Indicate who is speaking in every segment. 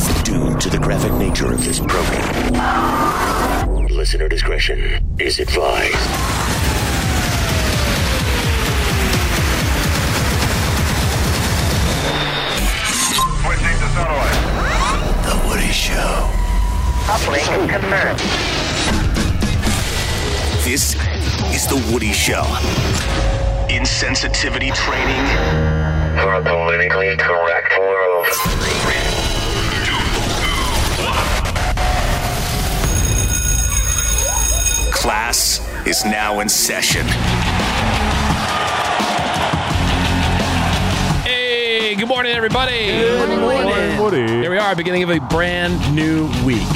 Speaker 1: to the graphic nature of this program. Listener discretion is advised.
Speaker 2: Switching to satellite.
Speaker 1: The Woody Show.
Speaker 3: Uplink confirmed.
Speaker 1: This is The Woody Show. Insensitivity training
Speaker 2: For a politically correct world.
Speaker 1: class is now in session.
Speaker 4: Hey, good morning, everybody. Good morning. Here we are, beginning of a brand new week.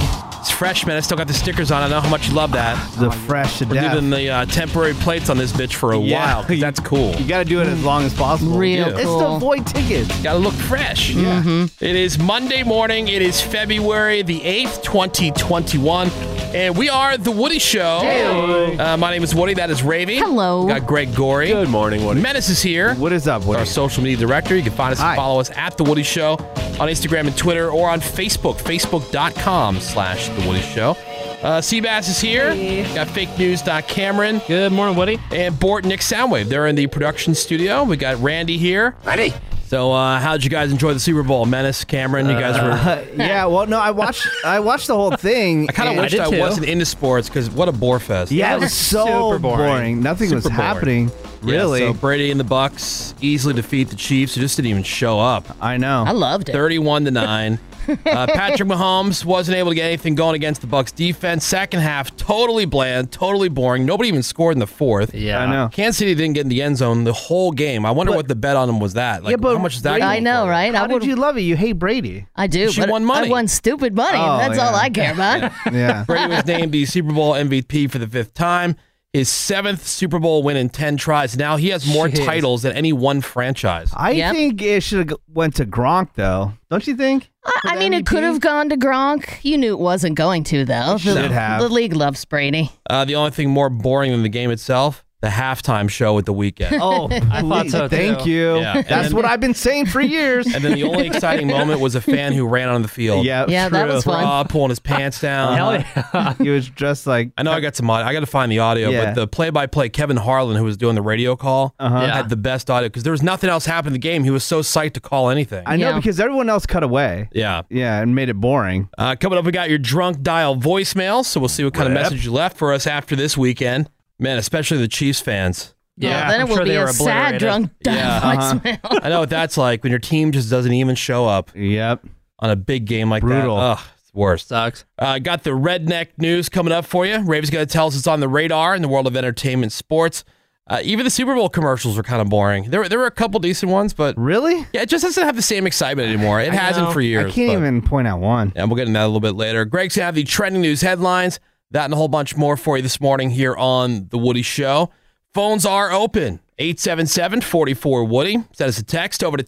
Speaker 4: It's fresh, man. I still got the stickers on. I know how much you love that.
Speaker 5: the fresh to
Speaker 4: We're
Speaker 5: death.
Speaker 4: leaving the uh, temporary plates on this bitch for a
Speaker 5: Yeah.
Speaker 4: while. 'cause That's cool.
Speaker 5: you got to do it as long as possible.
Speaker 6: Real
Speaker 5: It's
Speaker 6: cool.
Speaker 5: the void ticket.
Speaker 4: Gotta look fresh. Yeah. It is Monday morning. It is February the 8th, 2021. And we are The Woody Show. Uh, my name is Woody. That is Ravy.
Speaker 6: Hello.
Speaker 4: We got Greg Gorey. Good morning, Woody. Menace is here.
Speaker 5: What is up, Woody?
Speaker 4: our social media director. You can find us
Speaker 5: Hi.
Speaker 4: and follow us at The Woody Show on Instagram and Twitter or on Facebook, facebook.com slash The Woody Show. Uh, Seabass is here. Got fake news. Doc Cameron
Speaker 7: Good morning, Woody.
Speaker 4: and Bort Nick Soundwave. They're in the production studio. We got Randy here. Randy. So, uh, how'd you guys enjoy the Super Bowl? Menace, Cameron, you guys were.
Speaker 7: Uh,
Speaker 5: yeah. Well, no, I watched. I watched the whole thing.
Speaker 4: I kind
Speaker 5: and-
Speaker 4: of wished
Speaker 7: did
Speaker 4: I,
Speaker 7: too.
Speaker 4: wasn't into sports because what a bore fest.
Speaker 5: Yeah, it was so
Speaker 7: super
Speaker 5: boring.
Speaker 7: boring.
Speaker 5: Nothing was
Speaker 4: Super boring.
Speaker 5: happening.
Speaker 4: Yeah,
Speaker 5: Really?
Speaker 4: so Brady and the Bucks easily defeat the Chiefs, who just didn't even show up.
Speaker 5: I know.
Speaker 6: I loved it.
Speaker 4: 31 to 9. Uh, Patrick Mahomes wasn't able to get anything going against the Bucks defense. Second half, totally bland, totally boring. Nobody even scored in the fourth.
Speaker 7: Yeah,
Speaker 5: I know.
Speaker 4: Kansas City didn't get in the end zone the whole game. I wonder what the bet on them was that. Like,
Speaker 5: Yeah, but
Speaker 4: how much is that?
Speaker 6: I
Speaker 4: going
Speaker 6: know,
Speaker 4: for?
Speaker 6: right?
Speaker 5: How
Speaker 6: I would.
Speaker 5: did you love it? You hate Brady.
Speaker 6: I do.
Speaker 4: She
Speaker 6: but
Speaker 4: won money.
Speaker 6: I won stupid money.
Speaker 5: Oh,
Speaker 6: That's all
Speaker 5: yeah.
Speaker 6: I care about.
Speaker 5: Yeah.
Speaker 4: Brady was named the Super Bowl MVP for the fifth time. His seventh Super Bowl win in 10 tries. Now he has more
Speaker 7: Jeez.
Speaker 4: titles than any one franchise.
Speaker 5: I
Speaker 6: Yep.
Speaker 5: think it should have went to Gronk though. Don't you think?
Speaker 6: I, I mean, it could have gone to Gronk. You knew it wasn't going to, though. The,
Speaker 5: should have.
Speaker 6: the league loves Brady.
Speaker 4: Uh, the only thing more boring than the game itself, the halftime show at the weekend.
Speaker 5: Oh, I
Speaker 7: thought so, too.
Speaker 5: Thank you.
Speaker 4: Yeah, and
Speaker 5: That's
Speaker 4: then-
Speaker 5: what I've been saying for years.
Speaker 4: And then the only exciting moment was a fan who ran on the field.
Speaker 5: yeah.
Speaker 6: Yeah, that
Speaker 5: true.
Speaker 6: was fun.
Speaker 4: Bra, pulling his pants down.
Speaker 7: Hell yeah.
Speaker 5: He was dressed like.
Speaker 4: I know I got some audio. I got to find the audio,
Speaker 5: Yeah.
Speaker 4: but the play-by-play, Kevin Harlan, who was doing the radio call,
Speaker 5: Uh-huh.
Speaker 7: Yeah.
Speaker 4: had the best audio because there was nothing else happening in the game. He was so psyched to call anything.
Speaker 5: I know
Speaker 6: Yeah.
Speaker 5: because everyone else cut away.
Speaker 4: yeah.
Speaker 5: Yeah, and made it boring.
Speaker 4: Uh, coming up, we got your drunk dial voicemail, so we'll see what kind of
Speaker 5: Yep.
Speaker 4: message you left for us after this weekend. Man, especially the Chiefs fans.
Speaker 7: Yeah,
Speaker 6: then
Speaker 7: I'm
Speaker 6: it will
Speaker 7: sure
Speaker 6: be
Speaker 7: they
Speaker 6: a
Speaker 7: were
Speaker 6: sad
Speaker 7: obliterated.
Speaker 6: drunk
Speaker 4: Yeah.
Speaker 5: Uh-huh.
Speaker 6: voicemail.
Speaker 4: I know what that's like when your team just doesn't even show up
Speaker 5: Yep.
Speaker 4: on a big game like
Speaker 5: Brutal.
Speaker 4: that. Ugh, it's worse.
Speaker 7: Sucks.
Speaker 4: Uh, got the redneck news coming up for you. Rave's going to tell us it's on the radar in the world of entertainment sports. Uh, even the Super Bowl commercials were kind of boring. There, were- there were a couple decent ones, but
Speaker 5: Really?
Speaker 4: yeah, it just doesn't have the same excitement anymore. It hasn't
Speaker 7: know.
Speaker 4: for years.
Speaker 5: I can't
Speaker 4: but-
Speaker 5: even point out one.
Speaker 4: And we'll get into that a little bit later. Greg's going to have the trending news headlines, that and a whole bunch more for you this morning here on The Woody Show. Phones are open 877 44 Woody. Send us a text over to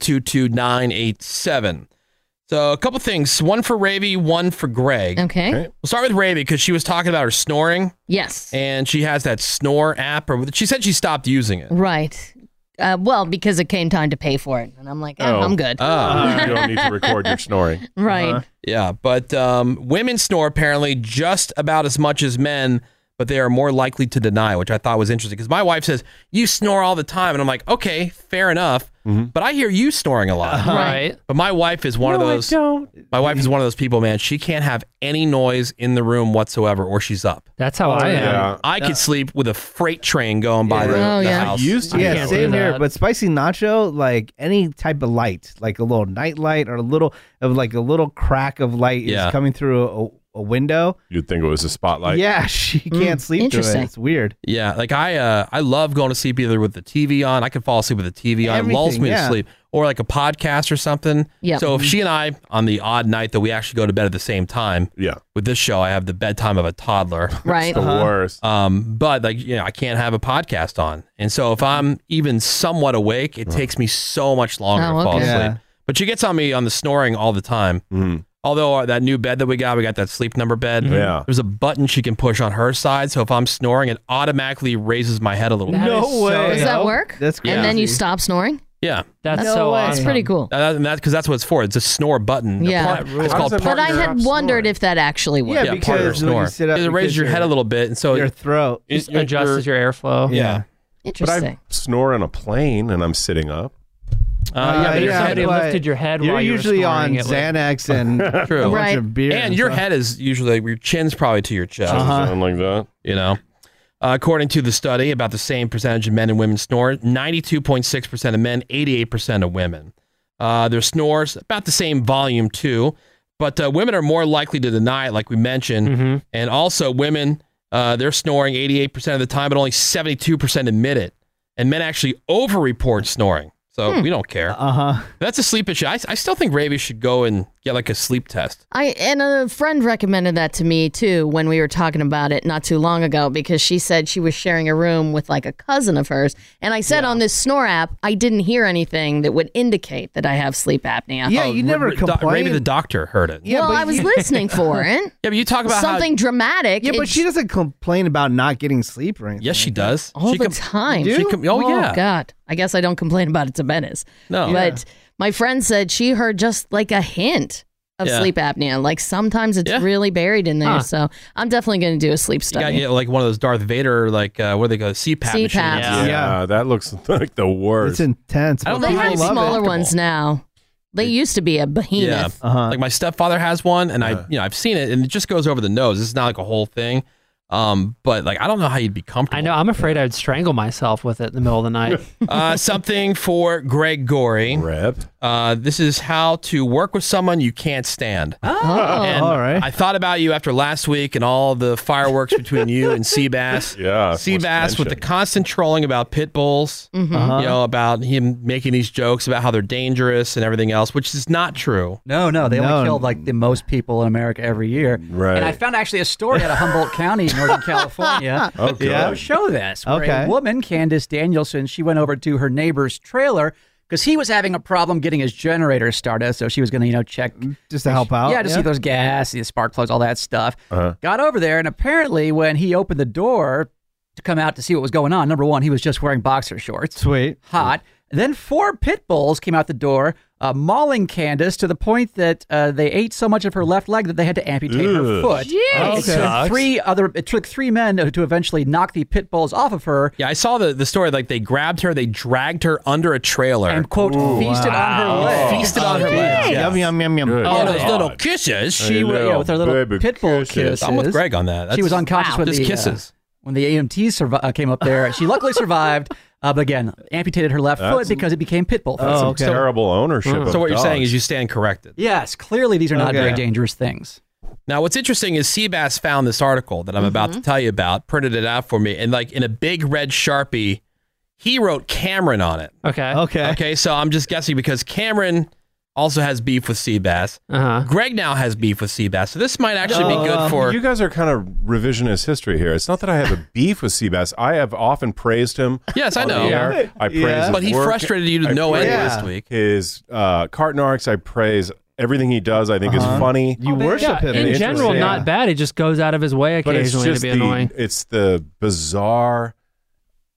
Speaker 4: 22987. So, a couple things one for Ravy, one for Greg.
Speaker 6: Okay.
Speaker 4: We'll start with Ravy because she was talking about her snoring
Speaker 6: Yes.
Speaker 4: and she has that snore app, or she said she stopped using it.
Speaker 6: right. Uh, well, because it came time to pay for it, and I'm like, eh,
Speaker 8: Oh. Ah,
Speaker 6: I'm good.
Speaker 4: Ah.
Speaker 8: you don't need to record your snoring.
Speaker 6: right.
Speaker 5: Uh-huh.
Speaker 4: Yeah, but um, women snore apparently just about as much as men, but they are more likely to deny, which I thought was interesting because my wife says you snore all the time, and I'm like, okay, fair enough, but I hear you snoring a lot.
Speaker 7: Right.
Speaker 4: But my wife is one of those. My wife is one of those people, man. She can't have any noise in the room whatsoever, or she's up.
Speaker 7: That's how I am.
Speaker 8: Yeah.
Speaker 4: I could sleep with a freight train going by the,
Speaker 6: Yeah. Oh,
Speaker 4: the
Speaker 6: yeah.
Speaker 4: house.
Speaker 8: Used to.
Speaker 5: Yeah,
Speaker 7: can't
Speaker 5: same
Speaker 7: do
Speaker 5: here.
Speaker 7: that.
Speaker 5: But spicy nacho, like any type of light, like a little night light or a little of like a little crack of light
Speaker 4: Yeah.
Speaker 5: is coming through a, a window.
Speaker 8: You'd think it was a spotlight.
Speaker 5: yeah, she can't sleep through it.
Speaker 6: Hmm. interesting.
Speaker 4: Uh,
Speaker 5: It's weird.
Speaker 4: Yeah, like I uh, I love going to sleep either with the TV on. I can fall asleep with the TV on. It lulls
Speaker 5: Everything,
Speaker 4: me to
Speaker 5: yeah.
Speaker 4: sleep. Or like a podcast or something.
Speaker 6: Yep.
Speaker 4: So if she and I on the odd night that we actually go to bed at the same time,
Speaker 8: Yeah.
Speaker 4: with this show I have the bedtime of a toddler.
Speaker 6: Right. Uh-huh.
Speaker 8: The worst.
Speaker 4: Um, but like you know, I can't have a podcast on. And so if I'm even somewhat awake, it takes me so much longer
Speaker 6: Oh,
Speaker 4: to fall
Speaker 6: okay.
Speaker 4: asleep.
Speaker 5: Yeah.
Speaker 4: But she gets on me on the snoring all the time.
Speaker 8: Mhm.
Speaker 4: Although uh, that new bed that we got, we got that sleep number bed.
Speaker 8: Yeah.
Speaker 4: There's a button she can push on her side. So if I'm snoring, it automatically raises my head a little bit.
Speaker 7: No
Speaker 5: no
Speaker 7: way.
Speaker 5: way.
Speaker 6: Does that work?
Speaker 5: That's crazy.
Speaker 6: And then you stop snoring?
Speaker 4: Yeah.
Speaker 7: That's
Speaker 5: No
Speaker 7: so
Speaker 5: way.
Speaker 7: awesome.
Speaker 5: It's
Speaker 6: It's pretty cool.
Speaker 4: Uh, and that's because that's what it's for. It's a snore button. The
Speaker 6: Yeah.
Speaker 4: part-
Speaker 5: That rules.
Speaker 4: it's
Speaker 8: How
Speaker 4: called
Speaker 8: does it
Speaker 4: part-
Speaker 6: But I had
Speaker 8: Partner
Speaker 6: wondered
Speaker 8: snore.
Speaker 6: if that actually worked.
Speaker 5: Yeah,
Speaker 4: yeah,
Speaker 5: because
Speaker 4: partner
Speaker 5: when
Speaker 4: snore.
Speaker 5: you sit up,
Speaker 4: it raises
Speaker 5: because
Speaker 4: your head
Speaker 5: your-
Speaker 4: a little bit, and so
Speaker 5: your
Speaker 4: it,
Speaker 5: throat.
Speaker 7: It adjusts your airflow.
Speaker 4: yeah.
Speaker 8: But
Speaker 6: Interesting.
Speaker 8: I snore on a plane and I'm sitting up.
Speaker 4: Uh,
Speaker 5: yeah,
Speaker 7: but if
Speaker 5: yeah,
Speaker 7: somebody
Speaker 5: but
Speaker 7: lifted your head
Speaker 5: You're
Speaker 7: while you were
Speaker 5: usually on
Speaker 7: snoring, it would-
Speaker 5: Xanax and a
Speaker 4: True.
Speaker 5: bunch
Speaker 6: Right.
Speaker 5: of beer.
Speaker 4: And your
Speaker 5: stuff.
Speaker 4: head is usually your chin's probably to your chest.
Speaker 5: Uh-huh.
Speaker 8: Something like that.
Speaker 4: You know, uh, according to the study, about the same percentage of men and women snore. Ninety-two point six percent of men, eighty-eight percent of women. Uh, their snores about the same volume too, but uh, women are more likely to deny it, like we mentioned, and also women uh, they're snoring eighty-eight percent of the time, but only seventy-two percent admit it, and men actually overreport snoring. So we don't care.
Speaker 5: Uh huh.
Speaker 4: That's a sleep issue. I, I still think Ravi should go and get like a sleep test.
Speaker 6: I and a friend recommended that to me too when we were talking about it not too long ago because she said she was sharing a room with like a cousin of hers and I said on this snore app I didn't hear anything that would indicate that I have sleep apnea.
Speaker 5: Yeah, you never
Speaker 4: Oh, Ra- Ra- Ravi
Speaker 5: complain.
Speaker 4: the doctor heard it.
Speaker 5: yeah,
Speaker 6: well,
Speaker 5: but
Speaker 6: I was
Speaker 5: you-
Speaker 6: listening for it.
Speaker 4: Yeah, but you talk about how-
Speaker 6: Something dramatic.
Speaker 5: Yeah,
Speaker 6: It
Speaker 5: but she
Speaker 6: sh-
Speaker 5: doesn't complain about not getting sleep or anything.
Speaker 4: Yes, she does.
Speaker 6: all
Speaker 4: she
Speaker 6: the
Speaker 4: com-
Speaker 6: time.
Speaker 4: she com- oh, yeah.
Speaker 6: God. I guess I don't complain about it to Venice.
Speaker 4: No.
Speaker 6: But my friend said she heard just like a hint of
Speaker 4: Yeah.
Speaker 6: sleep apnea. Like sometimes it's
Speaker 4: Yeah.
Speaker 6: really buried in there. So I'm definitely going to do a sleep
Speaker 4: You got
Speaker 6: study.
Speaker 4: yeah, like one of those Darth Vader, like uh, what do they go? CPAP. machines.
Speaker 6: CPAP.
Speaker 7: Yeah.
Speaker 5: Yeah.
Speaker 8: that looks like the worst.
Speaker 5: It's intense.
Speaker 4: I don't
Speaker 5: but
Speaker 6: They
Speaker 4: know how
Speaker 6: have
Speaker 5: people love
Speaker 6: smaller
Speaker 4: it.
Speaker 6: ones now. They used to be a
Speaker 4: Yeah.
Speaker 6: behemoth.
Speaker 5: Uh-huh.
Speaker 4: Like my stepfather has one, and I,
Speaker 8: Yeah.
Speaker 4: you know, I've seen it, and it just goes over the nose. It's not like a whole thing. Um, but like I don't know how you'd be comfortable.
Speaker 7: I know. I'm afraid I'd strangle myself with it in the middle of the night.
Speaker 4: Uh, something for Greg Gorey.
Speaker 8: Rep.
Speaker 4: Uh, this is how to work with someone you can't stand.
Speaker 6: Oh.
Speaker 4: And
Speaker 5: all right.
Speaker 4: I thought about you after last week and all the fireworks between you and Seabass.
Speaker 8: Yeah,
Speaker 4: Seabass
Speaker 8: much
Speaker 4: with the
Speaker 8: tension.
Speaker 4: constant trolling about pit bulls,
Speaker 9: Uh-huh.
Speaker 4: you know, about him making these jokes about how they're dangerous and everything else, which is not true.
Speaker 9: No, Oh, no, they
Speaker 5: No.
Speaker 9: only kill like the most people in America every year.
Speaker 8: Right.
Speaker 9: And I found actually a story out of Humboldt County, Northern California.
Speaker 8: Oh, good.
Speaker 9: I'll show this. Where
Speaker 5: Okay.
Speaker 9: A woman, Candace Danielson, she went over to her neighbor's trailer because he was having a problem getting his generator started. So she was going to, you know, check.
Speaker 5: just to help out.
Speaker 9: Yeah, to see if there's gas, see the spark plugs, all that stuff.
Speaker 4: Uh-huh.
Speaker 9: Got over there, and apparently, when he opened the door to come out to see what was going on, number one, he was just wearing boxer shorts
Speaker 5: Sweet.
Speaker 9: hot. Then four pit bulls came out the door, uh, mauling Candace to the point that uh, they ate so much of her left leg that they had to amputate her
Speaker 8: Ugh.
Speaker 9: foot.
Speaker 5: Oh,
Speaker 9: It took Three other. It took three men to eventually knock the pit bulls off of her
Speaker 4: Yeah, I saw the, the story. Like they grabbed her, they dragged her under a trailer.
Speaker 9: and quote feasted on her leg.
Speaker 4: Feasted on her legs. Yeah.
Speaker 5: Yum yum yum yum.
Speaker 8: Good.
Speaker 4: All
Speaker 8: Yeah.
Speaker 4: those little kisses.
Speaker 8: Hey,
Speaker 9: She was yeah, with her little
Speaker 8: baby
Speaker 9: pit bull
Speaker 8: kisses.
Speaker 9: kisses.
Speaker 4: I'm with Greg on that. That's,
Speaker 9: she was unconscious when
Speaker 4: Just
Speaker 9: the uh,
Speaker 4: kisses.
Speaker 9: when the AMTs survi- uh, came up there. She luckily survived, uh, but again amputated her left foot
Speaker 8: That's-
Speaker 9: because it became pit bull. Mm.
Speaker 8: That's
Speaker 9: feces.
Speaker 8: some
Speaker 5: okay.
Speaker 8: terrible ownership. of
Speaker 4: so what you're
Speaker 8: dogs.
Speaker 4: saying is you stand corrected.
Speaker 9: Yes, clearly these are not
Speaker 5: Okay.
Speaker 9: very dangerous things.
Speaker 4: Now, what's interesting is Seabass found this article that I'm
Speaker 5: Mm-hmm.
Speaker 4: about to tell you about, printed it out for me, and like in a big red Sharpie, he wrote Cameron on it.
Speaker 7: Okay.
Speaker 5: Okay.
Speaker 4: Okay, so I'm just guessing because Cameron also has beef with Seabass.
Speaker 7: Uh huh.
Speaker 4: Greg now has beef with Seabass, so this might actually be
Speaker 5: Oh.
Speaker 4: good for.
Speaker 8: You guys are kind of revisionist history here. It's not that I have a beef with Seabass. I have often praised him.
Speaker 4: Yes, I
Speaker 8: on the
Speaker 4: know.
Speaker 8: air. I praise
Speaker 5: Yeah.
Speaker 8: his
Speaker 4: but he
Speaker 8: work.
Speaker 4: frustrated you to
Speaker 8: I
Speaker 4: no end
Speaker 8: praise
Speaker 4: last week.
Speaker 8: His uh, carton arcs, I praise everything he does. I think is funny.
Speaker 5: You worship him.
Speaker 7: Oh, In
Speaker 8: Interesting.
Speaker 7: general, not bad. It just goes out of his way
Speaker 8: but it's
Speaker 7: occasionally to
Speaker 8: just
Speaker 7: be
Speaker 8: the,
Speaker 7: annoying.
Speaker 8: it's the bizarre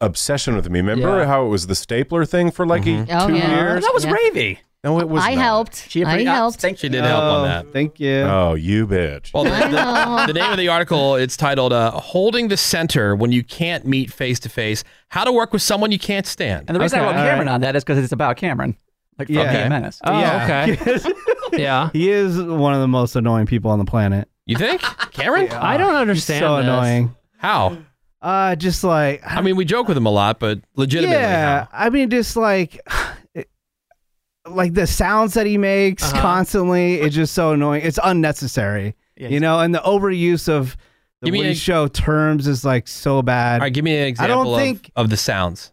Speaker 8: obsession with me. Remember
Speaker 9: Yeah.
Speaker 8: how it was the stapler thing for like a two
Speaker 6: Oh, yeah.
Speaker 8: years?
Speaker 9: That was
Speaker 6: Yeah.
Speaker 9: ravy.
Speaker 8: No, it was.
Speaker 6: I
Speaker 8: not.
Speaker 6: helped. I
Speaker 9: appre- uh,
Speaker 6: helped.
Speaker 9: Thank
Speaker 4: She
Speaker 9: you.
Speaker 4: did help on
Speaker 5: Oh,
Speaker 4: that.
Speaker 5: Thank you.
Speaker 8: Oh, you bitch.
Speaker 4: Well, the,
Speaker 6: know.
Speaker 4: the, the name of the article it's titled uh, "Holding the Center When You Can't Meet Face to Face: How to Work with Someone You Can't Stand."
Speaker 9: And the reason
Speaker 7: Okay,
Speaker 9: I want
Speaker 5: all right.
Speaker 9: Cameron on that is because it's about Cameron, like from
Speaker 5: Yeah.
Speaker 9: Game Menace.
Speaker 7: Oh,
Speaker 5: Yeah.
Speaker 7: okay. yeah.
Speaker 5: He is one of the most annoying people on the planet.
Speaker 4: You think, Cameron?
Speaker 7: I don't understand.
Speaker 5: So
Speaker 7: this.
Speaker 5: annoying.
Speaker 4: How?
Speaker 5: Uh, just like
Speaker 4: I mean, we joke with him a lot, but legitimately,
Speaker 5: yeah.
Speaker 4: how?
Speaker 5: I mean, just like, it- like the sounds that he makes constantly. It's just so annoying. It's unnecessary, you know. And the overuse of the
Speaker 4: Give me
Speaker 5: Woody
Speaker 4: a-
Speaker 5: show terms is like so bad.
Speaker 4: All right, give me an
Speaker 5: I don't
Speaker 4: example of,
Speaker 5: think-
Speaker 4: of the sounds.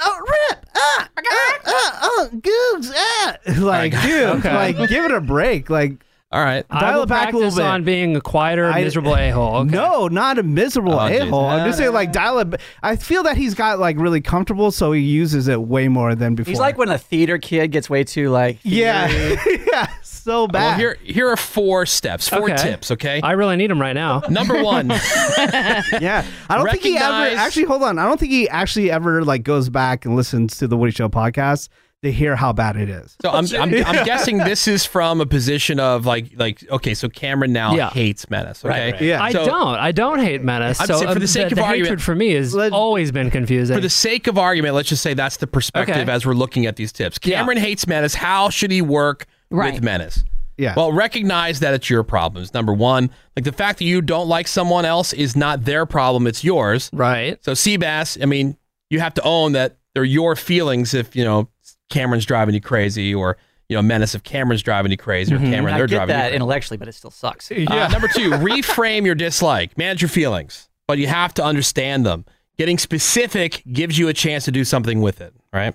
Speaker 5: oh, rip! Ah, ah, ah, ah, goobs! Ah, like, dude,
Speaker 7: Okay.
Speaker 5: like, give it a break. Like,
Speaker 4: All right.
Speaker 7: I
Speaker 5: Dial
Speaker 7: will
Speaker 5: it back a little
Speaker 7: practice
Speaker 5: bit.
Speaker 7: on being a quieter,
Speaker 5: I-
Speaker 7: miserable a hole. Okay.
Speaker 5: No, not a miserable
Speaker 4: Oh, geez.
Speaker 5: a hole. I'm just saying, like, dial it. I feel that he's got like really comfortable, so he uses it way more than before.
Speaker 9: He's like when a theater kid gets way too like.
Speaker 5: yeah, yeah, so bad.
Speaker 4: Well, here here are four steps, four
Speaker 7: Okay.
Speaker 4: tips. Okay.
Speaker 7: I really need him right now.
Speaker 4: Number one.
Speaker 5: yeah, I don't think he ever
Speaker 4: Recognize-
Speaker 5: actually. Hold on, I don't think he actually ever like goes back and listens to the Woody Show podcast to hear how bad it is.
Speaker 4: So I'm, I'm, I'm guessing this is from a position of like like okay, so Cameron now
Speaker 7: Yeah.
Speaker 4: hates menace. Okay,
Speaker 5: Yeah.
Speaker 7: I
Speaker 4: So-
Speaker 7: don't. I don't hate menace.
Speaker 4: I'm
Speaker 7: so
Speaker 4: saying for
Speaker 7: um,
Speaker 4: the sake of argument-
Speaker 7: hatred for me has always been confusing.
Speaker 4: For the sake of argument, let's just say that's the perspective
Speaker 7: Okay.
Speaker 4: as we're looking at these tips.
Speaker 7: Yeah.
Speaker 4: Cameron hates menace. How should he work
Speaker 6: Right.
Speaker 4: with menace?
Speaker 5: Yeah.
Speaker 4: Well, recognize that it's your problems. Number one, like the fact that you don't like someone else is not their problem; it's yours.
Speaker 7: right.
Speaker 4: So Seabass, I mean, you have to own that they're your feelings if, you know, Cameron's driving you crazy or, you know, menace if Cameron's driving you crazy or Cameron,
Speaker 9: Mm-hmm. I
Speaker 4: they're
Speaker 9: get
Speaker 4: driving
Speaker 9: that
Speaker 4: you crazy.
Speaker 9: intellectually, but it still sucks.
Speaker 4: Uh, number two, reframe your dislike. Manage your feelings, but you have to understand them. Getting specific gives you a chance to do something with it, right?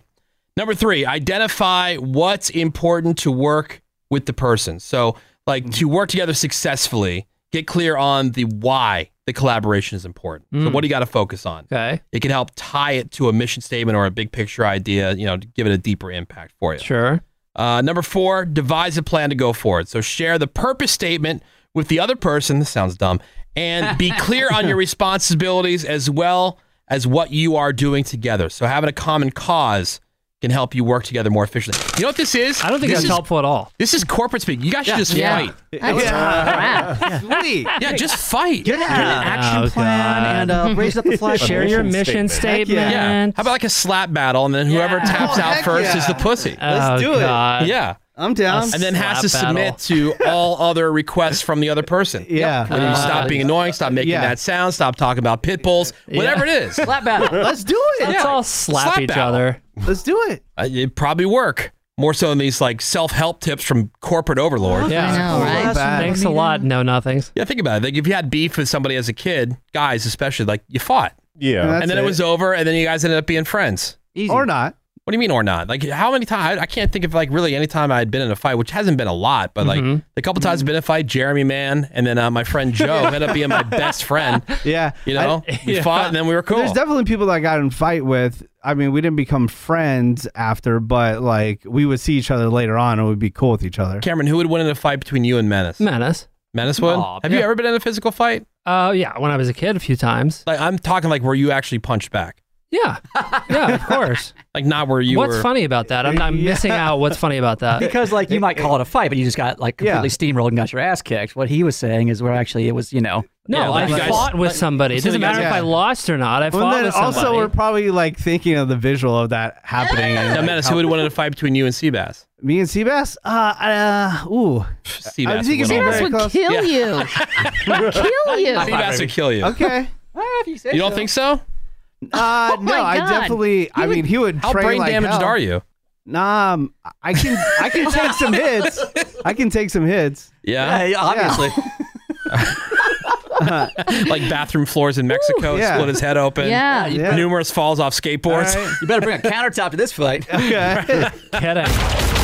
Speaker 4: Number three, identify what's important to work with the person. So, like
Speaker 7: Mm-hmm.
Speaker 4: to work together successfully, get clear on the why the collaboration is important. So, what do you got to focus on?
Speaker 7: Mm. Okay.
Speaker 4: it can help tie it to a mission statement or a big picture idea, you know, to give it a deeper impact for you.
Speaker 7: Sure.
Speaker 4: Uh, number four, devise a plan to go forward. So share the purpose statement with the other person. This sounds dumb. And be clear on your responsibilities as well as what you are doing together. So having a common cause can help you work together more efficiently. You know what this is?
Speaker 7: I don't think
Speaker 4: this
Speaker 7: that's
Speaker 4: is,
Speaker 7: helpful at all.
Speaker 4: This is corporate speak. You guys should just
Speaker 6: Yeah.
Speaker 4: fight.
Speaker 6: That's crap.
Speaker 5: Sweet.
Speaker 4: Yeah, just fight.
Speaker 9: Get an action
Speaker 7: Oh,
Speaker 9: plan
Speaker 7: God.
Speaker 9: and uh, raise up the flag.
Speaker 7: Share your mission
Speaker 8: mission
Speaker 7: statement.
Speaker 4: Yeah. How about like a slap battle and then whoever taps
Speaker 5: Oh,
Speaker 4: out
Speaker 5: heck
Speaker 4: first
Speaker 5: yeah.
Speaker 4: is the pussy.
Speaker 5: Let's
Speaker 7: Oh,
Speaker 5: do it.
Speaker 7: God.
Speaker 4: yeah.
Speaker 5: I'm down.
Speaker 4: and then has to
Speaker 7: Slap battle.
Speaker 4: submit to all other requests from the other person.
Speaker 5: Yeah.
Speaker 4: Whether you stop being annoying, stop making
Speaker 5: yeah.
Speaker 4: that sound, stop talking about pit bulls, whatever it is.
Speaker 9: Slap battle.
Speaker 5: Let's do it.
Speaker 7: Let's
Speaker 4: Yeah.
Speaker 7: all slap,
Speaker 4: Slap
Speaker 7: each
Speaker 4: battle.
Speaker 7: other.
Speaker 5: Let's do it.
Speaker 4: Uh, It'd probably work more so than these like self help tips from corporate overlords.
Speaker 7: Yeah.
Speaker 6: I know, right?
Speaker 5: bad.
Speaker 7: Thanks a lot. No, nothings.
Speaker 4: Yeah, think about it. Like if you had beef with somebody as a kid, guys especially, like you fought
Speaker 8: Yeah.
Speaker 4: and then it. was over, and then you guys ended up being friends.
Speaker 9: Easy.
Speaker 5: or not.
Speaker 4: What do you mean or not? Like how many times? I can't think of like really any time I had been in a fight, which hasn't been a lot, but like
Speaker 7: Mm-hmm.
Speaker 4: the couple times I've been in a fight, Jeremy man, and then uh, my friend Joe ended up being my best friend.
Speaker 5: Yeah.
Speaker 4: You know, we fought and then we were cool.
Speaker 5: There's definitely people that I got in fight with. I mean, we didn't become friends after, but like we would see each other later on and we'd be cool with each other.
Speaker 4: Cameron, who would win in a fight between you and Menace?
Speaker 7: Menace.
Speaker 4: Menace would.
Speaker 9: Aw,
Speaker 4: Have you ever been in a physical fight?
Speaker 7: Uh, yeah. When I was a kid, a few times.
Speaker 4: Like I'm talking like where you actually punched back,
Speaker 7: Yeah. Yeah. Of course.
Speaker 4: like not where you
Speaker 7: what's
Speaker 4: were.
Speaker 7: funny about that? I'm not missing out. What's funny about that?
Speaker 9: Because like you might call uh, it a fight, but you just got like
Speaker 5: Yeah.
Speaker 9: completely steamrolled and got your ass kicked. What he was saying is, where actually it was, you know,
Speaker 7: No,
Speaker 4: Yeah,
Speaker 7: I
Speaker 4: like you guys-
Speaker 7: fought with
Speaker 4: like-
Speaker 7: somebody. It
Speaker 4: so
Speaker 7: doesn't
Speaker 4: you guys-
Speaker 7: matter if I
Speaker 5: Yeah.
Speaker 7: lost or not. I
Speaker 5: Well,
Speaker 7: fought
Speaker 5: and then
Speaker 7: with somebody.
Speaker 5: also we're probably like thinking of the visual of that happening. and,
Speaker 4: Now,
Speaker 5: like,
Speaker 4: Menace,
Speaker 5: how-
Speaker 4: who would win in a fight between you and Seabass?
Speaker 5: me and Seabass? Uh, uh, ooh.
Speaker 4: Seabass.
Speaker 5: I
Speaker 4: would
Speaker 5: think it'd
Speaker 4: win
Speaker 5: be very
Speaker 4: all day.
Speaker 6: That would
Speaker 5: close.
Speaker 6: kill you. Would kill you.
Speaker 4: Seabass would kill you.
Speaker 5: Okay.
Speaker 9: "Ah, if you say
Speaker 4: You don't
Speaker 9: so."
Speaker 4: think so?
Speaker 5: Uh,
Speaker 6: Oh
Speaker 5: no,
Speaker 6: my
Speaker 5: I
Speaker 6: God.
Speaker 5: definitely. I mean, he would.
Speaker 4: How
Speaker 5: train
Speaker 4: brain
Speaker 5: like
Speaker 4: damaged
Speaker 5: hell.
Speaker 4: are you?
Speaker 5: Nah, um, I can. I can take some hits. I can take some hits.
Speaker 4: Yeah,
Speaker 9: Hey, obviously.
Speaker 4: like bathroom floors in Mexico,
Speaker 5: yeah.
Speaker 4: split his head open.
Speaker 6: Yeah.
Speaker 5: Yeah.
Speaker 4: numerous falls off skateboards.
Speaker 5: All right.
Speaker 9: You better bring a countertop to this fight.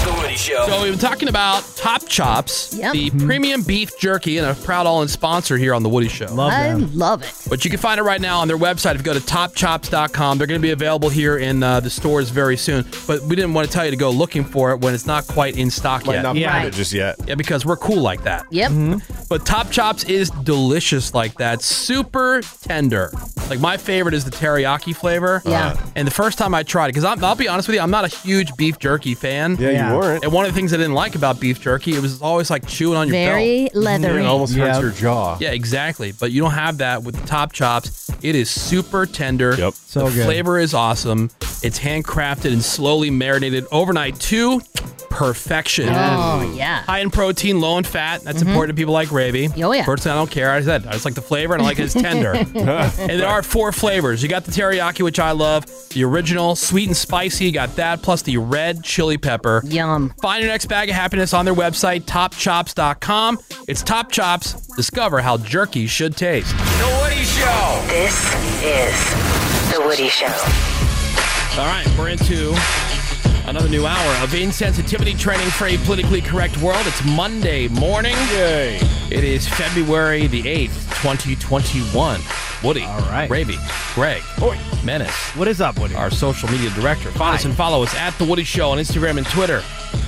Speaker 5: Okay.
Speaker 7: kidding.
Speaker 4: So we've been talking about Top Chops,
Speaker 6: Yep.
Speaker 4: the
Speaker 7: Mm-hmm.
Speaker 4: premium beef jerky, and a proud all-in sponsor here on the Woody Show.
Speaker 6: I love it.
Speaker 4: But you can find it right now on their website. If you go to topchops.com, they're going to be available here in uh, the stores very soon. But we didn't want to tell you to go looking for it when it's not quite in stock
Speaker 8: Might
Speaker 4: yet.
Speaker 8: not
Speaker 7: Yeah.
Speaker 8: find it just yet.
Speaker 4: Yeah, because we're cool like that.
Speaker 6: Yep.
Speaker 4: Mm-hmm. But Top Chops is delicious like that. Super tender. Like my favorite is the teriyaki flavor.
Speaker 6: Yeah.
Speaker 8: Uh.
Speaker 6: Uh-huh.
Speaker 4: And the first time I tried it, because I'll be honest with you, I'm not a huge beef jerky fan.
Speaker 8: Yeah, you weren't.
Speaker 4: And one of the things I didn't like about beef jerky, it was always like chewing on your belt.
Speaker 6: Very Mm-hmm. leathery.
Speaker 8: It almost
Speaker 5: Yeah.
Speaker 8: hurts your jaw.
Speaker 4: Yeah, exactly. But you don't have that with the top chops. It is super tender.
Speaker 8: Yep.
Speaker 5: So
Speaker 4: the
Speaker 5: good.
Speaker 4: flavor is awesome. It's handcrafted and slowly marinated overnight to perfection.
Speaker 6: Oh, yeah. Mm-hmm.
Speaker 4: High in protein, low in fat. That's important to people like Raby.
Speaker 6: Oh, yeah.
Speaker 4: Personally, I don't care. I said I just like the flavor and I like it's tender. and there are four flavors. You got the teriyaki, which I love. The original, sweet and spicy. You got that plus the red chili pepper.
Speaker 6: Yum.
Speaker 4: Find your next bag of happiness on their website, topchops.com. It's Top Chops. Discover how jerky should taste.
Speaker 3: This is The Woody Show.
Speaker 4: All right, we're into another new hour of insensitivity training for a politically correct world. It's Monday morning.
Speaker 8: Yay.
Speaker 4: It is February the 8th, 2021. Woody, All
Speaker 5: right.
Speaker 4: Ravy, Greg, Menace,
Speaker 5: what is up, Woody?
Speaker 4: our social media director. Find us and follow us at The Woody Show on Instagram and Twitter.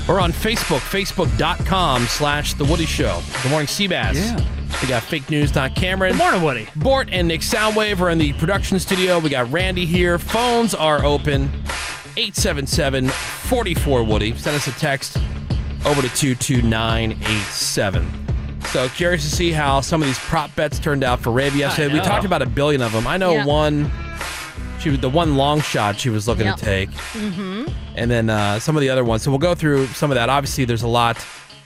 Speaker 4: Or on Facebook, facebook.com slash The Woody Show. Good morning, Seabass. Yeah. We got fake news, Don Cameron.
Speaker 7: Good morning, Woody.
Speaker 4: Bort and Nick Soundwave are in the production studio. We got Randy here. Phones are open. 877 44 Woody. Send us a text over to 22987. So curious to see how some of these prop bets turned out for Ravi yesterday. We
Speaker 10: know.
Speaker 4: talked about a billion of them. I know
Speaker 10: Yeah.
Speaker 4: one, she was the one long shot she was looking
Speaker 10: Yep.
Speaker 4: to take
Speaker 10: Mm-hmm.
Speaker 4: and then uh, some of the other ones. So we'll go through some of that. Obviously, there's a lot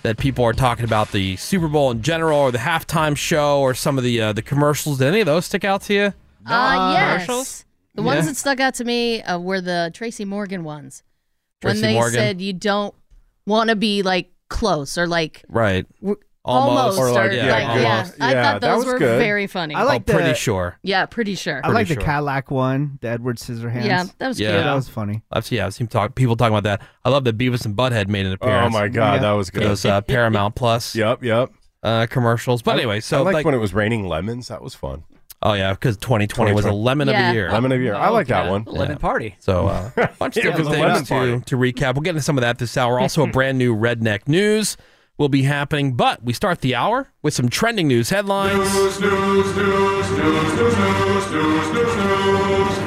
Speaker 4: that people are talking about the Super Bowl in general, or the halftime show, or some of the uh, the commercials. Did any of those stick out to you?
Speaker 6: Uh, yes.
Speaker 4: Commercials?
Speaker 6: The ones
Speaker 4: Yeah.
Speaker 6: that stuck out to me uh, were the Tracy Morgan ones.
Speaker 4: Tracy
Speaker 6: when they
Speaker 4: Morgan.
Speaker 6: said you don't want to be like close or like
Speaker 4: Right.
Speaker 6: Almost,
Speaker 4: Almost,
Speaker 6: or,
Speaker 4: or like,
Speaker 6: like,
Speaker 4: yeah,
Speaker 6: yeah.
Speaker 4: almost.
Speaker 6: I
Speaker 4: Yeah,
Speaker 6: thought
Speaker 4: that
Speaker 6: those
Speaker 4: was
Speaker 6: were
Speaker 4: good.
Speaker 6: very funny.
Speaker 4: I like Oh, Pretty the- Sure.
Speaker 6: Yeah, pretty sure.
Speaker 5: I like the Cadillac one, the Edward Scissorhands.
Speaker 6: Yeah, that was
Speaker 4: Yeah.
Speaker 6: cute.
Speaker 4: That
Speaker 5: was funny.
Speaker 4: I've seen, yeah, I've seen talk, people talking about that. I love that Beavis and Butthead made an appearance.
Speaker 8: Oh my God, Yeah. that was good.
Speaker 4: Those uh, Paramount Plus.
Speaker 8: Yep, yep.
Speaker 4: Uh, commercials, but anyway, so
Speaker 8: I liked
Speaker 4: like,
Speaker 8: when it was raining lemons. That was fun.
Speaker 4: oh yeah, because 2020, was a
Speaker 8: 2020.
Speaker 4: lemon of
Speaker 8: Yeah.
Speaker 4: the year.
Speaker 8: Lemon of the year. I like that one. Lemon
Speaker 9: party.
Speaker 4: So uh, a bunch of
Speaker 8: Yeah, it was
Speaker 4: different
Speaker 8: a lemon
Speaker 4: things to,
Speaker 8: party.
Speaker 4: to recap. We'll get into some of that this hour. Also, a brand new redneck news will be happening, but we start the hour with some trending news headlines.
Speaker 2: News, news, news, news, news, news, news, news, news. News, news, news,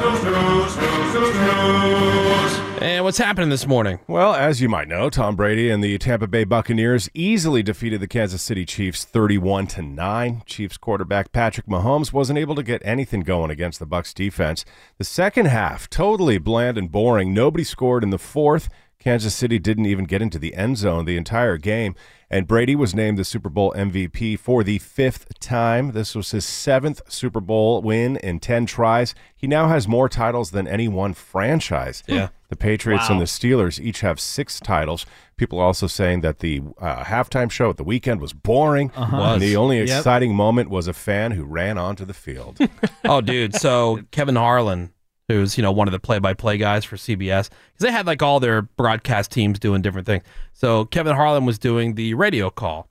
Speaker 2: news, news, news, news, news, news.
Speaker 4: And what's happening this morning?
Speaker 8: Well, as you might know, Tom Brady and the Tampa Bay Buccaneers easily defeated the Kansas City Chiefs 31 to 9. Chiefs quarterback Patrick Mahomes wasn't able to get anything going against the Bucks defense. The second half totally bland and boring. Nobody scored in the fourth. Kansas City didn't even get into the end zone the entire game. And Brady was named the Super Bowl MVP for the fifth time. This was his seventh Super Bowl win in 10 tries. He now has more titles than any one franchise.
Speaker 4: Yeah.
Speaker 8: The Patriots
Speaker 4: Wow.
Speaker 8: and the Steelers each have six titles. People are also saying that the uh, halftime show at the weekend was boring.
Speaker 4: Uh-huh. Was.
Speaker 8: And the only
Speaker 4: Yep.
Speaker 8: exciting moment was a fan who ran onto the field.
Speaker 4: oh, dude. So Kevin Harlan, who's you know one of the play-by-play guys for CBS, because they had like all their broadcast teams doing different things. So Kevin Harlan was doing the radio call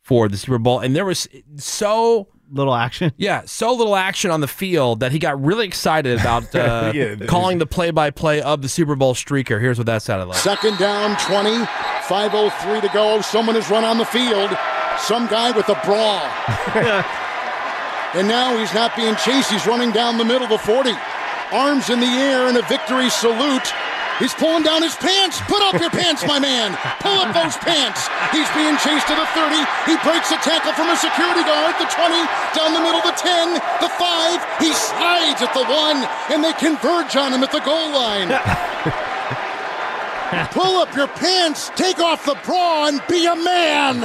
Speaker 4: for the Super Bowl, and there was so
Speaker 5: little action.
Speaker 4: Yeah, so little action on the field that he got really excited about uh,
Speaker 11: Yeah, that
Speaker 4: calling the play-by-play of the Super Bowl streaker. Here's what that sounded like.
Speaker 11: Second down, 20, 5.03 to go. Someone has run on the field. Some guy with a bra. and now he's not being chased. He's running down the middle of the 40. Arms in the air in a victory salute. He's pulling down his pants. Put up your pants, my man. Pull up those pants. He's being chased to the 30. He breaks a tackle from a security guard. The 20, down the middle, the 10, the 5. He slides at the 1, and they converge on him at the goal line. Pull up your pants, take off the bra, and be a man.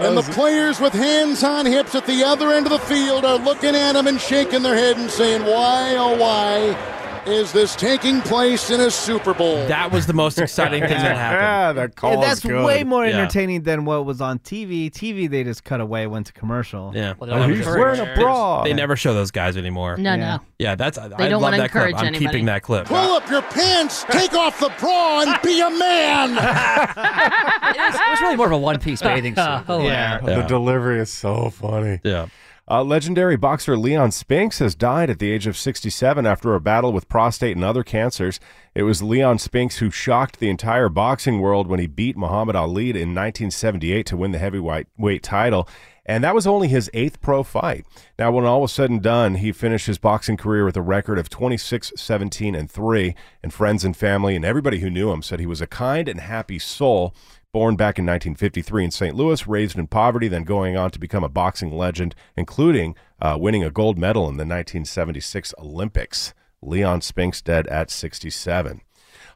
Speaker 11: and the players with hands on hips at the other end of the field are looking at him and shaking their head and saying, Why, oh, why is this taking place in a Super Bowl?
Speaker 4: That was the most exciting thing that
Speaker 5: Ah,
Speaker 4: happened.
Speaker 8: that
Speaker 5: Yeah, that's way more
Speaker 4: Yeah.
Speaker 5: entertaining than what was on TV. TV, they just cut away, went to commercial.
Speaker 4: Yeah,
Speaker 5: Oh, he's wearing a bra.
Speaker 4: They never show those guys anymore.
Speaker 5: No, no.
Speaker 4: Yeah, that's. I-
Speaker 5: They
Speaker 4: I
Speaker 5: don't
Speaker 4: love
Speaker 5: wanna
Speaker 4: that clip.
Speaker 5: encourage
Speaker 4: I'm
Speaker 5: anybody.
Speaker 4: keeping that clip.
Speaker 11: Pull up your pants, take off the bra, and be a man.
Speaker 9: It was really more of a one piece bathing suit.
Speaker 8: Yeah. The delivery is so funny.
Speaker 4: Yeah.
Speaker 8: Uh, legendary boxer Leon Spinks has died at the age of 67 after a battle with prostate and other cancers. It was Leon Spinks who shocked the entire boxing world when he beat Muhammad Ali in 1978 to win the heavyweight weight title. And that was only his eighth pro fight. Now, when all was said and done, he finished his boxing career with a record of 26, 17, and 3. And friends and family and everybody who knew him said he was a kind and happy soul. Born back in 1953 in St. Louis, raised in poverty, then going on to become a boxing legend, including uh, winning a gold medal in the 1976 Olympics. Leon Spinks dead at 67.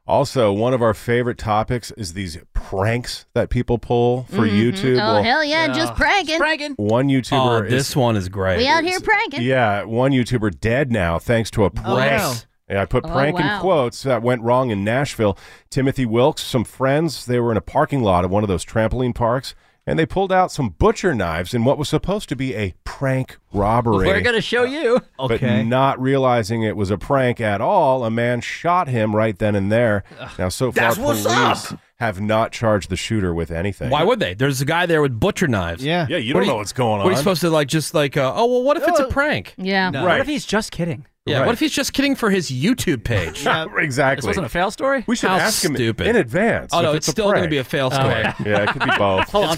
Speaker 8: Also, one of our favorite topics is these pranks that people pull for YouTube.
Speaker 6: Oh,
Speaker 8: Well,
Speaker 6: hell yeah, just pranking.
Speaker 9: pranking.
Speaker 8: one YouTuber.
Speaker 4: Oh, this one is great.
Speaker 6: We out here pranking.
Speaker 8: Yeah, one YouTuber dead now thanks to a prank.
Speaker 6: Oh, wow.
Speaker 8: Yeah, I put
Speaker 6: Oh,
Speaker 8: prank
Speaker 6: wow.
Speaker 8: in quotes that went wrong in Nashville. Timothy Wilkes, some friends, they were in a parking lot of one of those trampoline parks, and they pulled out some butcher knives in what was supposed to be a prank robbery.
Speaker 9: We're going to show you.
Speaker 8: But not realizing it was a prank at all, a man shot him right then and there. Now, so far,
Speaker 4: That's what's
Speaker 8: police have not charged the shooter with anything.
Speaker 4: Why would they? There's a guy there with butcher knives. Yeah.
Speaker 8: Yeah, you don't know what's going
Speaker 4: What are
Speaker 8: on.
Speaker 4: you supposed to like? Just like, uh, oh well, what if it's a prank?
Speaker 6: Yeah.
Speaker 4: Right.
Speaker 9: What if he's just kidding?
Speaker 4: Yeah.
Speaker 8: Right.
Speaker 4: What if he's just kidding for his YouTube page?
Speaker 8: exactly.
Speaker 9: This wasn't a fail story?
Speaker 8: We should
Speaker 4: How
Speaker 8: ask him
Speaker 4: stupid.
Speaker 8: in advance.
Speaker 4: Oh no,
Speaker 8: if
Speaker 4: it's,
Speaker 8: a
Speaker 4: still going to
Speaker 8: prank.
Speaker 4: be a fail story.
Speaker 8: yeah, it could be both.
Speaker 4: it's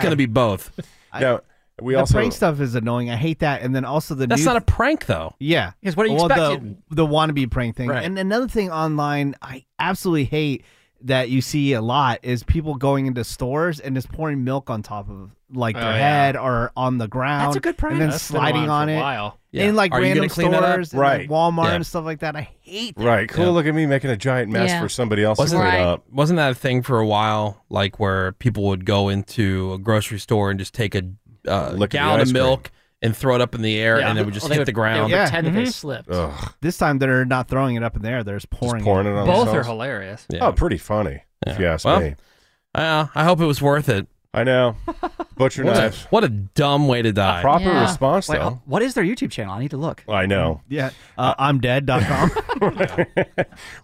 Speaker 4: going to be both.
Speaker 8: Now, We
Speaker 5: the
Speaker 8: also
Speaker 5: prank stuff is annoying. I hate that. And then also the
Speaker 4: That's
Speaker 5: new
Speaker 4: not a prank though.
Speaker 5: Yeah.
Speaker 9: Because what do you
Speaker 5: well,
Speaker 9: expect?
Speaker 5: The, the wannabe prank thing.
Speaker 4: Right.
Speaker 5: And another thing online I absolutely hate that you see a lot is people going into stores and just pouring milk on top of like their
Speaker 7: Oh, yeah.
Speaker 5: head or on the ground.
Speaker 9: That's a good prank.
Speaker 5: And then
Speaker 7: That's been
Speaker 5: sliding
Speaker 7: around
Speaker 5: on
Speaker 7: for a
Speaker 5: it.
Speaker 7: while.
Speaker 4: Yeah.
Speaker 5: In like
Speaker 4: Are you gonna
Speaker 5: random
Speaker 4: clean that up?
Speaker 5: stores, and,
Speaker 8: Right.
Speaker 5: like Walmart
Speaker 4: Yeah.
Speaker 5: and stuff like that. I hate that.
Speaker 8: right. Cool. Look at me making a giant mess
Speaker 6: Yeah.
Speaker 8: for somebody else
Speaker 4: Wasn't
Speaker 8: to clean
Speaker 6: Right.
Speaker 8: up.
Speaker 4: Wasn't that a thing for a while? Like where people would go into a grocery store and just take a uh,
Speaker 8: Lick of the
Speaker 4: gallon
Speaker 8: ice
Speaker 4: of milk and throw it up in the air,
Speaker 7: Yeah.
Speaker 4: and it would just
Speaker 9: Well, they
Speaker 4: hit
Speaker 9: would-
Speaker 4: the ground.
Speaker 5: they would- Yeah.
Speaker 9: Pretend
Speaker 4: Mm-hmm.
Speaker 9: that they slipped.
Speaker 8: Ugh,
Speaker 5: This time they're not throwing it up in the air, they're just pouring,
Speaker 8: just pouring it on
Speaker 7: Both are
Speaker 8: themselves.
Speaker 7: hilarious.
Speaker 4: Yeah.
Speaker 8: Oh, pretty funny if you ask
Speaker 4: Well,
Speaker 8: me.
Speaker 4: Uh, I hope it was worth it.
Speaker 8: I know. Butcher
Speaker 4: What a,
Speaker 8: knives.
Speaker 4: what a dumb way to die.
Speaker 8: Proper
Speaker 6: Yeah.
Speaker 8: response
Speaker 9: Wait,
Speaker 8: though.
Speaker 9: what is their YouTube channel? I need to look.
Speaker 8: I know.
Speaker 5: Yeah. Uh, I'm dead.com.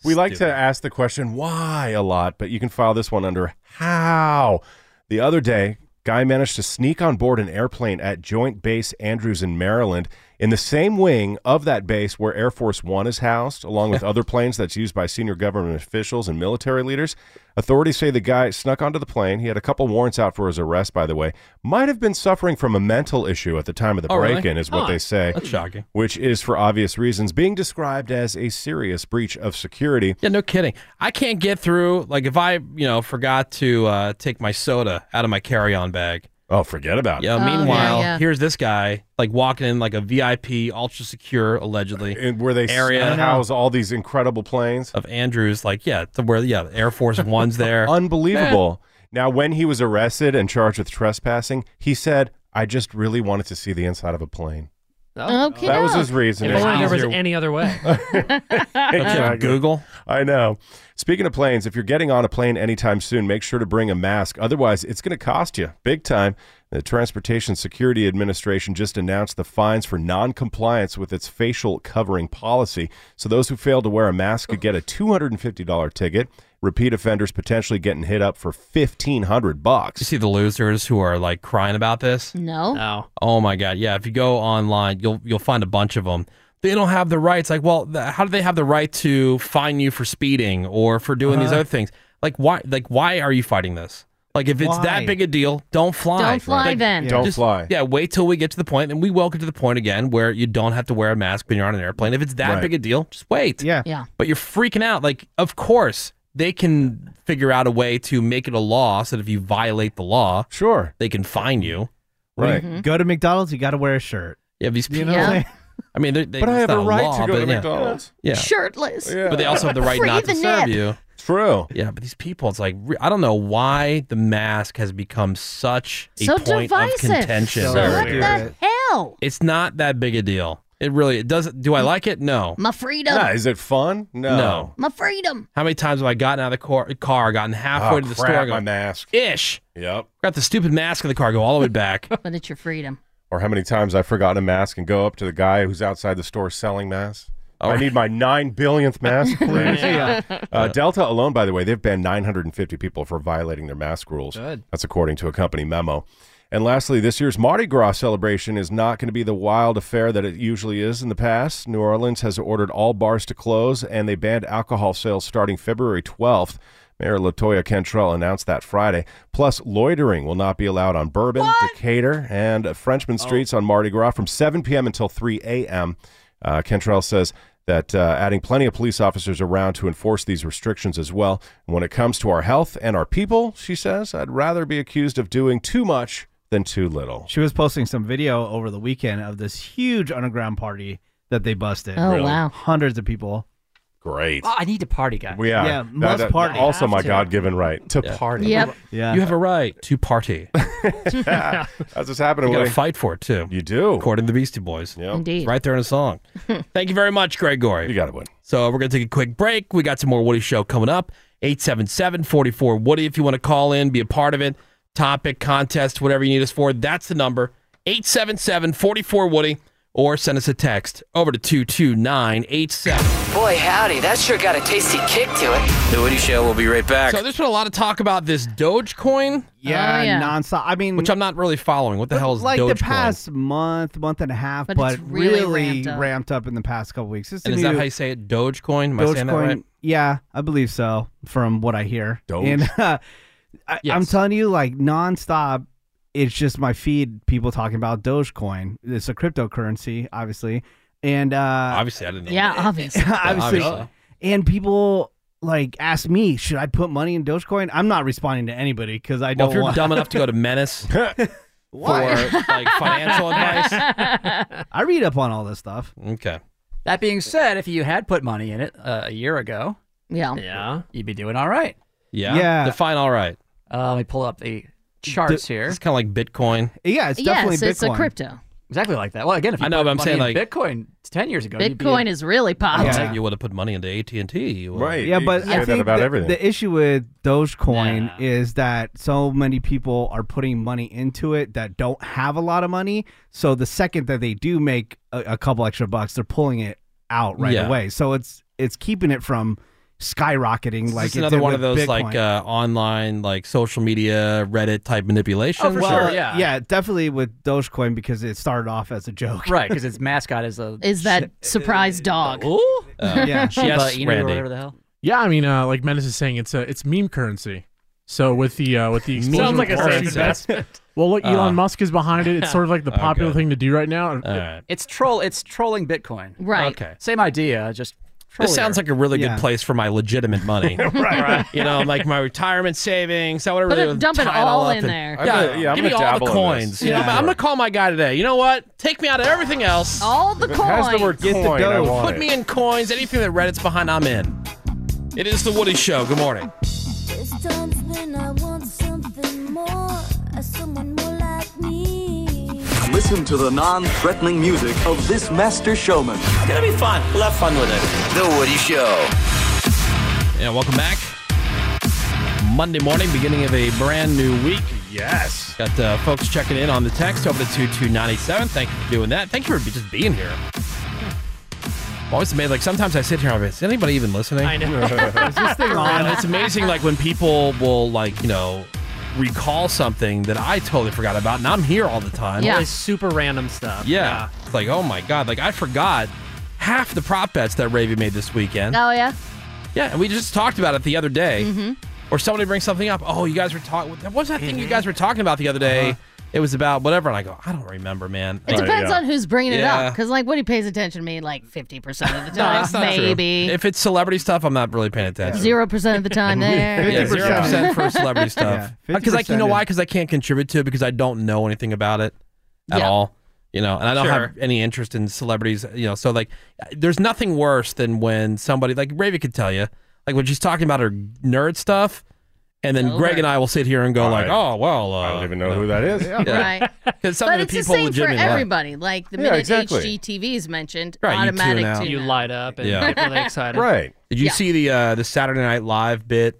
Speaker 8: We like to ask the question why a lot, but you can file this one under how. The other day, guy managed to sneak on board an airplane at Joint Base Andrews in Maryland in the same wing of that base where Air Force One is housed, along with other planes that's used by senior government officials and military leaders. Authorities say the guy snuck onto the plane. He had a couple warrants out for his arrest, by the way. Might have been suffering from a mental issue at the time of the
Speaker 4: Oh, really?
Speaker 8: break in, is what
Speaker 7: Huh.
Speaker 8: they say.
Speaker 4: That's shocking.
Speaker 8: Which is, for obvious reasons, being described as a serious breach of security.
Speaker 4: Yeah, no kidding. I can't get through. Like if I, you know, forgot to uh, take my soda out of my carry-on bag.
Speaker 8: Oh, forget about it.
Speaker 4: Yeah.
Speaker 6: yeah,
Speaker 4: meanwhile,
Speaker 6: yeah.
Speaker 4: here's this guy like walking in like a VIP, ultra secure, allegedly.
Speaker 8: And Uh, where they
Speaker 4: Area.
Speaker 8: area house all these incredible planes.
Speaker 4: of Andrews, like yeah, to where yeah, Air Force One's there.
Speaker 8: Unbelievable. Now, when he was arrested and charged with trespassing, he said, I just really wanted to see the inside of a plane.
Speaker 7: Oh.
Speaker 6: Okay.
Speaker 8: That was his
Speaker 7: If
Speaker 8: reasoning.
Speaker 7: only there was
Speaker 4: Easier-
Speaker 7: any other way.
Speaker 4: Don't you have Google.
Speaker 8: I know. Speaking of planes, if you're getting on a plane anytime soon, make sure to bring a mask. Otherwise, it's going to cost you big time. The Transportation Security Administration just announced the fines for noncompliance with its facial covering policy. So those who fail to wear a mask could get a $250 ticket. Repeat offenders potentially getting hit up for 1500
Speaker 4: You
Speaker 8: bucks.
Speaker 4: see the losers who are like crying about this.
Speaker 6: no.
Speaker 7: No.
Speaker 4: Oh my god, yeah. If you go online, you'll you'll find a bunch of them. They don't have the rights. Like, well, th- how do they have the right to fine you for speeding or for doing these other things? Like, why? Like, why are you fighting this? Like, if it's that
Speaker 5: Why?
Speaker 4: big a deal, don't fly.
Speaker 6: Don't fly
Speaker 4: Like,
Speaker 6: then.
Speaker 8: Don't
Speaker 4: Just-
Speaker 8: fly.
Speaker 4: Yeah, wait till we get to the point, and we will get to the point again where you don't have to wear a mask when you're on an airplane. If it's that
Speaker 8: Right.
Speaker 4: big a deal, just wait.
Speaker 5: yeah.
Speaker 6: Yeah.
Speaker 4: But you're freaking out. Like, of course, they can figure out a way to make it a law so that if you violate the law,
Speaker 8: Sure.
Speaker 4: they can fine you.
Speaker 8: Right.
Speaker 5: Go to McDonald's, you gotta wear a shirt.
Speaker 4: Yeah, these
Speaker 5: You
Speaker 4: people.
Speaker 5: know what I'm
Speaker 6: Yeah.
Speaker 5: saying?
Speaker 4: I mean, they they
Speaker 8: But I
Speaker 4: it's
Speaker 8: have
Speaker 4: not
Speaker 8: a right
Speaker 4: law,
Speaker 8: to go
Speaker 4: but
Speaker 8: to
Speaker 4: yeah.
Speaker 8: McDonald's.
Speaker 4: Yeah.
Speaker 6: Shirtless.
Speaker 8: Yeah.
Speaker 4: But they also have the right
Speaker 6: Free
Speaker 4: not to
Speaker 6: the
Speaker 4: serve
Speaker 6: nip.
Speaker 4: you.
Speaker 8: True.
Speaker 4: Yeah, but these people, it's like, re- I don't know why the mask has become such a
Speaker 6: So
Speaker 4: point
Speaker 6: divisive.
Speaker 4: of contention.
Speaker 5: So
Speaker 4: Very
Speaker 6: what
Speaker 4: weird.
Speaker 6: the hell?
Speaker 4: It's not that big a deal. It really it doesn't. Do I like it? No.
Speaker 6: My freedom.
Speaker 8: Yeah, is it fun? No.
Speaker 4: No.
Speaker 6: My freedom.
Speaker 4: How many times have I gotten out of the car, car gotten halfway
Speaker 8: Oh,
Speaker 4: to the
Speaker 8: crap,
Speaker 4: store, and
Speaker 8: my
Speaker 4: gone,
Speaker 8: mask.
Speaker 4: ish,
Speaker 8: Yep.
Speaker 4: got the stupid mask in the car, go all the way back.
Speaker 6: But it's your freedom.
Speaker 8: or how many times I've forgotten a mask and go up to the guy who's outside the store selling masks.
Speaker 4: Oh.
Speaker 8: I need my nine billionth mask, please.
Speaker 5: Yeah.
Speaker 8: uh, Delta alone, by the way, they've banned 950 people for violating their mask rules.
Speaker 7: Good.
Speaker 8: That's according to a company memo. And lastly, this year's Mardi Gras celebration is not going to be the wild affair that it usually is in the past. New Orleans has ordered all bars to close, and they banned alcohol sales starting February 12th. Mayor Latoya Cantrell announced that Friday. Plus, loitering will not be allowed on Bourbon, Decatur, and Frenchman Streets on Mardi Gras from 7 p.m. until 3 a.m. Uh, Cantrell says that uh, adding plenty of police officers around to enforce these restrictions as well. When it comes to our health and our people, she says, I'd rather be accused of doing too much than too little.
Speaker 5: She was posting some video over the weekend of this huge underground party that they busted.
Speaker 6: Oh, wow.
Speaker 5: Hundreds of people.
Speaker 8: Great.
Speaker 9: Oh, I need to party, guys.
Speaker 8: We are.
Speaker 5: Yeah, must party.
Speaker 8: Also, my
Speaker 9: Have to.
Speaker 8: God given right to party.
Speaker 6: Yep.
Speaker 5: Yeah.
Speaker 4: you have a right to party.
Speaker 8: That's what's happening,
Speaker 4: You got to
Speaker 8: Willie.
Speaker 4: fight for it, too,
Speaker 8: You do.
Speaker 4: according to the Beastie Boys.
Speaker 8: Yep.
Speaker 6: Indeed.
Speaker 4: Right there in a song. Thank you very much, Greg Gorey.
Speaker 8: You got to win.
Speaker 4: So we're going to take a quick break. We got some more Woody Show coming up. 877-44 Woody, if you want to call in, be a part of it. Topic, contest, whatever you need us for, that's the number. 877-44 Woody. Or send us a text over to 22987.
Speaker 3: Boy, howdy, that sure got a tasty kick to it. The Woody Show will be right back.
Speaker 4: So there's been a lot of talk about this Dogecoin,
Speaker 5: yeah,
Speaker 6: Oh, yeah.
Speaker 5: nonstop. I mean,
Speaker 4: which I'm not really following. What the hell is
Speaker 5: like
Speaker 4: Dogecoin?
Speaker 5: the past month, month and a half,
Speaker 6: But
Speaker 5: but,
Speaker 6: it's really ramped
Speaker 5: ramped,
Speaker 6: up.
Speaker 5: up. in the past couple weeks. It's
Speaker 4: and
Speaker 5: the
Speaker 4: is that
Speaker 5: new
Speaker 4: how you say it? Dogecoin? Am I saying that right?
Speaker 5: Yeah, I believe so, from what I hear.
Speaker 8: Doge.
Speaker 5: And uh, I, I'm
Speaker 4: Yes.
Speaker 5: telling you, like nonstop, it's just my feed people talking about Dogecoin. It's a cryptocurrency, obviously, and uh,
Speaker 4: Obviously, I didn't know.
Speaker 6: Yeah,
Speaker 4: that.
Speaker 6: obviously.
Speaker 5: obviously.
Speaker 4: Obviously.
Speaker 5: And people like ask me, should I put money in Dogecoin? I'm not responding to anybody because I
Speaker 4: Well,
Speaker 5: don't
Speaker 4: if you're
Speaker 5: want.
Speaker 4: dumb enough to go to Menace for like financial advice,
Speaker 5: I read up on all this stuff.
Speaker 4: okay.
Speaker 9: That being said, if you had put money in it uh, a year ago,
Speaker 6: Yeah.
Speaker 7: Yeah.
Speaker 9: you'd be doing all right.
Speaker 4: Yeah.
Speaker 5: Yeah.
Speaker 4: Define all right.
Speaker 9: Uh, let me pull up the charts here.
Speaker 4: It's kind of like Bitcoin.
Speaker 5: Yeah, it's definitely
Speaker 6: yes, it's a
Speaker 5: Bitcoin.
Speaker 6: crypto.
Speaker 9: Exactly like that. Well, again, if you
Speaker 4: I know,
Speaker 9: put
Speaker 4: but I'm
Speaker 9: money
Speaker 4: saying,
Speaker 9: in
Speaker 4: like-
Speaker 9: Bitcoin ten years ago, you'd be
Speaker 6: Bitcoin
Speaker 9: in-
Speaker 6: is really popped.
Speaker 5: Yeah.
Speaker 4: You would have put money into AT and T.
Speaker 8: Right.
Speaker 5: Yeah,
Speaker 8: You
Speaker 5: but
Speaker 8: say
Speaker 5: I
Speaker 8: that
Speaker 5: think
Speaker 8: about
Speaker 5: the,
Speaker 8: everything.
Speaker 5: the issue with Dogecoin
Speaker 9: Nah.
Speaker 5: is that so many people are putting money into it that don't have a lot of money. So the second that they do make a, a couple extra bucks, they're pulling it out right
Speaker 4: Yeah.
Speaker 5: away. So it's it's keeping it from skyrocketing
Speaker 4: It's
Speaker 5: like
Speaker 4: just
Speaker 5: it
Speaker 4: another
Speaker 5: did
Speaker 4: one of
Speaker 5: with
Speaker 4: those
Speaker 5: Bitcoin.
Speaker 4: like uh, online, like social media, Reddit type manipulation.
Speaker 9: Oh, for
Speaker 5: well,
Speaker 9: sure, yeah.
Speaker 5: yeah, definitely with Dogecoin because it started off as a joke.
Speaker 9: right because its mascot is a
Speaker 6: Is that surprise dog? Oh.
Speaker 9: ooh,
Speaker 4: Uh,
Speaker 5: Yeah.
Speaker 4: yes,
Speaker 9: Inu or whatever
Speaker 4: Randy.
Speaker 9: the hell.
Speaker 10: Yeah, I mean, uh, like Menace is saying, it's a it's meme currency. So with the uh, with the explosion
Speaker 4: Sounds
Speaker 10: of
Speaker 4: like a safe
Speaker 10: currency, that's- well, look, Elon
Speaker 4: Uh,
Speaker 10: Musk is behind it. It's sort of like the popular
Speaker 4: Okay.
Speaker 10: thing to do right now.
Speaker 4: All right.
Speaker 9: It's troll. It's trolling Bitcoin.
Speaker 6: Right.
Speaker 4: Okay.
Speaker 9: Same idea, just.
Speaker 4: This sounds like a really
Speaker 5: Yeah.
Speaker 4: good place for my legitimate money. right, You know, like my retirement savings. I want to
Speaker 6: Put it-
Speaker 4: really
Speaker 6: dump it
Speaker 4: tie all
Speaker 6: all
Speaker 4: up
Speaker 6: in
Speaker 4: and-
Speaker 6: there.
Speaker 8: I'm
Speaker 4: Yeah,
Speaker 8: gonna- yeah, I'm
Speaker 4: give me
Speaker 8: gonna
Speaker 4: all
Speaker 8: dabble
Speaker 4: the
Speaker 8: in this.
Speaker 4: coins. You know, I'm- I'm gonna call my guy today. You know what? Take me out of everything else.
Speaker 6: All the coins.
Speaker 8: Has the word
Speaker 5: Get the
Speaker 8: coin. I
Speaker 5: dough.
Speaker 8: want
Speaker 4: Put
Speaker 8: it.
Speaker 4: me in coins. Anything that Reddit's behind, I'm in. It is the Woody Show. Good morning.
Speaker 2: Listen to the non threatening music of this master showman.
Speaker 3: It's gonna be fun. We'll have fun with it.
Speaker 2: The Woody Show.
Speaker 4: Yeah, welcome back. Monday morning, beginning of a brand new week.
Speaker 8: Yes.
Speaker 4: Got uh, folks checking in on the text over to 2297. Thank you for doing that. Thank you for just being here. I'm always amazed. Like, sometimes I sit here and I'm like, is anybody even listening? I know. And it's amazing, like, when people will, like, you know, recall something that I totally forgot about, and I'm here all the time.
Speaker 6: Yeah.
Speaker 7: Really super random stuff.
Speaker 4: Yeah. It's like, oh my God. Like, I forgot half the prop bets that Ravy made this weekend.
Speaker 6: Oh yeah.
Speaker 4: Yeah. And we just talked about it the other day.
Speaker 6: Mm-hmm.
Speaker 4: Or somebody brings something up. Oh, you guys were talking. What was that thing you guys were talking about the other day? It was about whatever. And I go, I don't remember, man.
Speaker 6: Uh-huh. It
Speaker 4: Like,
Speaker 6: depends on who's bringing it
Speaker 4: Yeah.
Speaker 6: up. Because, like, what he pays attention to me, like, 50% of the
Speaker 4: no,
Speaker 6: time,
Speaker 4: that's not true.
Speaker 6: maybe.
Speaker 4: If it's celebrity stuff, I'm not really paying attention.
Speaker 6: 0% of the time there.
Speaker 4: Yeah,
Speaker 5: 50%.
Speaker 4: zero percent for celebrity stuff.
Speaker 5: Yeah,
Speaker 4: Because, like, you know
Speaker 5: 50%
Speaker 4: why? Because I can't contribute to it because I don't know anything about it at
Speaker 6: Yeah.
Speaker 4: all. You know, and I don't
Speaker 7: Sure.
Speaker 4: have any interest in celebrities. You know, so like, there's nothing worse than when somebody like Ravi could tell you, like when she's talking about her nerd stuff, and then
Speaker 6: Over.
Speaker 4: Greg and I will sit here and go like,
Speaker 8: I-
Speaker 4: oh well, uh,
Speaker 8: I don't even know who that is.
Speaker 6: Right.
Speaker 4: Because some
Speaker 6: But
Speaker 4: of the
Speaker 6: it's the
Speaker 4: people
Speaker 6: same for
Speaker 4: legitimately.
Speaker 6: everybody. Like, the
Speaker 8: Yeah,
Speaker 6: minute
Speaker 8: exactly.
Speaker 6: HGTV is mentioned,
Speaker 4: Right, you tune
Speaker 6: automatic
Speaker 4: out.
Speaker 6: tune
Speaker 7: You
Speaker 6: out.
Speaker 7: light up and
Speaker 4: Yeah.
Speaker 7: get really excited.
Speaker 8: Right.
Speaker 4: Did you
Speaker 6: Yeah.
Speaker 4: see the uh, the Saturday Night Live bit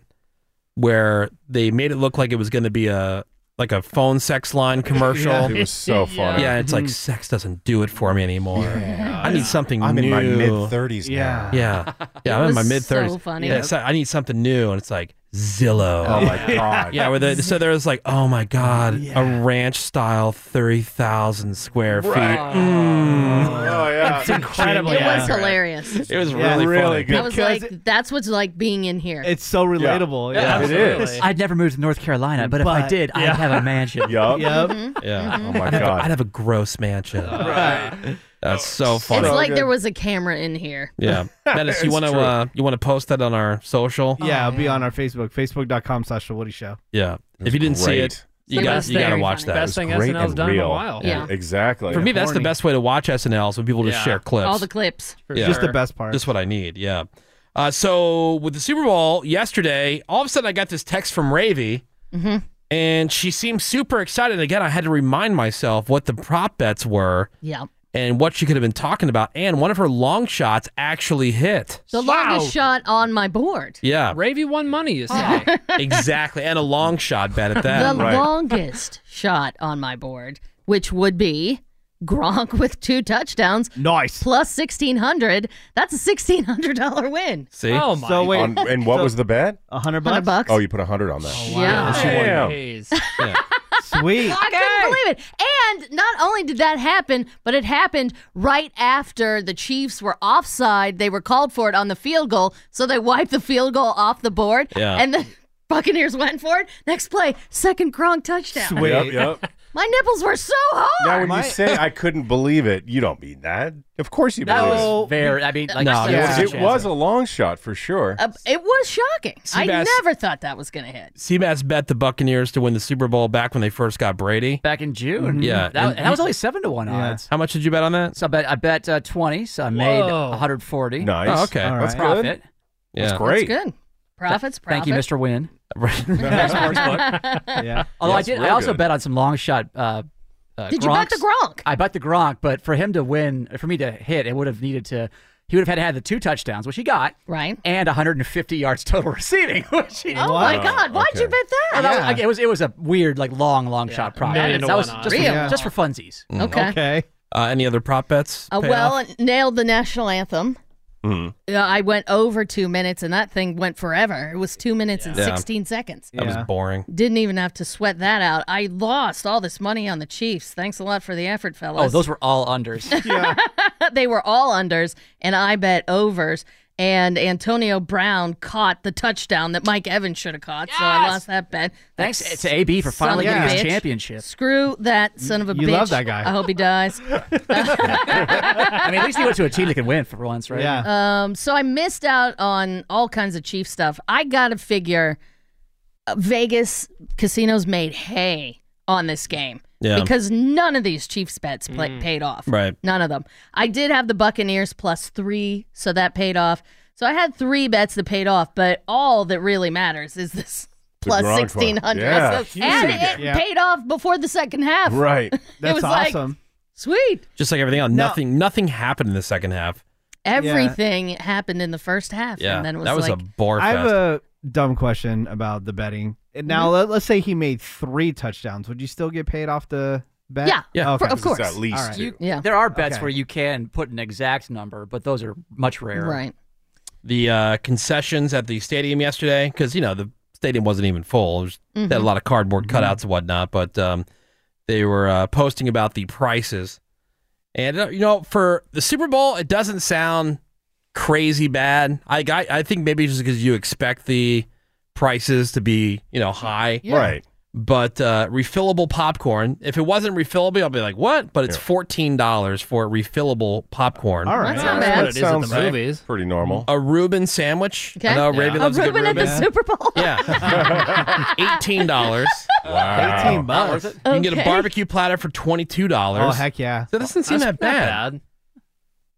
Speaker 4: where they made it look like it was going to be a like a phone sex line commercial?
Speaker 8: It was so funny.
Speaker 4: Yeah, it's like sex doesn't do it for me anymore. I need something
Speaker 8: I'm
Speaker 4: new.
Speaker 8: in my mid 30s
Speaker 5: Yeah.
Speaker 4: Yeah, yeah, I'm
Speaker 6: was
Speaker 4: in my mid 30s.
Speaker 6: so funny.
Speaker 4: Yeah, so I need something new, and it's like Zillow.
Speaker 8: now. Oh my god.
Speaker 4: Yeah, where the, so there was like, oh my god, a ranch style thirty thousand square feet. Mm.
Speaker 8: Oh yeah.
Speaker 7: Incredibly
Speaker 6: It was
Speaker 7: accurate.
Speaker 6: hilarious.
Speaker 4: It was
Speaker 5: Yeah,
Speaker 4: really, funny.
Speaker 8: really
Speaker 6: I
Speaker 8: good.
Speaker 6: was
Speaker 5: Because
Speaker 6: like, that's what's like being in here.
Speaker 5: It's so relatable. Yeah.
Speaker 8: It is.
Speaker 9: I'd never moved to North Carolina, but, if I
Speaker 5: But-
Speaker 9: did, I'd have a mansion.
Speaker 8: Yup.
Speaker 5: Yep.
Speaker 4: Yeah,
Speaker 8: Oh my
Speaker 4: I'd, have a, I'd
Speaker 8: god.
Speaker 4: have a gross mansion. That's
Speaker 7: Oh.
Speaker 4: so
Speaker 6: It's
Speaker 4: funny.
Speaker 6: like there was a camera in here.
Speaker 4: yeah, Menace, you want to uh, you want to post that on our social?
Speaker 5: Yeah,
Speaker 6: Uh-huh.
Speaker 5: it'll be on
Speaker 9: Oh,
Speaker 5: our Facebook, facebook.com slash the Woody Show.
Speaker 4: Yeah, if you didn't see
Speaker 8: great.
Speaker 4: it, you
Speaker 7: the
Speaker 4: got
Speaker 7: best
Speaker 4: you got to
Speaker 7: thing.
Speaker 4: watch that.
Speaker 7: Best
Speaker 8: It was
Speaker 7: thing
Speaker 8: great
Speaker 7: SNL's
Speaker 8: and
Speaker 7: done in
Speaker 8: real.
Speaker 7: a while.
Speaker 6: Yeah.
Speaker 8: Exactly.
Speaker 4: For me, that's the
Speaker 5: Horny.
Speaker 4: best way to watch SNL is when people just
Speaker 7: Yeah.
Speaker 4: share clips.
Speaker 6: All the clips.
Speaker 7: for
Speaker 4: Yeah.
Speaker 5: Just
Speaker 7: sure.
Speaker 5: the best part.
Speaker 4: Just what I need, yeah. Uh, so with the Super Bowl yesterday, all of a sudden I got this text from Ravy,
Speaker 6: Mm-hmm.
Speaker 4: and she seemed super excited. Again, I had to remind myself what the prop bets were
Speaker 6: Yeah.
Speaker 4: and what she could have been talking about. And one of her long shots actually hit.
Speaker 6: The longest shot on my board.
Speaker 4: Yeah,
Speaker 7: Ravy won money, you say.
Speaker 4: exactly, and a long shot bet at that.
Speaker 6: the longest shot on my board, which would be Gronk with two touchdowns
Speaker 5: Nice.
Speaker 6: plus 1600. That's a $1,600 win.
Speaker 4: See,
Speaker 7: oh my
Speaker 5: So wait,
Speaker 8: On- and what
Speaker 5: So-
Speaker 8: was the bet?
Speaker 5: 100 bucks?
Speaker 6: 100 bucks.
Speaker 8: Oh, you put a hundred on that.
Speaker 6: Yeah.
Speaker 8: Damn.
Speaker 7: days.
Speaker 5: Sweet.
Speaker 6: I couldn't believe it. And not only did that happen, but it happened right after the Chiefs were offside. They were called for it on the field goal, so they wiped the field goal off the board.
Speaker 4: Yeah.
Speaker 6: And the Buccaneers went for it. Next play, second Gronk touchdown.
Speaker 5: Sweet.
Speaker 8: Yep.
Speaker 6: My nipples were so hard.
Speaker 8: Now, when you say I couldn't believe it, you don't mean that. Of course you
Speaker 6: That
Speaker 8: believe
Speaker 6: was
Speaker 8: it.
Speaker 9: very- I mean, like,
Speaker 8: no,
Speaker 9: you
Speaker 8: it,
Speaker 9: said,
Speaker 8: was,
Speaker 9: it's a
Speaker 8: it
Speaker 9: chance.
Speaker 8: was a long shot for sure.
Speaker 6: Uh, it was shocking. I
Speaker 4: Seabass-
Speaker 6: never thought that was going to hit.
Speaker 4: Seabass bet the Buccaneers to win the Super Bowl back when they first got Brady. Mm-hmm.
Speaker 9: Back in June.
Speaker 4: Yeah.
Speaker 9: That,
Speaker 4: and-
Speaker 9: that was only seven to one odds.
Speaker 4: How much did you bet on that?
Speaker 9: So I bet I bet uh, twenty. So I made
Speaker 4: Whoa.
Speaker 9: 140.
Speaker 4: Nice. Oh, okay. All That's right. good.
Speaker 9: profit.
Speaker 4: Yeah. That's great.
Speaker 6: That's good. Profits, profit.
Speaker 9: Thank you, Mr. Wynn.
Speaker 6: Yeah.
Speaker 9: Although
Speaker 6: Yeah,
Speaker 9: I
Speaker 6: it's
Speaker 9: did, I
Speaker 6: real
Speaker 9: also
Speaker 6: good.
Speaker 9: bet on some long shot. Uh, uh,
Speaker 6: Did you bet the
Speaker 9: Gronks. I bet the Gronk, but for him to win, for me to hit, it would have needed to. He would have had to have the two touchdowns, which he got,
Speaker 6: right,
Speaker 9: and 150 yards total receiving, which he.
Speaker 6: Oh my God! Why'd you bet that?
Speaker 9: And that was- like, it was it was a weird like long long shot prop.
Speaker 6: million to
Speaker 9: that was
Speaker 6: one
Speaker 9: just, for,
Speaker 6: odds. Real.
Speaker 9: just for funsies.
Speaker 4: Mm.
Speaker 6: Okay.
Speaker 4: Uh, any other prop bets?
Speaker 6: Uh,
Speaker 4: pay
Speaker 6: well,
Speaker 4: off?
Speaker 6: it nailed the national anthem.
Speaker 9: Mm-hmm.
Speaker 4: Mhm.
Speaker 6: Uh, I went over two minutes, and that thing went forever. It was two minutes and
Speaker 4: Yeah.
Speaker 6: 16 seconds.
Speaker 4: That was boring.
Speaker 6: Didn't even have to sweat that out. I lost all this money on the Chiefs. Thanks a lot for the effort, fellas.
Speaker 9: Oh, those were all unders.
Speaker 6: they were all unders, and I bet overs. And Antonio Brown caught the touchdown that Mike Evans should have caught, so I lost that bet.
Speaker 9: Thanks
Speaker 6: That
Speaker 9: to AB for
Speaker 6: son
Speaker 9: finally
Speaker 6: of a
Speaker 9: getting his
Speaker 6: bitch.
Speaker 9: championship.
Speaker 6: Screw that son of a bitch.
Speaker 9: you love that guy.
Speaker 6: I hope he dies.
Speaker 9: I mean, at least he went to a team that can win for once, right? Yeah.
Speaker 6: Um, so I missed out on all kinds of Chief stuff. I gotta figure uh, Vegas casinos made hay on this game
Speaker 4: Yeah.
Speaker 6: because none of these Chiefs bets pla
Speaker 2: Mm.
Speaker 6: paid off.
Speaker 4: Right.
Speaker 6: None of them. I did have the Buccaneers plus three, so that paid off. So I had three bets that paid off, but all that really matters is this
Speaker 2: The
Speaker 6: plus
Speaker 2: Gronk one.
Speaker 6: 1600.
Speaker 2: Yeah. That's
Speaker 6: And
Speaker 2: huge.
Speaker 6: it
Speaker 2: Yeah.
Speaker 6: paid off before the second half.
Speaker 4: Right.
Speaker 6: it
Speaker 4: That's
Speaker 6: was like,
Speaker 4: awesome.
Speaker 6: sweet.
Speaker 4: Just like everything else,
Speaker 6: No.
Speaker 4: nothing nothing happened in the second half.
Speaker 6: Everything happened in the first half.
Speaker 4: Yeah,
Speaker 6: And then it was
Speaker 4: that was a
Speaker 6: like,
Speaker 4: bar
Speaker 5: I have
Speaker 4: fest.
Speaker 5: a dumb question about the betting. And Now,
Speaker 9: Mm-hmm.
Speaker 6: Mhm.
Speaker 5: let, us say he made three touchdowns. Would you still get paid off the bet? Oh,
Speaker 6: Yeah.
Speaker 5: Okay.
Speaker 6: All right.
Speaker 9: You-
Speaker 6: Yeah.
Speaker 9: There are bets
Speaker 5: Okay.
Speaker 9: where you can put an exact number, but those are much rarer.
Speaker 6: Right.
Speaker 4: The uh, concessions at the stadium yesterday, because you know the stadium wasn't even full. It was- They had
Speaker 8: Mm-hmm.
Speaker 4: a
Speaker 6: Mhm.
Speaker 4: lot of cardboard cutouts and whatnot, but um, they were uh, posting about the prices. And uh, you know, for the Super Bowl, it doesn't sound crazy bad. I I, I think maybe just because you expect the prices to be you know high,
Speaker 8: Yeah. Right.
Speaker 4: But uh, refillable popcorn, if it wasn't refillable, I'll be like, what? But it's fourteen dollars for refillable popcorn.
Speaker 8: All right. That's not That's bad. what it is at the Sounds movies.
Speaker 4: Pretty normal. A Reuben sandwich.
Speaker 6: Okay.
Speaker 4: I know Raven loves a good
Speaker 6: Reuben at the Super Bowl.
Speaker 4: yeah. Eighteen dollars.
Speaker 5: Wow. 18 bucks.
Speaker 4: You can get a
Speaker 6: Okay.
Speaker 4: barbecue platter for twenty two dollars.
Speaker 5: Oh, heck yeah.
Speaker 4: So this doesn't seem that bad.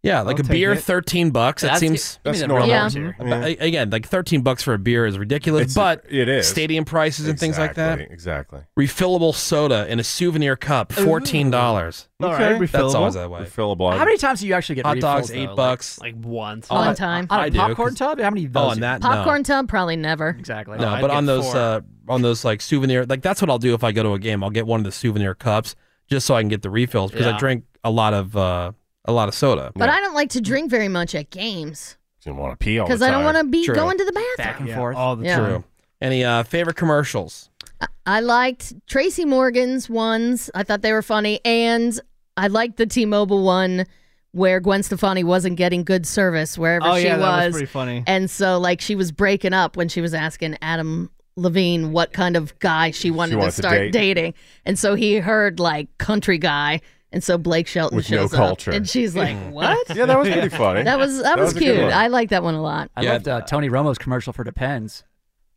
Speaker 4: Yeah, like
Speaker 5: I'll
Speaker 4: a
Speaker 5: take
Speaker 4: beer,
Speaker 5: it.
Speaker 4: thirteen bucks. That
Speaker 5: That's-
Speaker 4: seems
Speaker 5: give me That's the real normal. numbers here.
Speaker 4: But a- Again, like thirteen bucks for a beer is ridiculous, but
Speaker 8: it is.
Speaker 4: stadium prices and things like that.
Speaker 8: Exactly, Exactly.
Speaker 4: Refillable soda in a souvenir cup, fourteen dollars.
Speaker 8: All right,
Speaker 4: that's
Speaker 8: refillable.
Speaker 4: always that way.
Speaker 8: Refillable.
Speaker 9: How many times do you actually get
Speaker 4: Hot dogs,
Speaker 9: refills,
Speaker 4: eight
Speaker 9: though?
Speaker 4: bucks.
Speaker 7: Like, like once.
Speaker 4: One
Speaker 9: on-
Speaker 6: time.
Speaker 9: On
Speaker 4: I
Speaker 9: a
Speaker 4: do,
Speaker 9: popcorn
Speaker 4: 'cause-
Speaker 9: tub? How many of
Speaker 4: Oh,
Speaker 9: those?
Speaker 4: on
Speaker 9: you-
Speaker 4: that, no.
Speaker 6: Popcorn tub, probably never.
Speaker 9: Exactly.
Speaker 4: No, but on those uh, on those like souvenir, like that's what I'll do if I go to a game. I'll get one of the souvenir cups just so I can get the refills because I
Speaker 6: Yeah.
Speaker 4: drink a lot of uh, a lot of soda.
Speaker 6: but I don't like to drink very much at games
Speaker 4: didn't want to pee
Speaker 6: because I don't want to be going to the bathroom. Yeah.
Speaker 4: True. Any uh, favorite commercials?
Speaker 6: I liked Tracy Morgan's ones. I thought they were funny. And I liked the T Mobile one where Gwen Stefani wasn't getting good service wherever
Speaker 5: Oh,
Speaker 6: she
Speaker 5: yeah,
Speaker 6: was.
Speaker 5: that was pretty funny.
Speaker 6: And so, like, she was breaking up when she was asking Adam Levine what kind of guy she wanted to
Speaker 8: wants to
Speaker 6: start
Speaker 8: date.
Speaker 6: dating. And so he heard, like, country guy. And so Blake Shelton
Speaker 8: With no
Speaker 6: shows
Speaker 8: culture.
Speaker 6: up. And she's like,
Speaker 4: Mm.
Speaker 6: what?
Speaker 8: Yeah, that was pretty funny.
Speaker 6: That was, that was,
Speaker 9: a good
Speaker 6: cute.
Speaker 9: one.
Speaker 6: I like that one a lot.
Speaker 9: I loved uh, Tony Romo's commercial for Depends.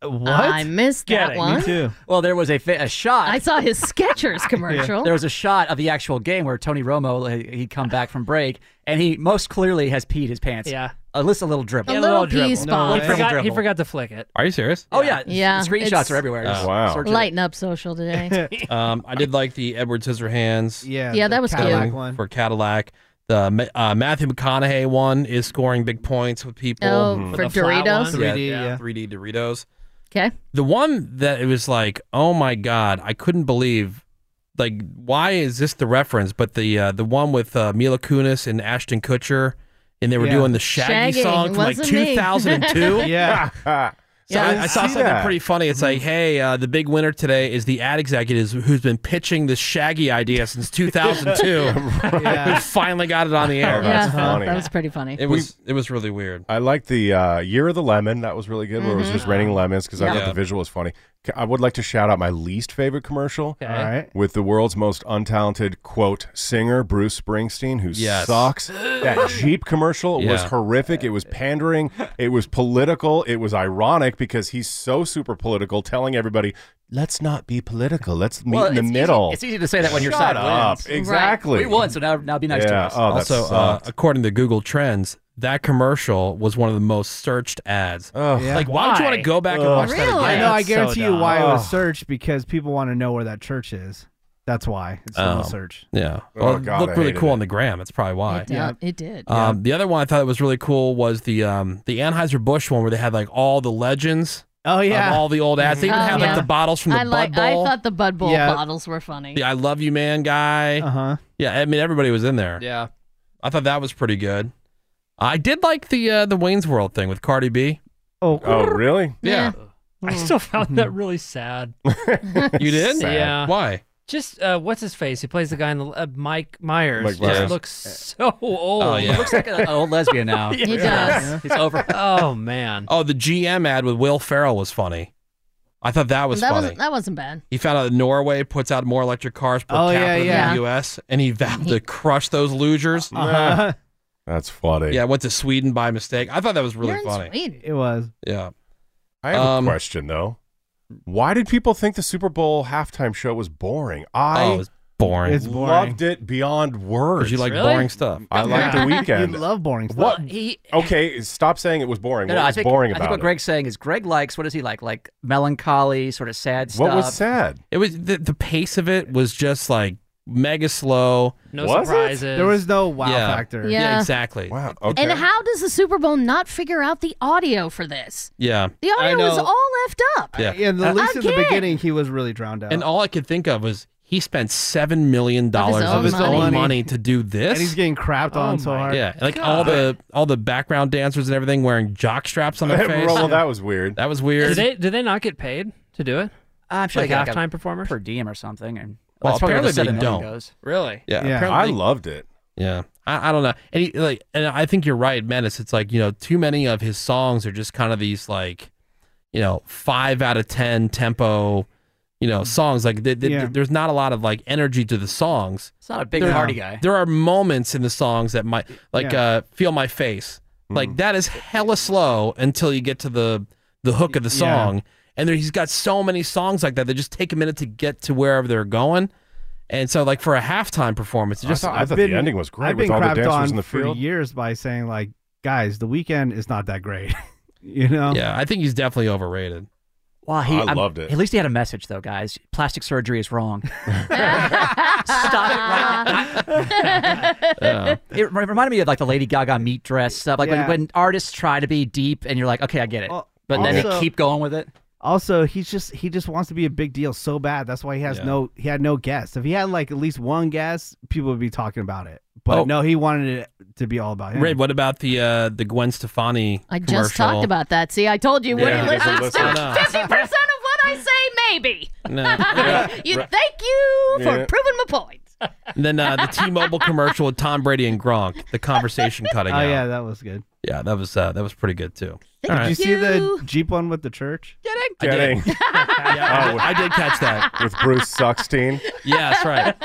Speaker 9: What?
Speaker 6: I missed that one.
Speaker 9: Well, there was a, fa- a shot.
Speaker 6: I saw his Skechers commercial.
Speaker 9: There was a shot of the actual game where Tony Romo like, he'd come back from break and he most clearly has peed his pants. Uh,
Speaker 7: Yeah.
Speaker 9: at least a little dribble.
Speaker 7: A Yeah, a little little pee dribble. spot.
Speaker 9: Little
Speaker 7: He forgot-
Speaker 9: dribble.
Speaker 7: he forgot to flick it.
Speaker 4: Are you serious?
Speaker 9: Oh yeah,
Speaker 6: Yeah,
Speaker 9: Screenshots
Speaker 6: it's-
Speaker 9: are everywhere.
Speaker 4: Oh, wow.
Speaker 9: search it.
Speaker 6: Lighten up social today.
Speaker 4: um, I did like the Edward Scissorhands.
Speaker 5: Yeah,
Speaker 6: Yeah, the that was cute. Cadillac
Speaker 5: one.
Speaker 4: for Cadillac. The Ma- uh, Matthew McConaughey one is scoring big points with people.
Speaker 6: Oh, Mhm. for
Speaker 4: The flat
Speaker 6: Doritos?
Speaker 4: one? Yeah,
Speaker 6: 3D,
Speaker 4: yeah,
Speaker 6: yeah.
Speaker 4: 3D Doritos.
Speaker 6: Okay.
Speaker 4: The one that it was like, oh my god, I couldn't believe. Like, why is this the reference? But the uh, the one with uh, Mila Kunis and Ashton Kutcher, and they were
Speaker 5: Yeah.
Speaker 4: doing the Shaggy
Speaker 5: Shagging,
Speaker 4: song from like
Speaker 5: wasn't me.
Speaker 4: 2002.
Speaker 5: Yeah.
Speaker 4: So
Speaker 5: Yeah, I
Speaker 4: I,
Speaker 5: didn't
Speaker 4: I saw
Speaker 5: see
Speaker 4: something
Speaker 5: that.
Speaker 4: pretty funny. It's like, hey, uh, the big winner today is the ad executives who's been pitching this Shaggy idea since 2002.
Speaker 6: Yeah.
Speaker 4: We finally got it on the air.
Speaker 8: Oh, that's
Speaker 6: yeah,
Speaker 8: funny.
Speaker 6: that was pretty funny.
Speaker 4: It was it was really weird.
Speaker 9: Mm-hmm.
Speaker 8: I liked the uh, Year of the Lemon. That was really good. Where it was just raining lemons because I
Speaker 6: Yeah.
Speaker 8: thought
Speaker 6: Yeah.
Speaker 8: the visual was funny. C- I would like to shout out my least favorite commercial.
Speaker 5: Okay. All right.
Speaker 8: With the world's most untalented quote singer, Bruce Springsteen, who
Speaker 4: Yes.
Speaker 8: sucks. That Jeep commercial was
Speaker 4: Yeah.
Speaker 8: horrific. It was pandering. It was political. It was ironic because he's so super political, telling everybody, "Let's not be political. Let's meet
Speaker 9: Well,
Speaker 8: in the
Speaker 9: it's easy-
Speaker 8: middle."
Speaker 9: it's easy to say that when your
Speaker 8: Shut
Speaker 9: side
Speaker 8: up.
Speaker 9: wins. Right.
Speaker 8: Exactly.
Speaker 9: We won, so now- now be nice to us.
Speaker 8: Oh, that
Speaker 4: also, uh,
Speaker 8: sucked.
Speaker 4: according to Google Trends, that commercial was one of the most searched ads. Like, why would you want to go back and watch that again?
Speaker 5: I know. I guarantee you why it
Speaker 4: Oh.
Speaker 5: was searched because people want to know where that church is. That's why it's the
Speaker 4: Oh.
Speaker 5: most searched.
Speaker 4: Yeah.
Speaker 5: Oh,
Speaker 4: Well,
Speaker 5: God,
Speaker 4: it
Speaker 5: I
Speaker 4: looked really
Speaker 5: hated
Speaker 4: cool
Speaker 5: it.
Speaker 4: on the gram. That's probably why.
Speaker 5: It did. Yeah. It did.
Speaker 4: Um, The other one I thought that was really cool was the um, the Anheuser Busch one where they had like all the legends.
Speaker 5: Oh
Speaker 6: yeah.
Speaker 4: of all the old ads. They even
Speaker 6: Oh,
Speaker 4: had like
Speaker 6: yeah.
Speaker 4: the bottles from the
Speaker 6: I
Speaker 4: Bud
Speaker 6: like,
Speaker 4: Bowl.
Speaker 6: I thought the Bud Bowl
Speaker 4: Yeah.
Speaker 6: bottles were funny.
Speaker 4: the I love you man guy. Uh
Speaker 5: huh.
Speaker 4: Yeah, I mean everybody was in there.
Speaker 7: Yeah.
Speaker 4: I thought that was pretty good. I did like the uh, the Wayne's World thing with Cardi B.
Speaker 5: Oh,
Speaker 8: oh really?
Speaker 4: Yeah.
Speaker 7: I still found that really sad.
Speaker 4: You did? Sad.
Speaker 7: Yeah.
Speaker 4: Why?
Speaker 7: Just uh, what's his face? He plays the guy in the uh, Mike Myers.
Speaker 9: Mike
Speaker 7: Just
Speaker 9: Myers.
Speaker 7: looks so old.
Speaker 4: Oh, yeah. Looks like
Speaker 9: an old lesbian now.
Speaker 7: Yeah.
Speaker 9: He does. He's over.
Speaker 7: Oh man.
Speaker 4: Oh, the GM ad with Will Ferrell was funny. I thought that was
Speaker 6: that
Speaker 4: funny.
Speaker 6: wasn't that wasn't bad.
Speaker 4: He found out that Norway puts out more electric cars per
Speaker 6: Oh, yeah,
Speaker 4: capita than
Speaker 6: yeah.
Speaker 4: the U.S., and he vowed to crush those losers.
Speaker 8: Uh-huh. That's funny.
Speaker 4: Yeah, went to Sweden by mistake. I thought that was really
Speaker 6: You're in
Speaker 4: funny.
Speaker 6: Sweden.
Speaker 5: It was.
Speaker 4: Yeah.
Speaker 8: I have
Speaker 4: Um,
Speaker 8: a question though. Why did people think the Super Bowl halftime show was boring? I
Speaker 4: Oh, it was boring. It's
Speaker 5: boring.
Speaker 8: loved it beyond words.
Speaker 4: 'Cause you like Really? boring stuff.
Speaker 8: I like the weekend.
Speaker 5: You love boring stuff.
Speaker 8: what?
Speaker 7: He,
Speaker 8: okay, stop saying it was boring.
Speaker 9: No,
Speaker 8: what
Speaker 9: no, I
Speaker 8: was
Speaker 9: think,
Speaker 8: boring
Speaker 9: I
Speaker 8: about
Speaker 9: think what
Speaker 8: it?
Speaker 9: Greg's saying is Greg likes, what does he like? Like melancholy, sort of sad stuff.
Speaker 8: What was sad?
Speaker 4: It was the, the pace of it was just like mega slow.
Speaker 7: No Was it? surprises.
Speaker 5: There was no wow
Speaker 4: Yeah.
Speaker 5: factor.
Speaker 4: Yeah,
Speaker 6: Yeah.
Speaker 4: exactly.
Speaker 8: Wow.
Speaker 6: And how does the Super Bowl not figure out the audio for this?
Speaker 4: Yeah.
Speaker 6: The audio was all left up.
Speaker 4: Yeah.
Speaker 5: Yeah, at least
Speaker 6: I
Speaker 5: in the
Speaker 6: can't.
Speaker 5: beginning, he was really drowned out.
Speaker 4: And all I could think of was he spent seven million dollars
Speaker 5: own
Speaker 4: of his
Speaker 5: money.
Speaker 4: own money to do this.
Speaker 5: and he's getting crapped
Speaker 8: Oh
Speaker 5: on so hard.
Speaker 4: yeah, like all the all the background dancers and everything wearing jock straps on their face.
Speaker 8: well, that was weird.
Speaker 4: That was weird.
Speaker 7: Did they did they not get paid to do it?
Speaker 9: I'm sure
Speaker 7: like
Speaker 9: they got
Speaker 7: halftime
Speaker 9: like a
Speaker 7: performers
Speaker 9: per diem or something. And
Speaker 4: Well,
Speaker 9: that's probably where the
Speaker 4: apparently they
Speaker 9: seven million
Speaker 4: don't.
Speaker 9: goes.
Speaker 7: Really?
Speaker 4: Yeah,
Speaker 9: Yeah.
Speaker 8: I
Speaker 4: apparently-
Speaker 8: loved it.
Speaker 4: Yeah, I, I don't know, and he, like, and I think you're right, Menace. It's like you know, too many of his songs are just kind of these like, you know, five out of ten tempo, you know, songs. Like, th th-
Speaker 9: Yeah.
Speaker 4: th- there's not a lot of like energy to the songs.
Speaker 9: It's not a big
Speaker 4: There-
Speaker 9: party guy.
Speaker 4: There are moments in the songs that might like
Speaker 9: Yeah.
Speaker 4: uh, feel my face.
Speaker 8: Mm.
Speaker 4: Like that is hella slow until you get to the the hook of the
Speaker 9: Yeah.
Speaker 4: song, and there, he's got so many songs like that that just take a minute to get to wherever they're going. And so, like for a halftime performance, it just
Speaker 8: thought- I thought the ending was great
Speaker 5: I've
Speaker 8: with
Speaker 5: been
Speaker 8: all the
Speaker 5: crapped
Speaker 8: dancers
Speaker 5: on
Speaker 8: in the
Speaker 5: for
Speaker 8: field.
Speaker 5: years by saying like, guys, the weekend is not that great. you know?
Speaker 4: Yeah, I think he's definitely overrated.
Speaker 9: Wow, he,
Speaker 4: I
Speaker 9: I'm-
Speaker 4: loved it.
Speaker 9: At least he had a message, though, guys. Plastic surgery is wrong. Stop it right
Speaker 12: Oh.
Speaker 4: Yeah.
Speaker 9: It re- reminded me of like the Lady Gaga meat dress stuff. Like
Speaker 5: Yeah.
Speaker 9: when, when artists try to be deep, and you're like, okay, I get it, but then they
Speaker 5: also-
Speaker 9: keep going with it.
Speaker 5: Also, he's just he just wants to be a big deal so bad. That's why he has
Speaker 9: Yeah.
Speaker 5: no he had no guests. If he had like at least one guest, people would be talking about it. But
Speaker 4: Oh.
Speaker 5: no, he wanted it to be all about him.
Speaker 4: Ray, what about the uh, the Gwen Stefani?
Speaker 6: I just talked about that. See, I told you,
Speaker 4: Yeah,
Speaker 6: Woody
Speaker 4: he doesn't
Speaker 6: listens
Speaker 4: listen.
Speaker 6: to fifty percent of what I say, maybe.
Speaker 4: No.
Speaker 6: you thank you for
Speaker 4: Yeah.
Speaker 6: proving my point.
Speaker 4: And then uh, the T-Mobile commercial with Tom Brady and Gronk, the conversation cutting.
Speaker 5: Oh,
Speaker 4: out.
Speaker 5: yeah, that was good.
Speaker 4: Yeah, that was uh, that was pretty good too.
Speaker 5: Did you see the Jeep one with the church?
Speaker 4: I did. yeah, I, I did catch that
Speaker 8: Oh, with Bruce Suckstein.
Speaker 4: Yeah, that's right.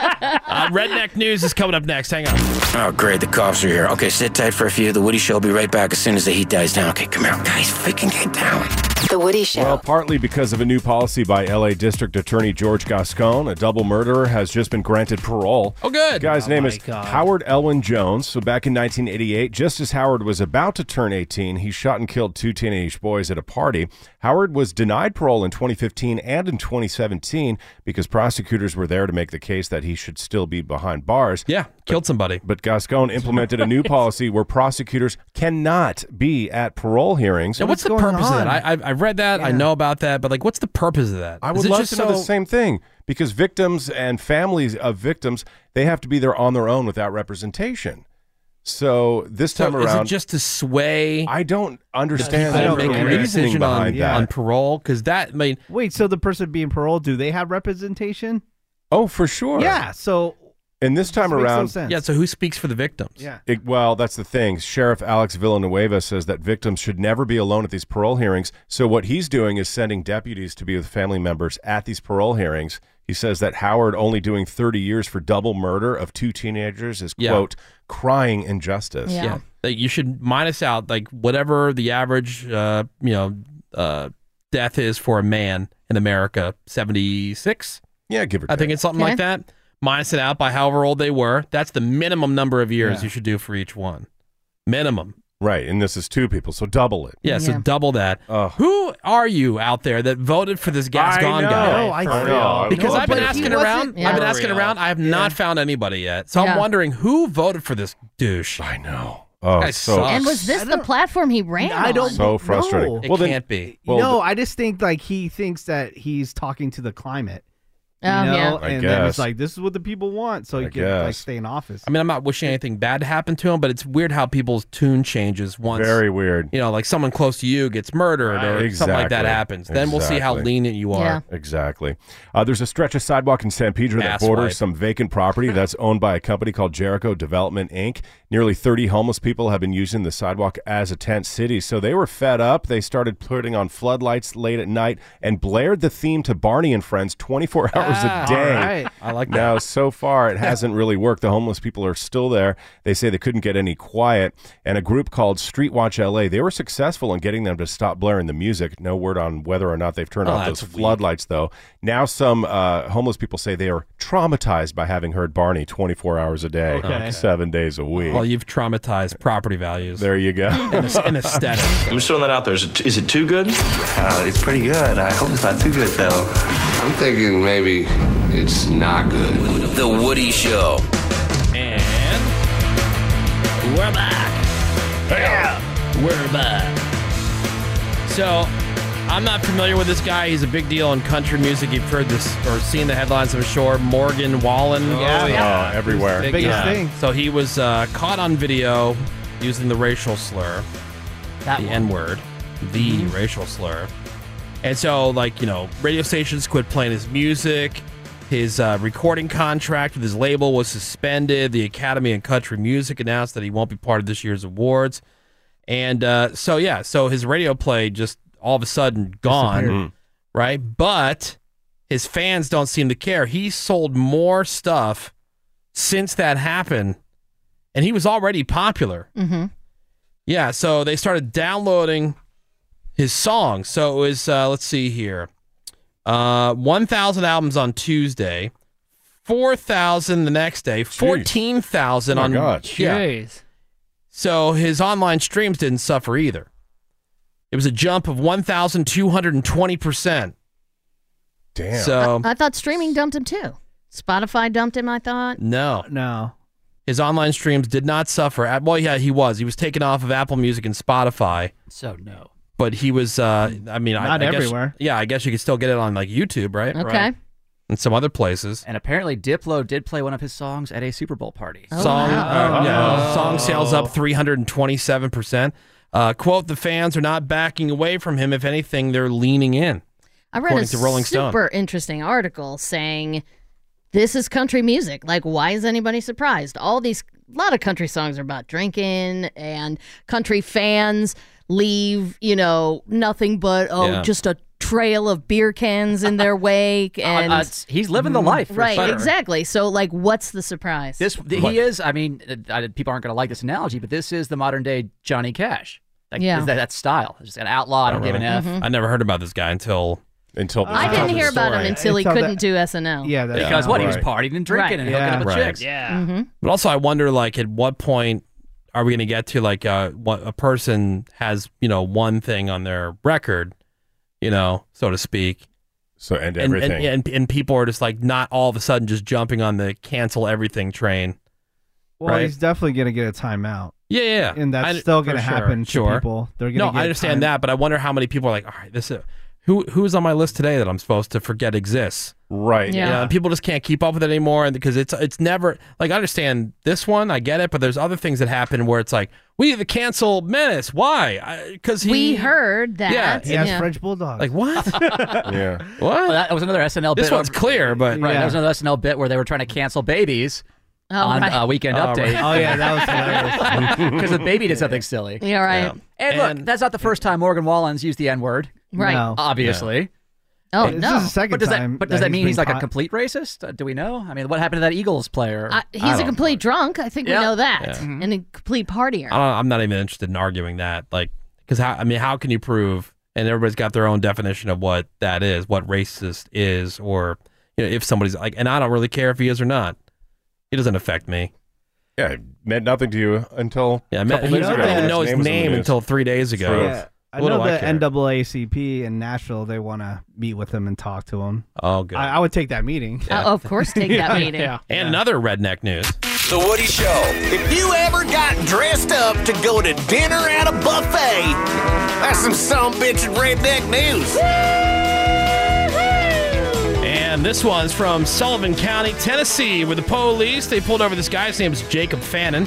Speaker 4: Uh, Redneck news is coming up next. Hang on.
Speaker 13: Oh, great. The cops are here. Okay, sit tight for a few. The Woody Show will be right back as soon as the heat dies down. Okay, come here. Guys, freaking get down. The Woody Show.
Speaker 8: Well, partly because of a new policy by LA District Attorney George Gascon, a double murderer has just been granted parole.
Speaker 4: Oh, good.
Speaker 8: The guy's name is Howard Elwin Jones. So, back in 1988, just as Howard was about to turn 18, he shot and killed two teenage boys at a party. Howard was denied parole in 2015 and in 2017 because prosecutors were there to make the case that he should still be behind bars.
Speaker 4: Yeah, killed somebody.
Speaker 8: But Gascon implemented a new policy where prosecutors cannot be at parole hearings.
Speaker 4: Now, what's, the purpose of that? I, I've, I've read that. I know about that, but like, what's the purpose of that?
Speaker 8: I
Speaker 4: Is
Speaker 8: would
Speaker 4: it
Speaker 8: love
Speaker 4: just
Speaker 8: to know the
Speaker 4: so-
Speaker 8: same thing because victims and families of victims they have to be there on their own without representation. So this
Speaker 4: So
Speaker 8: time
Speaker 4: is it
Speaker 8: around,
Speaker 4: just to sway?
Speaker 8: I don't understand
Speaker 4: I don't
Speaker 8: the
Speaker 4: make a
Speaker 8: reasoning
Speaker 4: decision on,
Speaker 8: behind that.
Speaker 4: on parole because that I mean
Speaker 5: Wait, so the person being paroled, do they have representation?
Speaker 8: Oh, for sure.
Speaker 5: Yeah. So
Speaker 8: And this time
Speaker 4: Makes no
Speaker 8: around,
Speaker 4: sense. Yeah, so who speaks for the victims? Yeah.
Speaker 8: It- well, that's the thing. Sheriff Alex Villanueva says that victims should never be alone at these parole hearings. So what he's doing is sending deputies to be with family members at these parole hearings. He says that Howard only doing 30 years for double murder of two teenagers is
Speaker 4: Yeah.
Speaker 8: quote crying injustice.
Speaker 4: Yeah. Like you should minus out like whatever the average uh, you know uh, death is for a man in America, 76.
Speaker 8: Yeah, give or
Speaker 4: I think it's something like
Speaker 8: Okay.
Speaker 4: that. Minus it out by however old they were. That's the minimum number of years
Speaker 8: Yeah.
Speaker 4: you should do for each one. Minimum.
Speaker 8: Right, and this is two people, so double it.
Speaker 4: Yeah, so
Speaker 8: Yeah.
Speaker 4: double that. Who are you out there that voted for this gas
Speaker 8: I
Speaker 4: gone
Speaker 8: know.
Speaker 4: guy?
Speaker 8: No, Oh, I I know. know.
Speaker 4: Because
Speaker 8: No,
Speaker 4: I've been
Speaker 8: but if
Speaker 4: asking
Speaker 8: he
Speaker 4: around.
Speaker 8: wasn't- yeah.
Speaker 4: I've been asking
Speaker 8: For real.
Speaker 4: around. I have not found anybody yet. So
Speaker 6: Yeah.
Speaker 4: I'm wondering who voted for this douche.
Speaker 8: I know. Oh,
Speaker 4: guy
Speaker 8: so-
Speaker 4: sucks.
Speaker 6: And was this the platform he ran?
Speaker 5: I don't-
Speaker 6: on?
Speaker 8: So frustrating.
Speaker 5: No. It
Speaker 8: then-
Speaker 4: can't be.
Speaker 8: Well,
Speaker 5: no, I just think like he thinks that he's talking to the climate. You
Speaker 6: Oh,
Speaker 5: know?
Speaker 6: yeah.
Speaker 4: I
Speaker 5: And then
Speaker 4: guess.
Speaker 5: it's like this is what the people want, so he can like
Speaker 4: guess.
Speaker 5: stay in office.
Speaker 4: I mean, I'm not wishing anything bad to happen to him, but it's weird how people's tune changes once.
Speaker 8: Very weird.
Speaker 4: You know, like someone close to you gets murdered or something like that
Speaker 8: Exactly.
Speaker 4: happens. Then we'll see how
Speaker 8: Exactly.
Speaker 4: lenient you are.
Speaker 8: Exactly. Uh, there's a stretch of sidewalk in San Pedro that
Speaker 4: Asswipe.
Speaker 8: borders some vacant property that's owned by a company called Jericho Development Inc. Nearly 30 homeless people have been using the sidewalk as a tent city, so they were fed up. They started putting on floodlights late at night and blared the theme to Barney and Friends 24 hours
Speaker 4: Ah,
Speaker 8: a day.
Speaker 4: all right. I like that.
Speaker 8: Now, so far, it hasn't really worked. The homeless people are still there. They say they couldn't get any quiet. And a group called Streetwatch LA, they were successful in getting them to stop blaring the music. No word on whether or not they've turned
Speaker 4: Oh,
Speaker 8: off those
Speaker 4: that's weak.
Speaker 8: floodlights, though. Now, some uh, homeless people say they are traumatized by having heard Barney 24 hours a day,
Speaker 4: Okay.
Speaker 8: seven days a week.
Speaker 4: Well, you've traumatized property values.
Speaker 8: There you go.
Speaker 4: And a- and aesthetic.
Speaker 14: I'm just throwing that out there. Is it, is it too good? Uh, it's pretty good. I hope it's not too good, though. I'm thinking maybe it's not good.
Speaker 13: The Woody Show.
Speaker 4: And we're back. Yeah. We're back. So, I'm not familiar with this guy. He's a big deal in country music. You've heard this or seen the headlines, I'm sure. Morgan Wallen.
Speaker 8: yeah. yeah. Oh, everywhere. Biggest thing.
Speaker 4: So, he was uh, caught on video using the racial slur,
Speaker 7: That
Speaker 4: the
Speaker 7: one. Mm-hmm.
Speaker 4: N word, the racial slur. And so, like, you know, radio stations quit playing his music. His uh, recording contract with his label was suspended. The Academy of Country Music announced that he won't be part of this year's awards. And uh, so, yeah, so his radio play just all of a sudden gone,
Speaker 15: Disappeared.
Speaker 4: right? But his fans don't seem to care. He sold more stuff since that happened, and he was already popular.
Speaker 6: Mm-hmm.
Speaker 4: Yeah, so they started downloading his songs. So it was, uh, let's see here, uh, 1,000 albums on Tuesday, 4,000 the next day, 14,000
Speaker 7: Oh my
Speaker 4: on.
Speaker 7: God.
Speaker 4: Yeah.
Speaker 7: Jeez.
Speaker 4: So his online streams didn't suffer either. It was a jump of 1,220%.
Speaker 8: Damn.
Speaker 4: So,
Speaker 9: Um,
Speaker 6: I thought streaming dumped him too. Spotify dumped him. I thought.
Speaker 4: no.
Speaker 5: No.
Speaker 4: His online streams did not suffer. At, well, yeah, he was. He was taken off of Apple Music and Spotify.
Speaker 9: So no.
Speaker 4: but he was uh i mean I,
Speaker 9: Not
Speaker 4: I guess-
Speaker 9: everywhere.
Speaker 4: yeah i guess you could still get it on like youtube right
Speaker 9: Okay. Right.
Speaker 4: and some other places
Speaker 9: And apparently, Diplo did play one of his songs at a Super Bowl party.
Speaker 4: song uh, yeah,
Speaker 9: Oh.
Speaker 4: song sales up 327% uh, quote the fans are not backing away from him if anything they're leaning in
Speaker 6: I read
Speaker 4: according
Speaker 6: a
Speaker 4: to rolling stone
Speaker 6: super interesting article saying this is country music. Like, why is anybody surprised? All these, a lot of country songs are about drinking, and country fans leave, you know, nothing but oh,
Speaker 9: Yeah.
Speaker 6: just a trail of beer cans in their wake. And
Speaker 9: uh, he's living the life for
Speaker 6: right?
Speaker 9: sure.
Speaker 6: Exactly. So, like, what's the surprise?
Speaker 9: This th- he is. I mean, uh, I, people aren't going to like this analogy, but this is the modern day Johnny Cash. Like,
Speaker 6: Yeah.
Speaker 9: is that, that style. Just an outlaw. I don't give an F.
Speaker 4: i never heard about this guy until
Speaker 8: until
Speaker 6: I didn't hear about him until he couldn't do SNL.
Speaker 5: Yeah,
Speaker 4: that's
Speaker 9: because what he was
Speaker 4: right.
Speaker 9: partying and drinking and
Speaker 4: Right.
Speaker 9: hooking up with
Speaker 4: Yeah. Right.
Speaker 9: chicks.
Speaker 7: Yeah.
Speaker 6: Mm-hmm.
Speaker 4: But also, I wonder, like, at what point are we going to get to like uh, what a person has, you know, one thing on their record, you know, so to speak.
Speaker 8: So and
Speaker 4: and
Speaker 8: everything.
Speaker 4: and, and people are just like not all of a sudden just jumping on the cancel everything train.
Speaker 5: Well,
Speaker 4: right?
Speaker 5: he's definitely gonna get a timeout.
Speaker 4: Yeah, yeah,
Speaker 5: And that's
Speaker 4: I-
Speaker 5: still
Speaker 4: for
Speaker 5: gonna
Speaker 4: sure,
Speaker 5: happen to
Speaker 4: Sure.
Speaker 5: people. They're gonna
Speaker 4: no,
Speaker 5: get
Speaker 4: I understand
Speaker 5: time-
Speaker 4: that, but I wonder how many people are like, all right, this is who who's on my list today that I'm supposed to forget exists.
Speaker 8: Right.
Speaker 4: Yeah.
Speaker 8: Yeah.
Speaker 4: and people just can't keep up with it anymore, and because it's it's never like I understand this one, I get it, but there's other things that happen where it's like we need to cancel Menace. Why? Because he
Speaker 6: we heard that.
Speaker 4: Yeah,
Speaker 5: He has French bulldogs.
Speaker 4: Like what?
Speaker 8: yeah.
Speaker 4: What?
Speaker 9: that was another SNL
Speaker 4: This
Speaker 9: bit.
Speaker 4: one's clear, but
Speaker 9: Right. That was another SNL bit where they were trying to cancel babies.
Speaker 6: Oh,
Speaker 9: on
Speaker 6: right.
Speaker 9: uh, Weekend
Speaker 6: Oh,
Speaker 9: Update.
Speaker 6: right. Oh, yeah, that was hilarious.
Speaker 9: Because the baby did something silly.
Speaker 6: Yeah, right.
Speaker 9: And, look, that's not the first time Morgan Wallen's used the N word.
Speaker 6: Right. No.
Speaker 9: Obviously.
Speaker 6: Oh, This no. is the second
Speaker 9: but does
Speaker 6: time
Speaker 9: That, but
Speaker 6: that
Speaker 9: does that
Speaker 6: he's
Speaker 9: mean
Speaker 6: been
Speaker 9: he's like a
Speaker 6: caught.
Speaker 9: complete racist? Uh, Do we know? I mean, what happened to that Eagles player?
Speaker 6: I, Uh, he's a complete drunk. I think
Speaker 9: Yeah.
Speaker 6: we know that,
Speaker 4: Yeah. Mm-hmm.
Speaker 6: and a complete partier.
Speaker 4: I don't, I'm not even interested in arguing that. Like, because how? I mean, how can you prove? And everybody's got their own definition of what that is, what racist is, or you know, if somebody's like, and I don't really care if he is or not. It doesn't affect me.
Speaker 8: Yeah, it meant nothing to you until
Speaker 4: yeah, I,
Speaker 8: a
Speaker 4: meant,
Speaker 8: couple
Speaker 4: you
Speaker 8: days
Speaker 4: know,
Speaker 8: ago.
Speaker 4: I didn't know
Speaker 8: was
Speaker 4: his
Speaker 8: in the
Speaker 4: name
Speaker 8: news.
Speaker 4: until three days ago.
Speaker 5: Yeah. I
Speaker 4: What
Speaker 5: know
Speaker 4: do I
Speaker 5: the
Speaker 4: care?
Speaker 5: NAACP in Nashville. They want to meet with him and talk to him.
Speaker 4: Oh, good.
Speaker 5: I, I would take that meeting.
Speaker 6: Uh, of course, take that meeting.
Speaker 4: And another redneck news.
Speaker 15: The Woody Show. If you ever got dressed up to go to dinner at a buffet, that's some some bitchin' redneck news.
Speaker 4: And this one's from Sullivan County, Tennessee, where the police they pulled over this guy. His name is Jacob Fannin,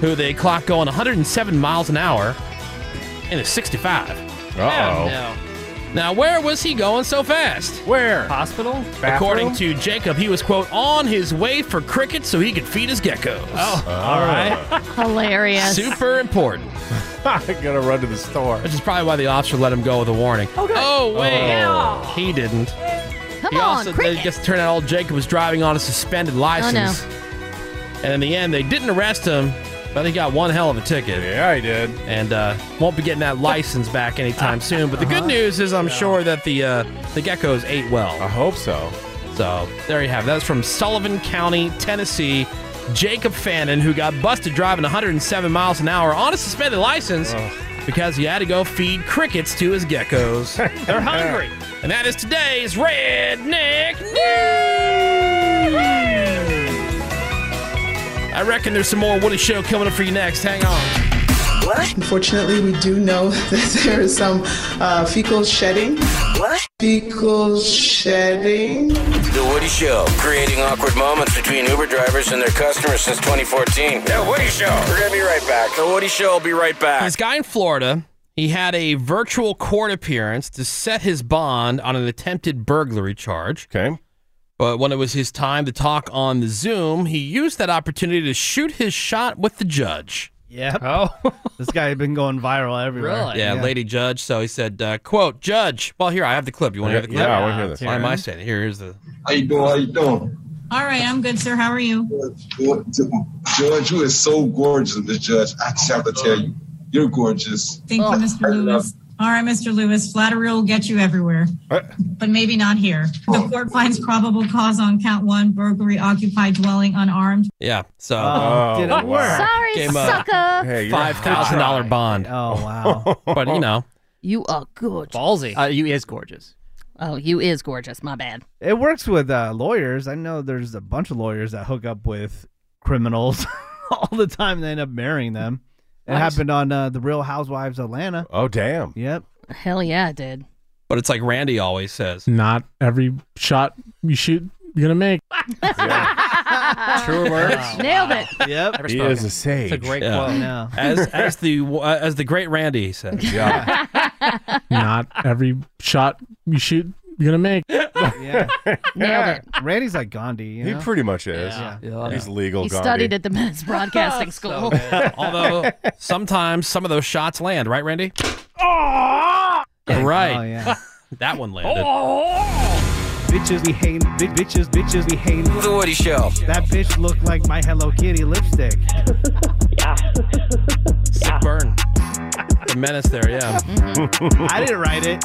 Speaker 4: who they clocked going 107 miles an hour in a 65.
Speaker 8: Uh-oh.
Speaker 4: Now, where was he going so fast? Where?
Speaker 7: Hospital?
Speaker 4: According to Jacob, he was, quote, on his way for crickets so he could feed his geckos. Oh, all right.
Speaker 6: Hilarious.
Speaker 4: Super important.
Speaker 8: I gotta run to the store.
Speaker 4: Which is probably why the officer let him go with a warning. Okay. Oh, wait. He didn't.
Speaker 6: Come
Speaker 4: he
Speaker 6: on,
Speaker 4: also,
Speaker 6: cricket.
Speaker 4: they just turned out old Jacob was driving on a suspended license. And in the end, they didn't arrest him, but he got one hell of a ticket.
Speaker 8: Yeah, he did.
Speaker 4: And uh, won't be getting that license back anytime soon. But the
Speaker 8: Uh-huh.
Speaker 4: good news is, I'm sure that the uh, the geckos ate well. I
Speaker 8: hope so.
Speaker 4: So there you have. it. That's from Sullivan County, Tennessee. Jacob Fannin, who got busted driving 107 miles an hour on a suspended license because he had to go feed crickets to his geckos. They're hungry. And that is today's Redneck News. I reckon there's some more Woody Show coming up for you next. Hang on.
Speaker 16: Unfortunately, we do know that there is some uh, fecal shedding. What? Fecal shedding.
Speaker 13: The Woody Show, creating awkward moments between Uber drivers and their customers since 2014. The Woody Show. We're going to be right back. The Woody Show will be right back.
Speaker 4: This guy in Florida, he had a virtual court appearance to set his bond on an attempted burglary charge.
Speaker 8: Okay.
Speaker 4: But when it was his time to talk on the Zoom, he used that opportunity to shoot his shot with the judge.
Speaker 5: Yep. Oh, this guy had been going viral everywhere.
Speaker 4: Yeah, lady judge. So he said, uh, quote, judge. Well, here, I have the clip. You want to hear the clip?
Speaker 8: Yeah, I wanna hear this.
Speaker 4: Why am I saying it? Here, here's the...
Speaker 17: How you doing? How you doing?
Speaker 18: All right, I'm good, sir. How are you?
Speaker 17: George, you is so gorgeous, Miss Judge. I just have to tell you, you're gorgeous.
Speaker 18: Thank you, Mr. Lewis. All right, Mr. Lewis, flattery will get you everywhere, but maybe not here. The court finds probable cause on count one, burglary, occupied dwelling, unarmed.
Speaker 4: Yeah, so...
Speaker 18: Oh, did it work?
Speaker 6: Sorry,
Speaker 4: Gave him a
Speaker 6: sucker. Hey, you're-
Speaker 4: $5,000 bond.
Speaker 5: Oh, wow.
Speaker 4: but, you know...
Speaker 6: You are gorgeous.
Speaker 9: Ballsy. Uh, you is gorgeous.
Speaker 6: Oh, you is gorgeous. My bad.
Speaker 5: It works with uh, lawyers. I know there's a bunch of lawyers that hook up with criminals all the time. They end up marrying them. It
Speaker 6: Nice.
Speaker 5: happened on uh, the Real Housewives of Atlanta.
Speaker 8: Oh, damn.
Speaker 5: Yep.
Speaker 6: Hell yeah, I did.
Speaker 4: But it's like Randy always says.
Speaker 10: Not every shot you shoot, you're gonna make.
Speaker 4: True
Speaker 6: Nailed it.
Speaker 5: Yep.
Speaker 8: He is a sage.
Speaker 5: No.
Speaker 4: As, as the uh, as the great Randy says.
Speaker 8: Yeah.
Speaker 10: Not every shot you shoot, you're gonna make.
Speaker 5: Yeah.
Speaker 6: Nailed it.
Speaker 5: Randy's like Gandhi. You
Speaker 8: He
Speaker 5: know?
Speaker 8: pretty much is.
Speaker 5: Yeah.
Speaker 8: He's legal.
Speaker 6: He
Speaker 8: Gandhi.
Speaker 6: studied at the men's broadcasting school.
Speaker 4: Although sometimes some of those shots land, right, Randy? Right.
Speaker 5: Oh, yeah.
Speaker 4: that one landed.
Speaker 5: Bitches, we hate. Bi- bitches, bitches, we hate.
Speaker 13: The Woody Show.
Speaker 5: That bitch looked like my Hello Kitty lipstick.
Speaker 4: Sick burn. The menace there, yeah.
Speaker 5: I didn't write it.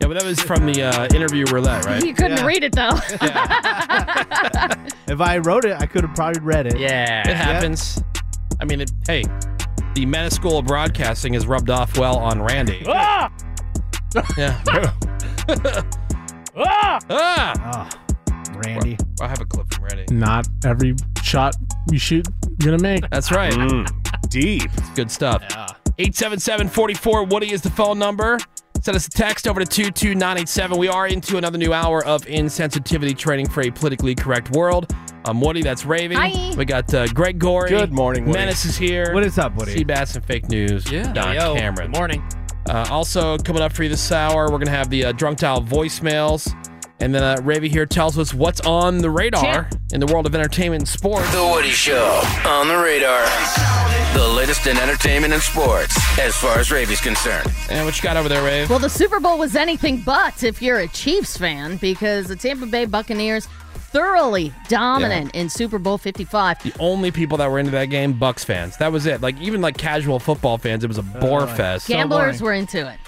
Speaker 4: Yeah, but that was from the uh, interview roulette, right?
Speaker 6: You couldn't read it though.
Speaker 5: If I wrote it, I could have probably read it.
Speaker 4: It happens. I mean, it, hey, the menace school of broadcasting has rubbed off well on Randy.
Speaker 2: Ah!
Speaker 4: Yeah.
Speaker 2: Ah!
Speaker 4: Ah!
Speaker 5: Randy.
Speaker 4: I have a clip from Randy.
Speaker 10: Not every shot you shoot, you're gonna make.
Speaker 4: That's right.
Speaker 8: Mm. Deep.
Speaker 4: Good stuff. 877 44 Woody is the phone number. Send us a text over to 22987. We are into another new hour of insensitivity training for a politically correct world. I'm Woody, that's Raving.
Speaker 8: Hi.
Speaker 4: We got uh, Greg Gorey.
Speaker 8: Good morning, Woody.
Speaker 4: Menace is here.
Speaker 5: What is up, Woody?
Speaker 4: Seabass and Fake News.
Speaker 7: Yeah.
Speaker 4: Don
Speaker 7: Yo,
Speaker 4: Cameron.
Speaker 7: good morning.
Speaker 4: Uh, also, coming up for you this hour, we're going to have the uh, Drunk Dial voicemails. And then uh, Ravi here tells us what's on the radar in the world of entertainment and sports.
Speaker 13: The Woody Show on the radar. The latest in entertainment and sports, as far as Ravy's concerned.
Speaker 4: And what you got over there, Rave?
Speaker 6: Well, the Super Bowl was anything but if you're a Chiefs fan, because the Tampa Bay Buccaneers thoroughly dominant in Super Bowl 55.
Speaker 4: The only people that were into that game, Bucks fans. That was it. Like even like casual football fans, it was a bore fest.
Speaker 6: Gamblers were into it.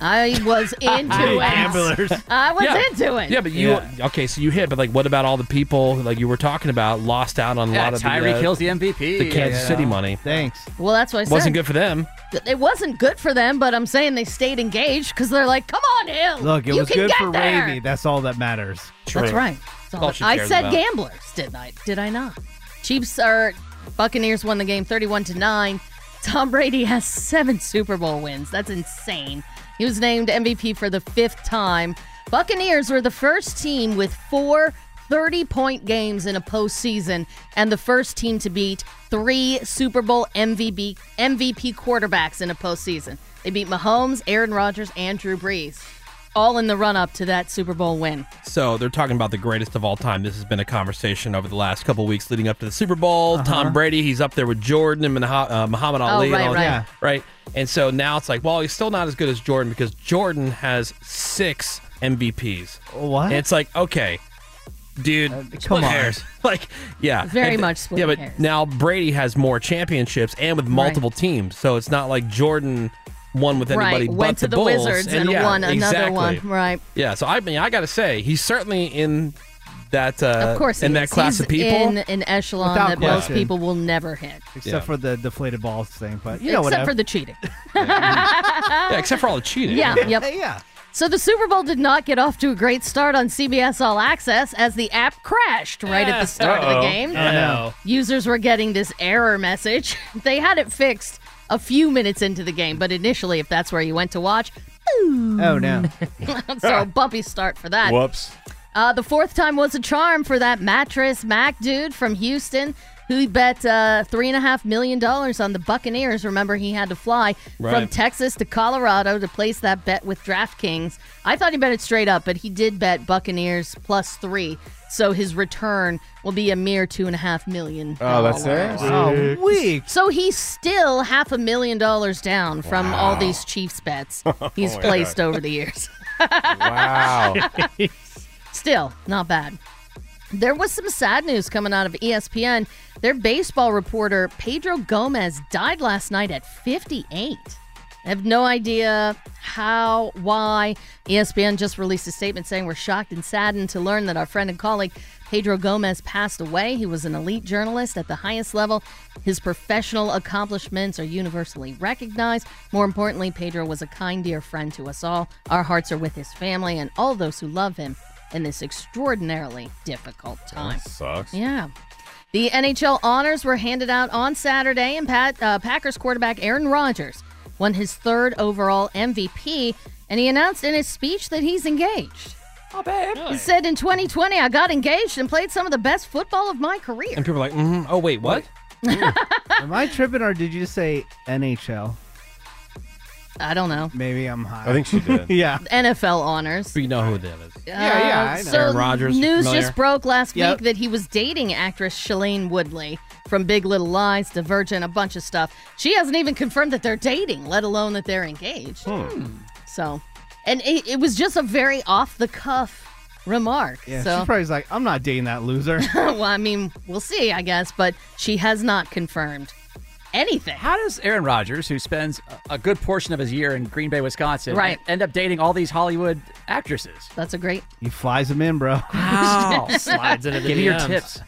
Speaker 6: I was into it.
Speaker 4: gamblers.
Speaker 6: I was
Speaker 4: Yeah.
Speaker 6: into it.
Speaker 4: Yeah, but you okay? So you hit, but like, what about all the people like you were talking about lost out on a
Speaker 9: Yeah,
Speaker 4: lot of
Speaker 9: Tyreek
Speaker 4: the, uh,
Speaker 9: Hill's the MVP,
Speaker 4: the Kansas
Speaker 9: you
Speaker 4: City
Speaker 9: know.
Speaker 4: money.
Speaker 5: Thanks.
Speaker 6: Well, that's what I said.
Speaker 4: Wasn't good for them.
Speaker 6: It wasn't good for them, but I'm saying they stayed engaged because they're like, "Come on, Hill.
Speaker 5: Look, it
Speaker 6: Oh, you
Speaker 5: was
Speaker 6: can
Speaker 5: good
Speaker 6: get
Speaker 5: for
Speaker 6: there."
Speaker 5: Ravy. That's all that matters.
Speaker 6: That's right. That's all that- I said gamblers, didn't I? Did I not? Chiefs are Buccaneers won the game 31 to 9. Tom Brady has 7 Super Bowl wins. That's insane. He was named MVP for the 5th time. Buccaneers were the first team with 4 30-point games in a postseason and the first team to beat 3 Super Bowl MVP MVP quarterbacks in a postseason. They beat Mahomes, Aaron Rodgers, and Drew Brees, all in the run-up to that Super Bowl win.
Speaker 4: So they're talking about the greatest of all time. This has been a conversation over the last couple weeks leading up to the Super Bowl.
Speaker 5: Uh-huh.
Speaker 4: Tom Brady, he's up there with Jordan and Mah- uh, Muhammad
Speaker 6: Oh,
Speaker 4: Ali,
Speaker 6: right,
Speaker 4: and all
Speaker 6: right.
Speaker 4: that, right? And so now it's like, well, he's still not as good as Jordan because Jordan has six MVPs.
Speaker 5: What? Uh,
Speaker 4: And it's like, okay, dude,
Speaker 5: come
Speaker 4: come
Speaker 5: on.
Speaker 4: on, like, yeah,
Speaker 6: Very
Speaker 4: And-
Speaker 6: much split
Speaker 4: Yeah, but
Speaker 6: hairs.
Speaker 4: now Brady has more championships and with multiple teams, so it's not like Jordan won with
Speaker 6: right.
Speaker 4: anybody but
Speaker 6: Went to the,
Speaker 4: Bulls.
Speaker 6: Wizards and,
Speaker 4: yeah,
Speaker 6: won another
Speaker 4: exactly.
Speaker 6: one. Right.
Speaker 4: Yeah, so I mean, I gotta say, he's certainly in that. Uh,
Speaker 6: Of course, he
Speaker 4: in that
Speaker 6: is.
Speaker 4: class
Speaker 6: He's
Speaker 4: of people.
Speaker 6: in an echelon
Speaker 5: Without
Speaker 6: that most
Speaker 5: question.
Speaker 6: people will never hit,
Speaker 5: Except
Speaker 4: Yeah.
Speaker 5: for the deflated balls thing, but you know
Speaker 6: except
Speaker 5: what?
Speaker 6: for the cheating.
Speaker 4: yeah, except for all the cheating.
Speaker 6: Yeah. Yep. yeah. So the Super Bowl did not get off to a great start on CBS All Access as the app crashed right at the start of
Speaker 19: Uh-oh.
Speaker 6: the game.
Speaker 19: Oh, no.
Speaker 6: Users were getting this error message. They had it fixed a few minutes into the game, but initially, if that's where you went to watch,
Speaker 5: Oh no!
Speaker 6: so bumpy start for that.
Speaker 8: Whoops.
Speaker 6: Uh, the fourth time was a charm for that mattress Mac dude from Houston who bet uh, three and a half million dollars on the Buccaneers. Remember, he had to fly from
Speaker 19: Right.
Speaker 6: Texas to Colorado to place that bet with DraftKings. I thought he bet it straight up, but he did bet Buccaneers plus three. So his return will be a mere two and a half million.
Speaker 8: Oh, that's
Speaker 6: dollars.
Speaker 8: it? Oh,
Speaker 5: weak.
Speaker 6: So he's still half a million dollars down from all these Chiefs bets he's
Speaker 19: Oh, my
Speaker 6: placed
Speaker 19: God.
Speaker 6: over the years.
Speaker 19: Wow.
Speaker 6: Still, not bad. There was some sad news coming out of E ESPN. Their baseball reporter, Pedro Gomez, died last night at 58. I have no idea how, why. E ESPN just released a statement saying we're shocked and saddened to learn that our friend and colleague Pedro Gomez passed away. He was an elite journalist at the highest level. His professional accomplishments are universally recognized. More importantly, Pedro was a kind, dear friend to us all. Our hearts are with his family and all those who love him in this extraordinarily difficult time.
Speaker 8: sucks.
Speaker 6: Yeah. The NHL honors were handed out on Saturday, and Pat, uh, Packers quarterback Aaron Rodgers won his third overall MVP, and he announced in his speech that he's engaged. Oh, babe. He said, In 2020, I got engaged and played some of the best football of my career.
Speaker 4: And people are like, mm oh wait, what?
Speaker 5: Am I tripping or did you say NHL?
Speaker 6: I don't know.
Speaker 5: Maybe I'm high.
Speaker 4: I think she did.
Speaker 5: yeah.
Speaker 6: NFL honors.
Speaker 4: We know who that is.
Speaker 5: Yeah, yeah, I know.
Speaker 6: Uh, So
Speaker 5: Aaron Rodgers,
Speaker 6: news
Speaker 5: familiar.
Speaker 6: just broke last
Speaker 5: Yep.
Speaker 6: week that he was dating actress Shailene Woodley from Big Little Lies, Divergent, a bunch of stuff. She hasn't even confirmed that they're dating, let alone that they're engaged.
Speaker 5: Hmm.
Speaker 6: So, and it, it was just a very off the cuff remark.
Speaker 5: Yeah,
Speaker 6: so,
Speaker 5: she's probably like, I'm not dating that loser.
Speaker 6: well, I mean, we'll see, I guess, but she has not confirmed anything.
Speaker 9: How does Aaron Rodgers, who spends a a good portion of his year in Green Bay, Wisconsin,
Speaker 6: Right.
Speaker 9: end up dating all these Hollywood actresses?
Speaker 6: That's a great.
Speaker 5: he flies him in, bro.
Speaker 9: Wow. Slides into the Give me your DMs. tips.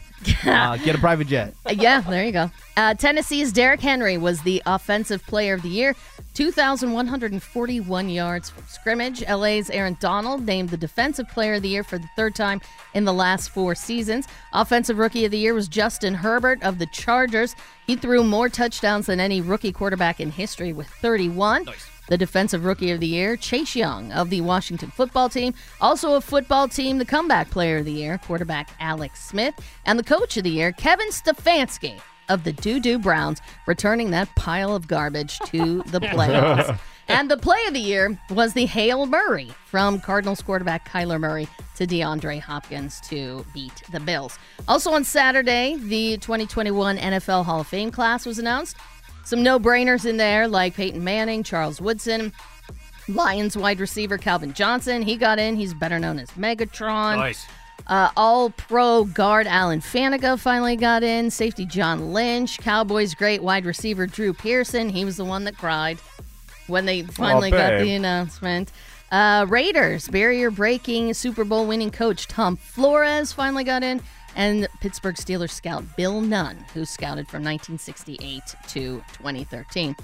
Speaker 5: Uh, get a private jet.
Speaker 6: yeah, there you go. Uh, Tennessee's Derrick Henry was the offensive player of the year, 2,141 yards from scrimmage. LA's Aaron Donald named the defensive player of the year for the third time in the last four seasons. Offensive rookie of the year was Justin Herbert of the Chargers. He threw more touchdowns than any rookie quarterback in history with 31. The defensive rookie of the year, Chase Young of the Washington football team, also a football team, the comeback player of the year, quarterback Alex Smith, and the coach of the year, Kevin Stefanski of the Doo Doo Browns, returning that pile of garbage to the playoffs. and the play of the year was the Hale Murray from Cardinals quarterback Kyler Murray, to DeAndre Hopkins to beat the Bills. Also on Saturday, the 2021 NFL Hall of Fame class was announced. Some no brainers in there like Peyton Manning, Charles Woodson, Lions wide receiver Calvin Johnson. He got in. He's better known as Megatron.
Speaker 20: Nice.
Speaker 6: Uh, all pro guard Alan Faneca finally got in. Safety John Lynch. Cowboys great wide receiver Drew Pearson. He was the one that cried when they finally got
Speaker 20: babe.
Speaker 6: the announcement. Uh, Raiders barrier breaking Super Bowl winning coach Tom Flores finally got in. And Pittsburgh Steelers scout Bill Nunn, who scouted from 1968 to 2013.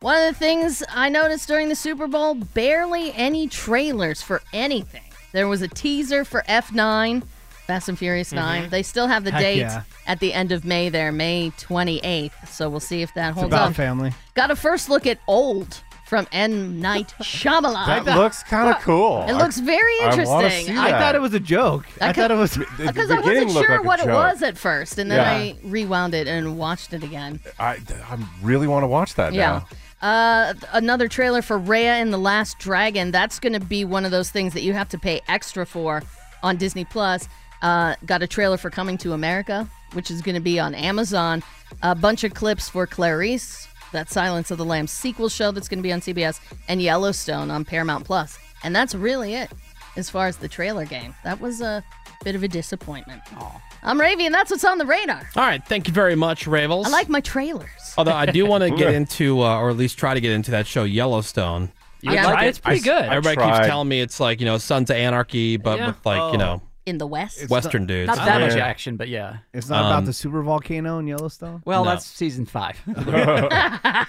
Speaker 6: One of the things I noticed during the Super Bowl, barely any trailers for anything. There was a teaser for F9, Fast and Furious 9.
Speaker 20: Mhm.
Speaker 6: They still have the
Speaker 5: Mm-hmm. Heck
Speaker 6: date
Speaker 5: yeah.
Speaker 6: at the end of May there, May 28th. So we'll see if that
Speaker 5: It's
Speaker 6: holds
Speaker 5: about
Speaker 6: up.
Speaker 5: family.
Speaker 6: Got a first look at Old from N. Night Shyamalan.
Speaker 8: That looks kind of cool.
Speaker 6: It looks very
Speaker 8: I- I wanna
Speaker 6: interesting.
Speaker 8: see
Speaker 6: I
Speaker 8: that.
Speaker 6: thought it
Speaker 5: was a joke.
Speaker 6: I could-
Speaker 5: thought it was
Speaker 6: Because I wasn't sure what it was at first, and then
Speaker 8: Yeah.
Speaker 6: I rewound it and watched it again.
Speaker 8: I, I really want to watch that
Speaker 6: Yeah.
Speaker 8: now.
Speaker 6: Uh, another trailer for Raya and the Last Dragon. That's going to be one of those things that you have to pay extra for on Disney Plus. Uh, got a trailer for Coming to America, which is going to be on Amazon. A bunch of clips for Clarice, that Silence of the Lambs sequel show that's going to be on CBS, and Yellowstone on Paramount Plus. And that's really it as far as the trailer game. That was a bit of a disappointment. I'm Ravi, and that's what's on the radar.
Speaker 4: All right. Thank you very much, Ravels.
Speaker 6: I like my trailers.
Speaker 4: Although I do want to get into, uh, or at least try to get into that show Yellowstone.
Speaker 6: You Yeah. like it? It's pretty
Speaker 4: I-
Speaker 6: good.
Speaker 4: Everybody
Speaker 6: Tried.
Speaker 4: keeps telling me it's like you know Sons of Anarchy, but
Speaker 6: Yeah.
Speaker 4: with like you know
Speaker 6: in the West,
Speaker 4: Western dudes.
Speaker 9: Not that
Speaker 4: Yeah.
Speaker 9: much action, but yeah.
Speaker 5: It's not about
Speaker 4: Um,
Speaker 5: the super volcano in Yellowstone.
Speaker 9: Well,
Speaker 4: No.
Speaker 9: that's season five.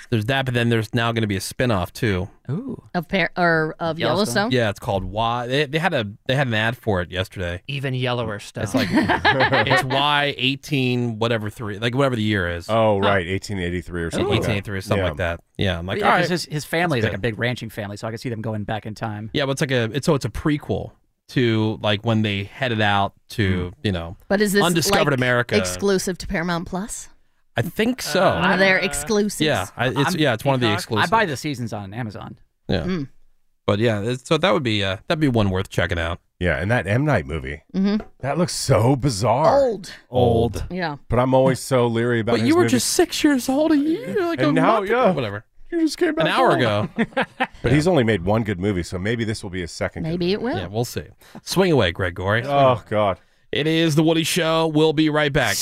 Speaker 4: there's that, but then there's now going to be a spinoff too.
Speaker 9: Ooh,
Speaker 6: Of Par- or of Yellowstone.
Speaker 4: Yeah, it's called Why. They, they had a they had an ad for it yesterday.
Speaker 7: Even yellower stuff.
Speaker 4: It's like it's Y eighteen whatever three like whatever the year is.
Speaker 8: Oh, right, 1883 or something. like that.
Speaker 4: 1883 or something like that. Yeah, I'm like,
Speaker 9: Yeah,
Speaker 4: all
Speaker 9: 'cause
Speaker 4: right.
Speaker 9: his, his family is
Speaker 4: That's
Speaker 9: like a big ranching family, so I could see them going back in time.
Speaker 4: Yeah, but it's like a it's so it's a prequel to like when they headed out to
Speaker 8: Hmm.
Speaker 4: you know.
Speaker 6: But is this
Speaker 4: undiscovered
Speaker 6: like,
Speaker 4: America?
Speaker 6: exclusive to Paramount Plus?
Speaker 4: I think so.
Speaker 7: Uh,
Speaker 6: Are there exclusives?
Speaker 4: Yeah, I, it's
Speaker 9: I'm-
Speaker 4: yeah, it's one of the
Speaker 9: Peacock.
Speaker 4: exclusives.
Speaker 9: I buy the seasons on Amazon.
Speaker 4: yeah,
Speaker 6: Mm.
Speaker 4: but yeah, it's- so that would be uh, that'd be one worth checking out.
Speaker 8: Yeah, and that M Night movie.
Speaker 6: Mm-hmm.
Speaker 8: That looks so bizarre.
Speaker 6: Old.
Speaker 8: Old.
Speaker 6: Yeah.
Speaker 8: But I'm always so leery about
Speaker 4: But
Speaker 8: his
Speaker 4: you were
Speaker 8: movies.
Speaker 4: just six years old a year, like
Speaker 8: And
Speaker 4: a
Speaker 8: now,
Speaker 4: month
Speaker 8: yeah.
Speaker 4: ago, whatever.
Speaker 8: You just came
Speaker 4: An
Speaker 8: back
Speaker 4: hour
Speaker 8: home.
Speaker 4: ago.
Speaker 8: But he's only made one good movie, so maybe this will be his second. good
Speaker 6: Maybe it will.
Speaker 4: Yeah, we'll see. Swing away, Greg Gorey.
Speaker 8: Oh, God.
Speaker 4: It is The Woody Show. We'll be right back.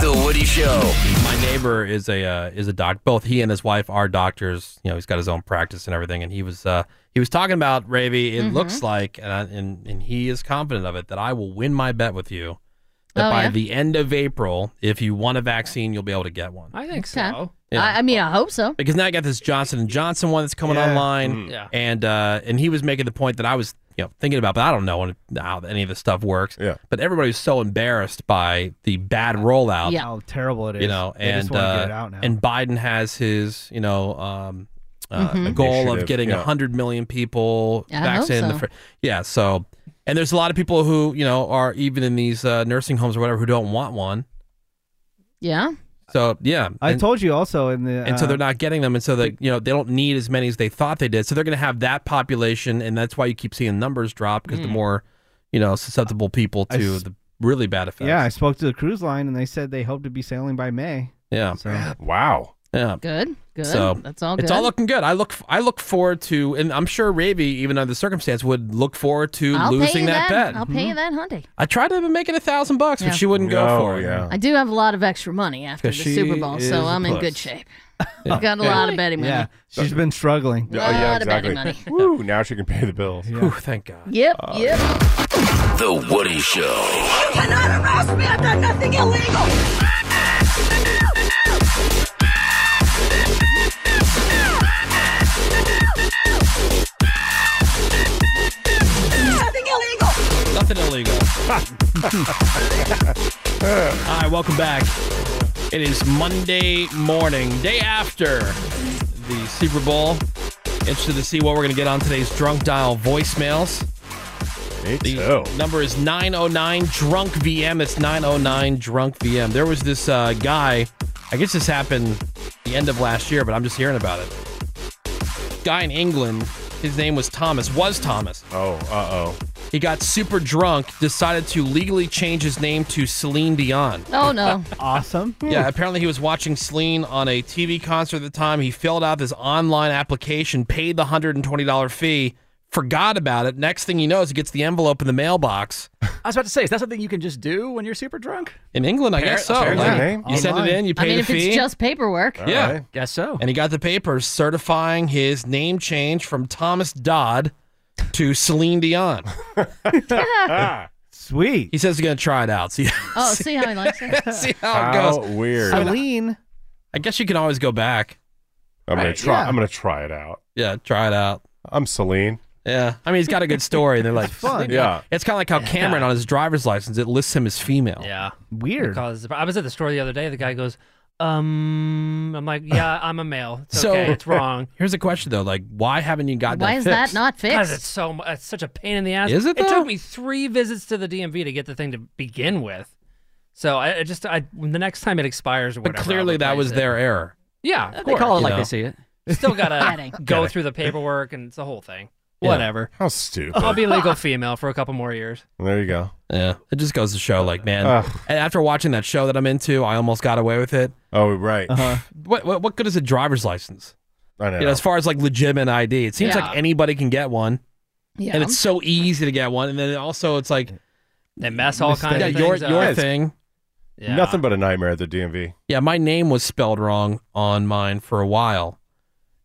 Speaker 13: The Woody Show.
Speaker 4: My neighbor is a uh, is a doc. Both he and his wife are doctors. You know, he's got his own practice and everything. And he was uh, he was talking about Ravi. It
Speaker 6: Mm-hmm.
Speaker 13: Mhm.
Speaker 4: looks like, and, I, and and he is confident of it that I will win my bet with you that
Speaker 6: Oh,
Speaker 4: by
Speaker 6: yeah?
Speaker 4: the end of April, if you want a vaccine, you'll be able to get one.
Speaker 7: I think so.
Speaker 4: Yeah.
Speaker 6: I, I mean, I hope so.
Speaker 4: because now I got this Johnson and Johnson one that's coming
Speaker 6: Yeah.
Speaker 4: online,
Speaker 6: Mm. Yeah.
Speaker 4: and uh, and he was making the point that I was you know thinking about, but I don't know how any of this stuff works. Yeah. But everybody's so embarrassed by the bad rollout.
Speaker 5: How terrible it is.
Speaker 4: You know,
Speaker 5: They
Speaker 4: and
Speaker 5: just wanna get it
Speaker 4: uh,
Speaker 5: out now.
Speaker 4: and Biden has his you know um, uh,
Speaker 5: Mhm.
Speaker 4: goal of
Speaker 5: Initiative,
Speaker 4: getting a
Speaker 5: yeah.
Speaker 4: hundred million people
Speaker 5: I hope
Speaker 4: vaccinated. in the
Speaker 5: so.
Speaker 4: fir- yeah. So, and there's a lot of people who you know are even in these uh, nursing homes or whatever who don't want one.
Speaker 6: Yeah.
Speaker 4: So yeah,
Speaker 5: I
Speaker 4: and-
Speaker 5: told you also in the
Speaker 4: and so
Speaker 5: uh,
Speaker 4: they're not getting them and so they you know they don't need as many as they thought they did so they're going to have that population and that's why you keep seeing numbers drop because the
Speaker 5: Mm.
Speaker 4: more you know susceptible people
Speaker 5: I
Speaker 4: to
Speaker 5: s-
Speaker 4: the really bad effects
Speaker 5: uh, Yeah, I spoke to the cruise line and they said they hope to be sailing by May.
Speaker 4: yeah
Speaker 8: wow
Speaker 4: yeah
Speaker 6: Good. Good.
Speaker 4: so
Speaker 6: That's all
Speaker 4: it's all
Speaker 6: good.
Speaker 4: looking good i look i look forward to and i'm sure ravi even under the circumstance would look forward to
Speaker 6: I'll pay
Speaker 4: losing
Speaker 6: you that,
Speaker 4: that, bet Mm-hmm.
Speaker 6: I'll pay you that Hyundai.
Speaker 4: i tried to make it a thousand bucks
Speaker 6: Yeah.
Speaker 4: but she wouldn't go
Speaker 8: No,
Speaker 4: for it
Speaker 8: yeah.
Speaker 6: I do have a lot of extra money after the
Speaker 4: 'Cause Oh. she
Speaker 6: Super Bowl,
Speaker 4: is
Speaker 6: so
Speaker 4: a
Speaker 6: I'm in
Speaker 4: puss.
Speaker 6: good shape. Got a lot of betting money.
Speaker 5: Yeah, she's been struggling.
Speaker 8: Yeah, oh, yeah,
Speaker 6: Lot of betting
Speaker 8: exactly. Woo, now she can pay the bills.
Speaker 4: thank God.
Speaker 6: Yep. yep.
Speaker 13: The Woody Show.
Speaker 20: cannot arrest me. I've done nothing illegal.
Speaker 13: Nothing illegal.
Speaker 4: Nothing illegal. All right, welcome back. It is Monday morning, day after the Super Bowl. Interested to see what we're going to get on today's drunk dial voicemails. the number is 909 drunk VM. It's 909 drunk VM. There was this uh, guy. I guess this happened the end of last year, but I'm just hearing about it guy in England His name was Thomas. Was Thomas?
Speaker 8: Oh, uh oh.
Speaker 4: He got super drunk, decided to legally change his name to Celine Dion.
Speaker 6: Oh no.
Speaker 5: awesome.
Speaker 4: Yeah, apparently he was watching Celine on a TV concert at the time. He filled out this online application, paid the $120 fee, forgot about it. Next thing he knows, he gets the envelope in the mailbox.
Speaker 9: I was about to say, is that something you can just do when you're super drunk?
Speaker 4: In England, I guess so.
Speaker 9: Apparently.
Speaker 4: Like,
Speaker 9: Apparently.
Speaker 4: You send it in, you pay
Speaker 6: I mean,
Speaker 4: the
Speaker 6: if
Speaker 4: fee.
Speaker 6: it's just paperwork.
Speaker 4: yeah,
Speaker 9: guess so.
Speaker 4: And he got the papers certifying his name change from Thomas Dodd to Celine Dion. Ah.
Speaker 5: Sweet.
Speaker 4: He says he's gonna try it out. See,
Speaker 6: Oh, see how he likes it.
Speaker 4: see
Speaker 7: Uh,
Speaker 4: how it goes.
Speaker 5: Celine.
Speaker 4: I guess you can always go back.
Speaker 8: I'm gonna try.
Speaker 4: yeah.
Speaker 8: I'm gonna try it out.
Speaker 4: Yeah, try it out.
Speaker 8: I'm Celine.
Speaker 4: Yeah, I mean he's got a good story. They're like,
Speaker 8: fun.
Speaker 4: Yeah, it's kind of like how Cameron on his driver's license it lists him as female.
Speaker 7: Yeah,
Speaker 5: Weird.
Speaker 7: Because I was at the store the other day. The guy goes, "Um," I'm like, "Yeah, I'm a male. It's
Speaker 4: so
Speaker 7: okay. It's wrong."
Speaker 4: Here's a question though: like, why haven't you got
Speaker 7: Why
Speaker 4: that
Speaker 7: is that
Speaker 4: fixed?
Speaker 6: not
Speaker 7: Because it's so mu- it's such a pain in the ass.
Speaker 4: Is it,
Speaker 7: It
Speaker 4: though?
Speaker 7: took me three visits to the DMV to get the thing to begin with. So I, I just I when the next time it expires or
Speaker 4: But
Speaker 7: whatever. I'll
Speaker 4: clearly that
Speaker 7: replace
Speaker 4: was
Speaker 7: it.
Speaker 4: their error.
Speaker 7: Yeah, of course.
Speaker 9: call it like they see it.
Speaker 7: Still
Speaker 9: Get
Speaker 7: gotta
Speaker 9: it.
Speaker 7: go through the paperwork and it's the whole thing.
Speaker 4: Yeah.
Speaker 7: Whatever.
Speaker 8: How stupid.
Speaker 7: I'll be legal female for a couple more years.
Speaker 8: There you go.
Speaker 4: Yeah, it just goes to show, like, man.
Speaker 8: Ugh.
Speaker 4: and after watching that show that I'm into, I almost got away with it.
Speaker 8: Oh, right.
Speaker 7: Uh-huh.
Speaker 4: what, what what good is a driver's license?
Speaker 8: I know.
Speaker 4: You know, as far as like legitimate ID, it seems
Speaker 7: Yeah.
Speaker 4: like anybody can get one.
Speaker 7: Yeah.
Speaker 4: And it's so easy to get one, and then also it's like
Speaker 7: they mess all kinds
Speaker 4: yeah,
Speaker 7: of
Speaker 4: your
Speaker 7: things
Speaker 4: your
Speaker 7: up.
Speaker 4: thing.
Speaker 7: Yeah.
Speaker 8: Nothing but a nightmare at the DMV.
Speaker 4: Yeah, my name was spelled wrong on mine for a while,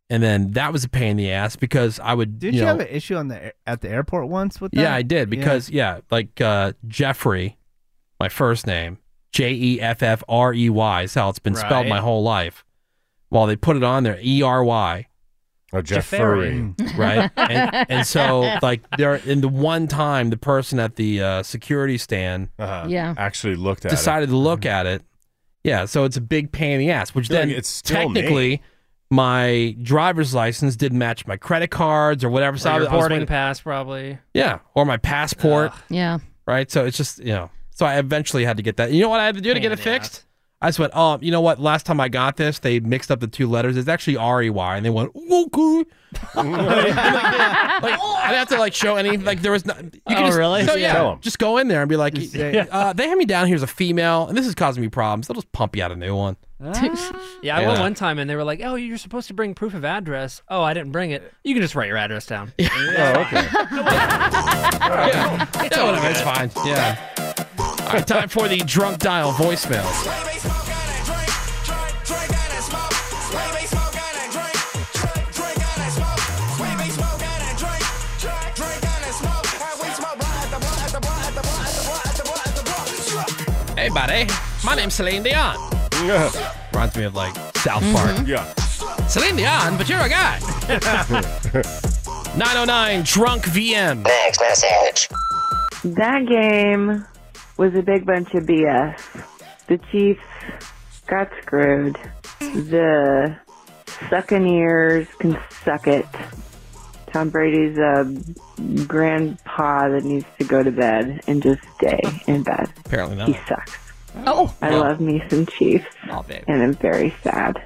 Speaker 4: and then that was a pain in the ass because I would.
Speaker 5: Did you,
Speaker 4: you, know,
Speaker 5: have an issue on the air- at the airport once with that?
Speaker 4: Yeah, I did because yeah, like uh, Jeffrey, my first name J E F F R E Y is how it's been spelled
Speaker 5: Right.
Speaker 4: my whole life. While they put it on there, E R Y.
Speaker 8: Oh,
Speaker 4: Jeffrey,
Speaker 7: Mm.
Speaker 4: right? and, and so like there, in the one time, the person at the uh, security stand,
Speaker 6: Yeah.
Speaker 8: Uh-huh. Actually looked at it. Mm-hmm.
Speaker 4: decided to look at it. Yeah, so it's a big pain in the ass. Which
Speaker 8: Feel like
Speaker 4: then
Speaker 8: it's still
Speaker 4: technically. My driver's license didn't match my credit cards or whatever. So
Speaker 7: Or
Speaker 4: I was,
Speaker 7: your
Speaker 4: I was
Speaker 7: boarding
Speaker 4: waiting-
Speaker 7: pass probably.
Speaker 4: yeah, or my passport.
Speaker 6: Yeah.
Speaker 4: Right. So it's just you know. So I eventually had to get that. You know what I had to do to get it fixed? I just went, oh, you know what? Last time I got this, they mixed up the two letters. It's actually R E Y, and they went, okay. like, I'd have to like show any like there was not. You
Speaker 7: Oh,
Speaker 4: just,
Speaker 7: really?
Speaker 4: So
Speaker 7: Yeah.
Speaker 4: yeah,
Speaker 7: Tell 'em.
Speaker 4: just go in there and be like,
Speaker 7: say-
Speaker 4: uh, they have me down here as a female, and this is causing me problems. They'll just pump you out a new one.
Speaker 7: Ah. Yeah, I went
Speaker 4: Yeah.
Speaker 7: one time and they were like, "Oh, you're supposed to bring proof of address." Oh, I didn't bring it. You can just write your address down.
Speaker 4: Oh, okay. It's, yeah, whatever, it's fine. Yeah. All right, time for the drunk dial voicemail. Hey, buddy. My name's Celine Dion. Reminds me of like South Park.
Speaker 8: Mhm. Yeah.
Speaker 4: Celine Dion, but you're a guy. 909 Drunk VM. Next message.
Speaker 21: That game was a big bunch of BS. The Chiefs got screwed. The sucking ears can suck it. Tom Brady's a grandpa that needs to go to bed and just stay in bed.
Speaker 4: Apparently not.
Speaker 21: He sucks.
Speaker 6: Oh.
Speaker 21: I love me some Chiefs. And I'm very sad.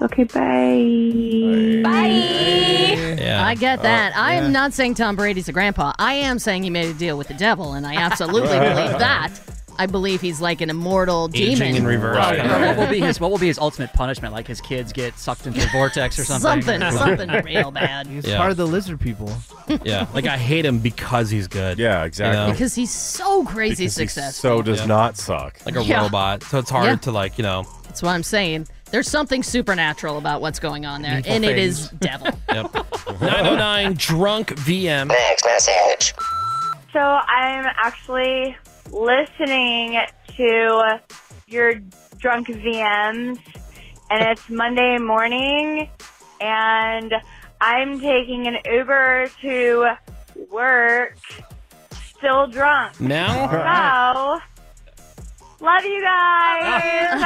Speaker 21: Okay, bye.
Speaker 6: Bye.
Speaker 21: Yeah.
Speaker 6: I get that.
Speaker 21: Oh,
Speaker 6: I
Speaker 21: yeah.
Speaker 6: am not saying Tom Brady's a grandpa. I am saying he made a deal with the devil, and I absolutely believe that. I believe he's like an immortal demon.
Speaker 9: Right. What will be his What will be his ultimate punishment? Like his kids get sucked into a vortex or something.
Speaker 6: Something- something real bad.
Speaker 5: He's
Speaker 4: Yeah.
Speaker 5: part of the lizard people.
Speaker 4: Yeah, like I hate him because he's good.
Speaker 8: Yeah,
Speaker 4: exactly.
Speaker 6: Because he's so crazy successful.
Speaker 8: so does not suck.
Speaker 4: Like a
Speaker 6: Yeah.
Speaker 4: robot. So it's hard
Speaker 6: Yeah.
Speaker 4: to like, you know.
Speaker 6: That's what I'm saying. There's something supernatural about what's going on there,
Speaker 4: Evil
Speaker 6: and it
Speaker 4: things.
Speaker 6: is devil.
Speaker 4: Yep. 909 Drunk VM. Next message.
Speaker 12: So I'm actually listening to your drunk VMs, and it's Monday morning, and I'm taking an Uber to work, still drunk.
Speaker 4: Now?
Speaker 12: So, love you guys.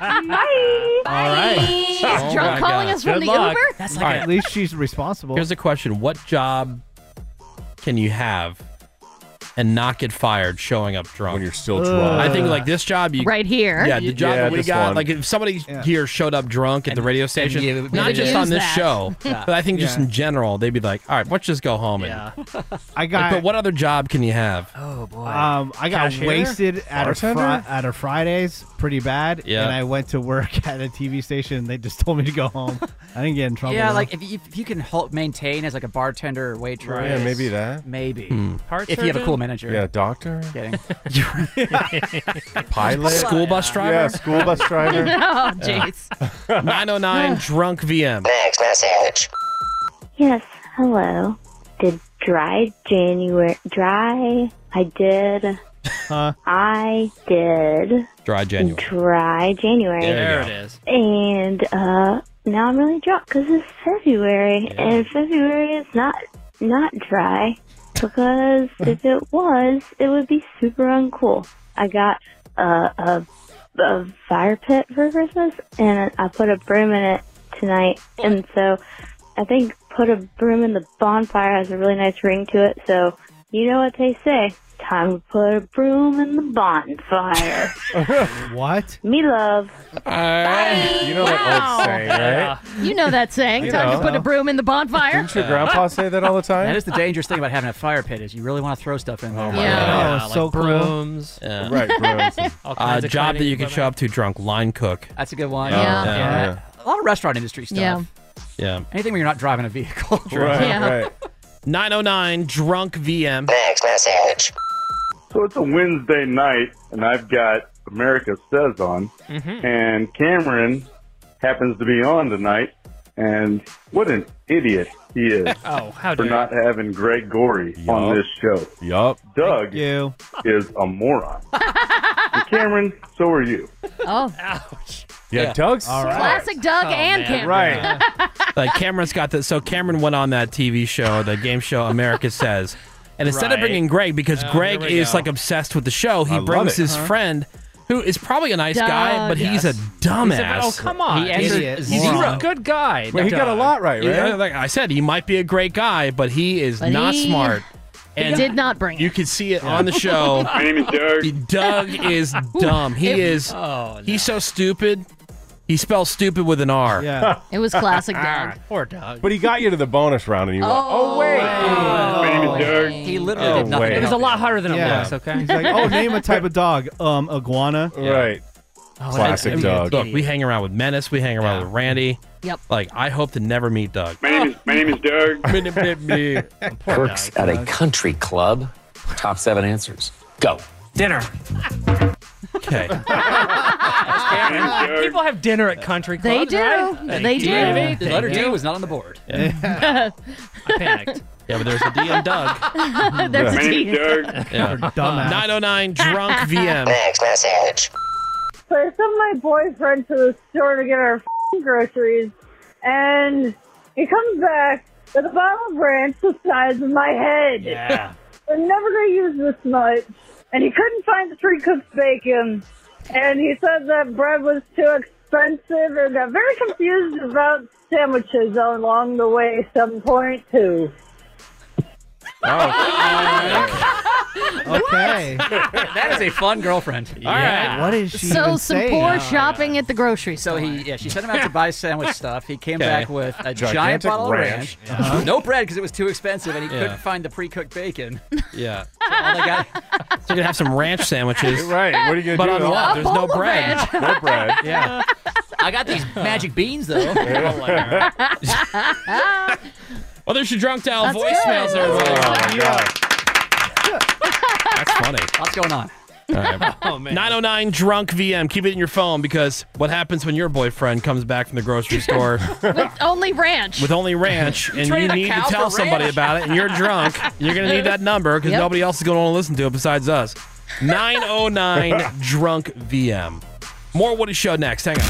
Speaker 12: Bye.
Speaker 4: All right.
Speaker 12: Is
Speaker 4: Oh
Speaker 12: drunk
Speaker 4: my
Speaker 12: calling
Speaker 4: God.
Speaker 12: us from Good the luck. Uber? That's like
Speaker 4: All
Speaker 5: At
Speaker 4: right.
Speaker 5: least she's responsible.
Speaker 4: Here's a question What job can you have and not get fired showing up drunk. When you're
Speaker 8: still
Speaker 6: drunk.
Speaker 4: I think like this job you
Speaker 6: right here.
Speaker 4: Yeah, the job that we
Speaker 8: this
Speaker 4: got.
Speaker 8: one.
Speaker 4: Like if somebody here showed up drunk at the radio station,
Speaker 9: you-
Speaker 4: not
Speaker 9: and
Speaker 4: just
Speaker 9: you
Speaker 4: on
Speaker 9: use
Speaker 4: this
Speaker 9: that.
Speaker 4: show,
Speaker 9: Yeah.
Speaker 4: but I think just
Speaker 9: Yeah.
Speaker 4: in general, they'd be like, "All right, let's just go home." Yeah.
Speaker 5: I got-
Speaker 4: but what other job can you have?
Speaker 5: Oh boy. Um, I got
Speaker 4: Cashier?
Speaker 5: wasted at a, fri-
Speaker 4: Bartender?
Speaker 5: at a Fridays pretty bad.
Speaker 4: Yeah.
Speaker 5: And I went to work at a TV station. and They just told me to go home. I didn't get in trouble.
Speaker 9: Yeah,
Speaker 5: though.
Speaker 9: like if you, if you can help maintain as like a bartender or waitress.
Speaker 5: Right. Yeah, maybe that.
Speaker 9: Maybe.
Speaker 5: Hmm.
Speaker 9: If
Speaker 5: Heart
Speaker 9: you have a cool
Speaker 5: surgeon?
Speaker 9: manager.
Speaker 8: Yeah, doctor.
Speaker 9: Kidding.
Speaker 8: Pilot.
Speaker 4: School bus driver?
Speaker 8: Yeah, school bus driver.
Speaker 4: Oh,
Speaker 6: jeez.
Speaker 4: 909 drunk VM.
Speaker 1: Thanks, message. Yes, hello. Did dry January dry? I did.
Speaker 4: Huh?
Speaker 1: I did
Speaker 4: Dry January.
Speaker 1: dry January.
Speaker 4: There you There go. it is.
Speaker 1: And uh, now I'm really drunk because it's February, and February is not not dry because if it was, it would be super uncool. I got uh, a a fire pit for Christmas, and I put a broom in it tonight, and so I think put a broom in the bonfire has a really nice ring to it. So you know what they say: time to put a broom in the bonfire.
Speaker 5: what?
Speaker 1: Me love.
Speaker 8: You know that old saying, right?
Speaker 6: You know that saying.
Speaker 9: You
Speaker 6: Time
Speaker 9: know.
Speaker 6: to put a broom in the bonfire.
Speaker 9: Didn't your
Speaker 8: grandpa say that all the time?
Speaker 9: That is the dangerous thing about having a fire pit is you really want to throw stuff in there.
Speaker 6: my Yeah. God.
Speaker 7: Yeah, like so cool. brooms.
Speaker 4: Yeah.
Speaker 9: Right, brooms and all
Speaker 4: Uh,
Speaker 9: kinds of
Speaker 4: job that
Speaker 9: cleaning
Speaker 4: you can show up to drunk, line cook.
Speaker 9: That's a good one.
Speaker 4: Yeah.
Speaker 9: Yeah.
Speaker 4: Yeah. Yeah.
Speaker 9: A lot of restaurant industry stuff.
Speaker 6: Yeah.
Speaker 4: Yeah.
Speaker 9: Anything where you're not driving a vehicle.
Speaker 4: Right, Yeah. right. 909 drunk VM.
Speaker 1: Thanks, message.
Speaker 22: So it's a Wednesday night, and I've got America Says on,
Speaker 7: Mm-hmm.
Speaker 22: and Cameron happens to be on tonight, and what an idiot he is
Speaker 7: Oh, how
Speaker 22: for
Speaker 7: dare
Speaker 22: not having Greg Gorey on
Speaker 7: Yup.
Speaker 22: this show.
Speaker 8: Yup.
Speaker 22: Doug is a moron. and Cameron, so are you.
Speaker 6: Oh.
Speaker 8: Yeah,
Speaker 4: Yeah.
Speaker 8: Doug's
Speaker 4: All right.
Speaker 6: Classic Doug
Speaker 4: Oh,
Speaker 6: and
Speaker 4: man.
Speaker 6: Cameron.
Speaker 4: Right. like Cameron's got this. So Cameron went on that TV show, the game show America Says, and instead of
Speaker 23: Right.
Speaker 4: bringing Greg because
Speaker 23: Oh,
Speaker 4: Greg
Speaker 23: here we
Speaker 4: is
Speaker 23: go.
Speaker 4: like obsessed with the show, he
Speaker 23: I love
Speaker 4: brings
Speaker 23: it.
Speaker 4: his
Speaker 23: Uh-huh.
Speaker 4: friend. Who is probably a nice guy,
Speaker 7: Doug.
Speaker 4: but
Speaker 7: Yes.
Speaker 4: he's a
Speaker 7: He's a-
Speaker 4: dumbass.
Speaker 7: oh, come on. He
Speaker 4: He's,
Speaker 7: answered-
Speaker 4: he's
Speaker 7: he's a
Speaker 4: zero.
Speaker 7: good guy,
Speaker 4: Well,
Speaker 7: Doug.
Speaker 4: Yeah, like I said, he might be a great guy, but he is
Speaker 6: But
Speaker 4: not
Speaker 6: he-
Speaker 4: smart.
Speaker 6: he did not bring it.
Speaker 4: You could see it on the show.
Speaker 6: My name is
Speaker 4: Doug. is dumb. He
Speaker 7: Oh,
Speaker 6: It-
Speaker 4: is. He's so stupid. He spells stupid with an R.
Speaker 6: Yeah. It was classic Doug.
Speaker 7: Poor Doug.
Speaker 8: But he got you to the bonus round, and Ah. you. went,
Speaker 6: Oh, wait.
Speaker 9: He
Speaker 8: Oh,
Speaker 9: literally did nothing.
Speaker 8: wait.
Speaker 9: to
Speaker 8: It was a
Speaker 9: help
Speaker 7: lot
Speaker 9: you.
Speaker 7: harder than
Speaker 5: Yeah.
Speaker 7: it looks. Okay.
Speaker 5: He's like, oh, name a type of dog. Um, iguana.
Speaker 8: Right.
Speaker 5: Oh,
Speaker 4: I mean, Oh, Look, we hang around with Menace. We hang around with Randy.
Speaker 6: Yep.
Speaker 4: Like, I hope to never meet Doug.
Speaker 22: My name is my name is
Speaker 4: Doug.
Speaker 23: Works at a country club. Top seven answers. Go. Dinner.
Speaker 4: Okay.
Speaker 7: People- People have dinner at country clubs.
Speaker 6: They do.
Speaker 7: right?
Speaker 6: They do.
Speaker 7: Maybe.
Speaker 9: The letter D was not on the board.
Speaker 6: I
Speaker 7: panicked.
Speaker 4: Yeah, but there's a D in Doug.
Speaker 6: There's a D.
Speaker 4: Yeah.
Speaker 5: Dumbass.
Speaker 4: 909 Drunk VM.
Speaker 1: Thanks, message.
Speaker 12: So I sent my boyfriend to the store to get our f***ing groceries, and he comes back with a bottle of ranch the size of my head.
Speaker 20: Yeah.
Speaker 12: I'm never going to use this much. And he couldn't find the three cooks bacon, and he said that bread was too expensive, and got very confused about sandwiches along the way. Some point too.
Speaker 9: Okay. that is a fun girlfriend. All right.
Speaker 5: What is she
Speaker 6: So
Speaker 5: even
Speaker 6: some
Speaker 5: saying?
Speaker 6: poor shopping at the grocery
Speaker 9: So
Speaker 6: store.
Speaker 9: he, yeah, she sent him out to buy sandwich stuff. He came
Speaker 23: Okay.
Speaker 9: back with a
Speaker 23: Gigantic
Speaker 9: giant bottle of
Speaker 23: ranch.
Speaker 9: ranch, no bread because it was too expensive, and he
Speaker 4: Yeah.
Speaker 9: couldn't find the pre-cooked bacon.
Speaker 4: Yeah.
Speaker 9: All they got-
Speaker 4: So you're gonna have some ranch sandwiches,
Speaker 8: right? What are you gonna
Speaker 4: but
Speaker 8: do
Speaker 4: But
Speaker 8: with
Speaker 4: on
Speaker 8: all
Speaker 4: what?
Speaker 8: that?
Speaker 4: There's no
Speaker 8: Bowl of
Speaker 4: bread.
Speaker 8: ranch. No bread.
Speaker 4: Yeah.
Speaker 9: I got these magic beans though.
Speaker 4: Well, Oh, there's your drunk dial
Speaker 9: That's
Speaker 4: voicemails,
Speaker 9: good.
Speaker 4: everybody.
Speaker 9: Oh, my
Speaker 4: That's funny.
Speaker 9: What's going on?
Speaker 4: All right.
Speaker 6: Oh,
Speaker 4: 909 drunk VM. Keep it in your phone because what happens when your boyfriend comes back from the grocery store
Speaker 6: With only ranch.
Speaker 4: with only ranch and you
Speaker 6: Traded a
Speaker 4: need to
Speaker 6: cow
Speaker 4: tell
Speaker 6: for
Speaker 4: somebody
Speaker 6: ranch.
Speaker 4: about it and you're drunk, you're going to need that number because
Speaker 6: Yep.
Speaker 4: nobody else is going to want to listen to it besides us. 909 drunk VM. More Woody Show next. Hang on.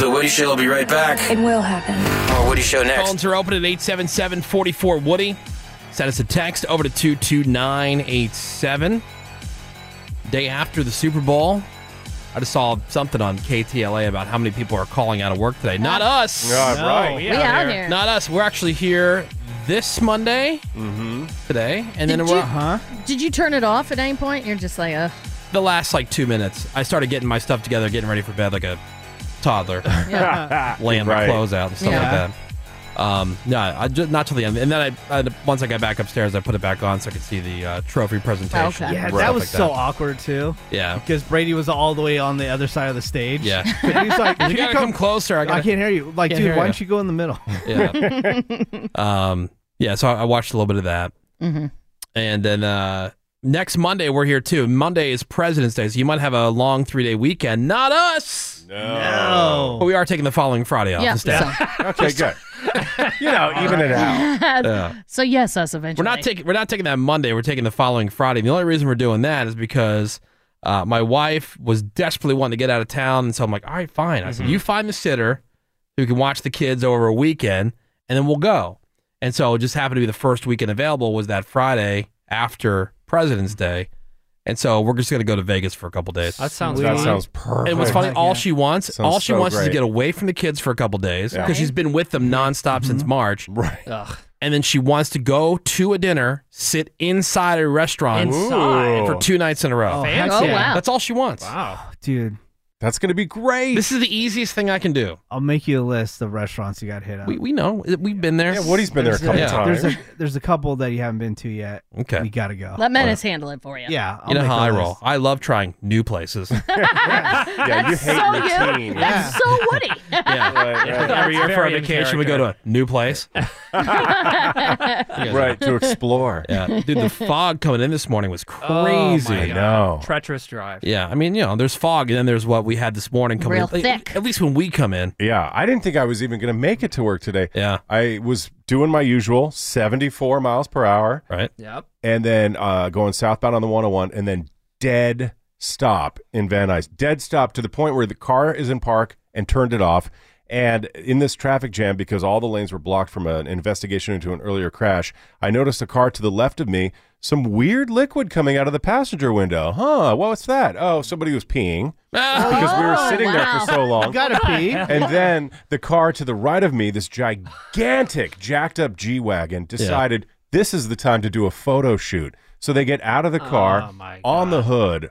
Speaker 13: The Woody Show will be right back.
Speaker 4: It will happen.
Speaker 13: More Woody Show next.
Speaker 4: Phones are open at 877 44 Woody. Send us a text over to 22987. Day after the Super Bowl, I just saw something on KTLA about how many people are calling out of work today. Not us.
Speaker 8: Yeah, right.
Speaker 4: Not us. We're actually here this Monday, mm-hmm. today, and then
Speaker 6: Did
Speaker 4: we're
Speaker 6: you- Did you turn it off at any point? You're just like, uh,
Speaker 4: the last like two minutes. I started getting my stuff together, getting ready for bed like a toddler,
Speaker 6: Yeah.
Speaker 4: laying my
Speaker 6: Right.
Speaker 4: clothes out and stuff
Speaker 6: Yeah.
Speaker 4: like that. Um, no, I just, not till the end. And then I, I once I got back upstairs, I put it back on so I could see the uh, trophy presentation. and
Speaker 5: Yeah,
Speaker 4: stuff
Speaker 5: that was
Speaker 4: like
Speaker 5: so awkward too.
Speaker 4: Yeah.
Speaker 5: because Brady was all the way on the other side of the stage.
Speaker 4: Yeah.
Speaker 5: he's like,
Speaker 4: You gotta come closer, I gotta-
Speaker 5: can't hear you. Like,
Speaker 4: Can't
Speaker 5: dude,
Speaker 4: hear
Speaker 5: why
Speaker 4: ya.
Speaker 5: don't you go in the middle?
Speaker 4: Yeah. um, yeah. So I, I watched a little bit of that,
Speaker 6: Mhm.
Speaker 4: and then uh, next Monday we're here too. Monday is President's Day, so you might have a long three day weekend. Not us.
Speaker 8: No.
Speaker 4: But we are taking the following Friday off
Speaker 6: Yeah,
Speaker 4: instead.
Speaker 8: okay, good. You know, even it out.
Speaker 4: Yeah.
Speaker 6: so yes, us eventually.
Speaker 4: We're not taking we're not taking that Monday. We're taking the following Friday. The only reason we're doing that is because uh, my wife was desperately wanting to get out of town, and so I'm like, all right, fine. I said,
Speaker 7: Mm-hmm.
Speaker 4: you find the sitter who can watch the kids over a weekend, and then we'll go. And so it just happened to be the first weekend available was that Friday after President's Day. And so we're just gonna go to Vegas for a couple days.
Speaker 7: Mm-hmm. That sounds That fine. sounds
Speaker 4: And
Speaker 7: perfect.
Speaker 4: what's funny, all
Speaker 7: Yeah.
Speaker 4: she wants,
Speaker 7: Sounds
Speaker 4: all she
Speaker 7: so
Speaker 4: wants is to
Speaker 7: great.
Speaker 4: get away from the kids for a couple days
Speaker 7: Yeah.
Speaker 4: because she's been with
Speaker 5: Mm-hmm.
Speaker 4: them nonstop since March.
Speaker 8: Right.
Speaker 4: And then she wants to go to a dinner, sit inside a restaurant
Speaker 5: Inside?
Speaker 4: for two nights in a row.
Speaker 5: Oh, Fancy. heck yeah.
Speaker 4: That's all she wants.
Speaker 7: Wow.
Speaker 5: dude.
Speaker 8: That's gonna be great.
Speaker 4: This is the easiest thing I can do.
Speaker 5: I'll make you a list of restaurants you got hit on.
Speaker 4: We, we know. We've been there.
Speaker 8: Yeah, Woody's been there a couple times.
Speaker 5: There's a there's a couple that you haven't been to yet.
Speaker 4: Okay.
Speaker 5: we gotta
Speaker 8: Oh,
Speaker 5: go.
Speaker 6: Let Menace handle it for you.
Speaker 5: Yeah,
Speaker 4: you know
Speaker 5: make
Speaker 4: how
Speaker 5: a
Speaker 4: I
Speaker 5: list.
Speaker 4: roll. I love trying new places.
Speaker 6: That's
Speaker 8: you hate
Speaker 6: so
Speaker 8: routine.
Speaker 6: you.
Speaker 8: Yeah.
Speaker 6: That's so Woody.
Speaker 4: Yeah. Every year for our vacation, we go to a new place.
Speaker 8: Right, to explore.
Speaker 4: Yeah. Dude, the fog coming in this morning was
Speaker 7: Oh, my
Speaker 4: crazy.
Speaker 7: God. Treacherous drive.
Speaker 4: Yeah, I mean, you know, there's fog, and then there's what we had this morning coming
Speaker 7: Real
Speaker 4: in. Like,
Speaker 7: thick.
Speaker 4: At least when we come in.
Speaker 8: Yeah, I didn't think I was even going to make it to work today.
Speaker 4: Yeah,
Speaker 8: I was doing my usual 74 miles per hour.
Speaker 4: Right.
Speaker 7: Yep.
Speaker 8: And then uh, going southbound on the 101, and then dead stop in Van Nuys. Dead stop to the point where the car is in park and turned it off. And in this traffic jam, because all the lanes were blocked from an investigation into an earlier crash, I noticed a car to the left of me, some weird liquid coming out of the passenger window. Huh, what's that? Oh, somebody was peeing.
Speaker 4: Ah.
Speaker 8: because we were sitting there for so long.
Speaker 5: Oh, You gotta pee.
Speaker 8: And then the car to the right of me, this gigantic, jacked up G Wagon, decided this is the time to do a photo shoot. So they get out of the car, on the hood,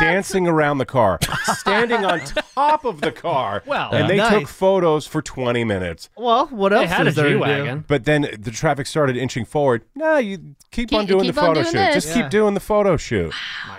Speaker 8: dancing around the car, standing on top of the car.
Speaker 5: Well,
Speaker 8: and they
Speaker 5: nice.
Speaker 8: took photos for 20 minutes.
Speaker 5: Well, what else is there to do?
Speaker 8: But then the traffic started inching forward. No, you keep,
Speaker 6: Keep-
Speaker 8: on doing
Speaker 6: keep
Speaker 8: the
Speaker 6: on
Speaker 8: photo
Speaker 6: doing this.
Speaker 8: shoot. Just
Speaker 6: Yeah.
Speaker 8: keep doing the photo shoot.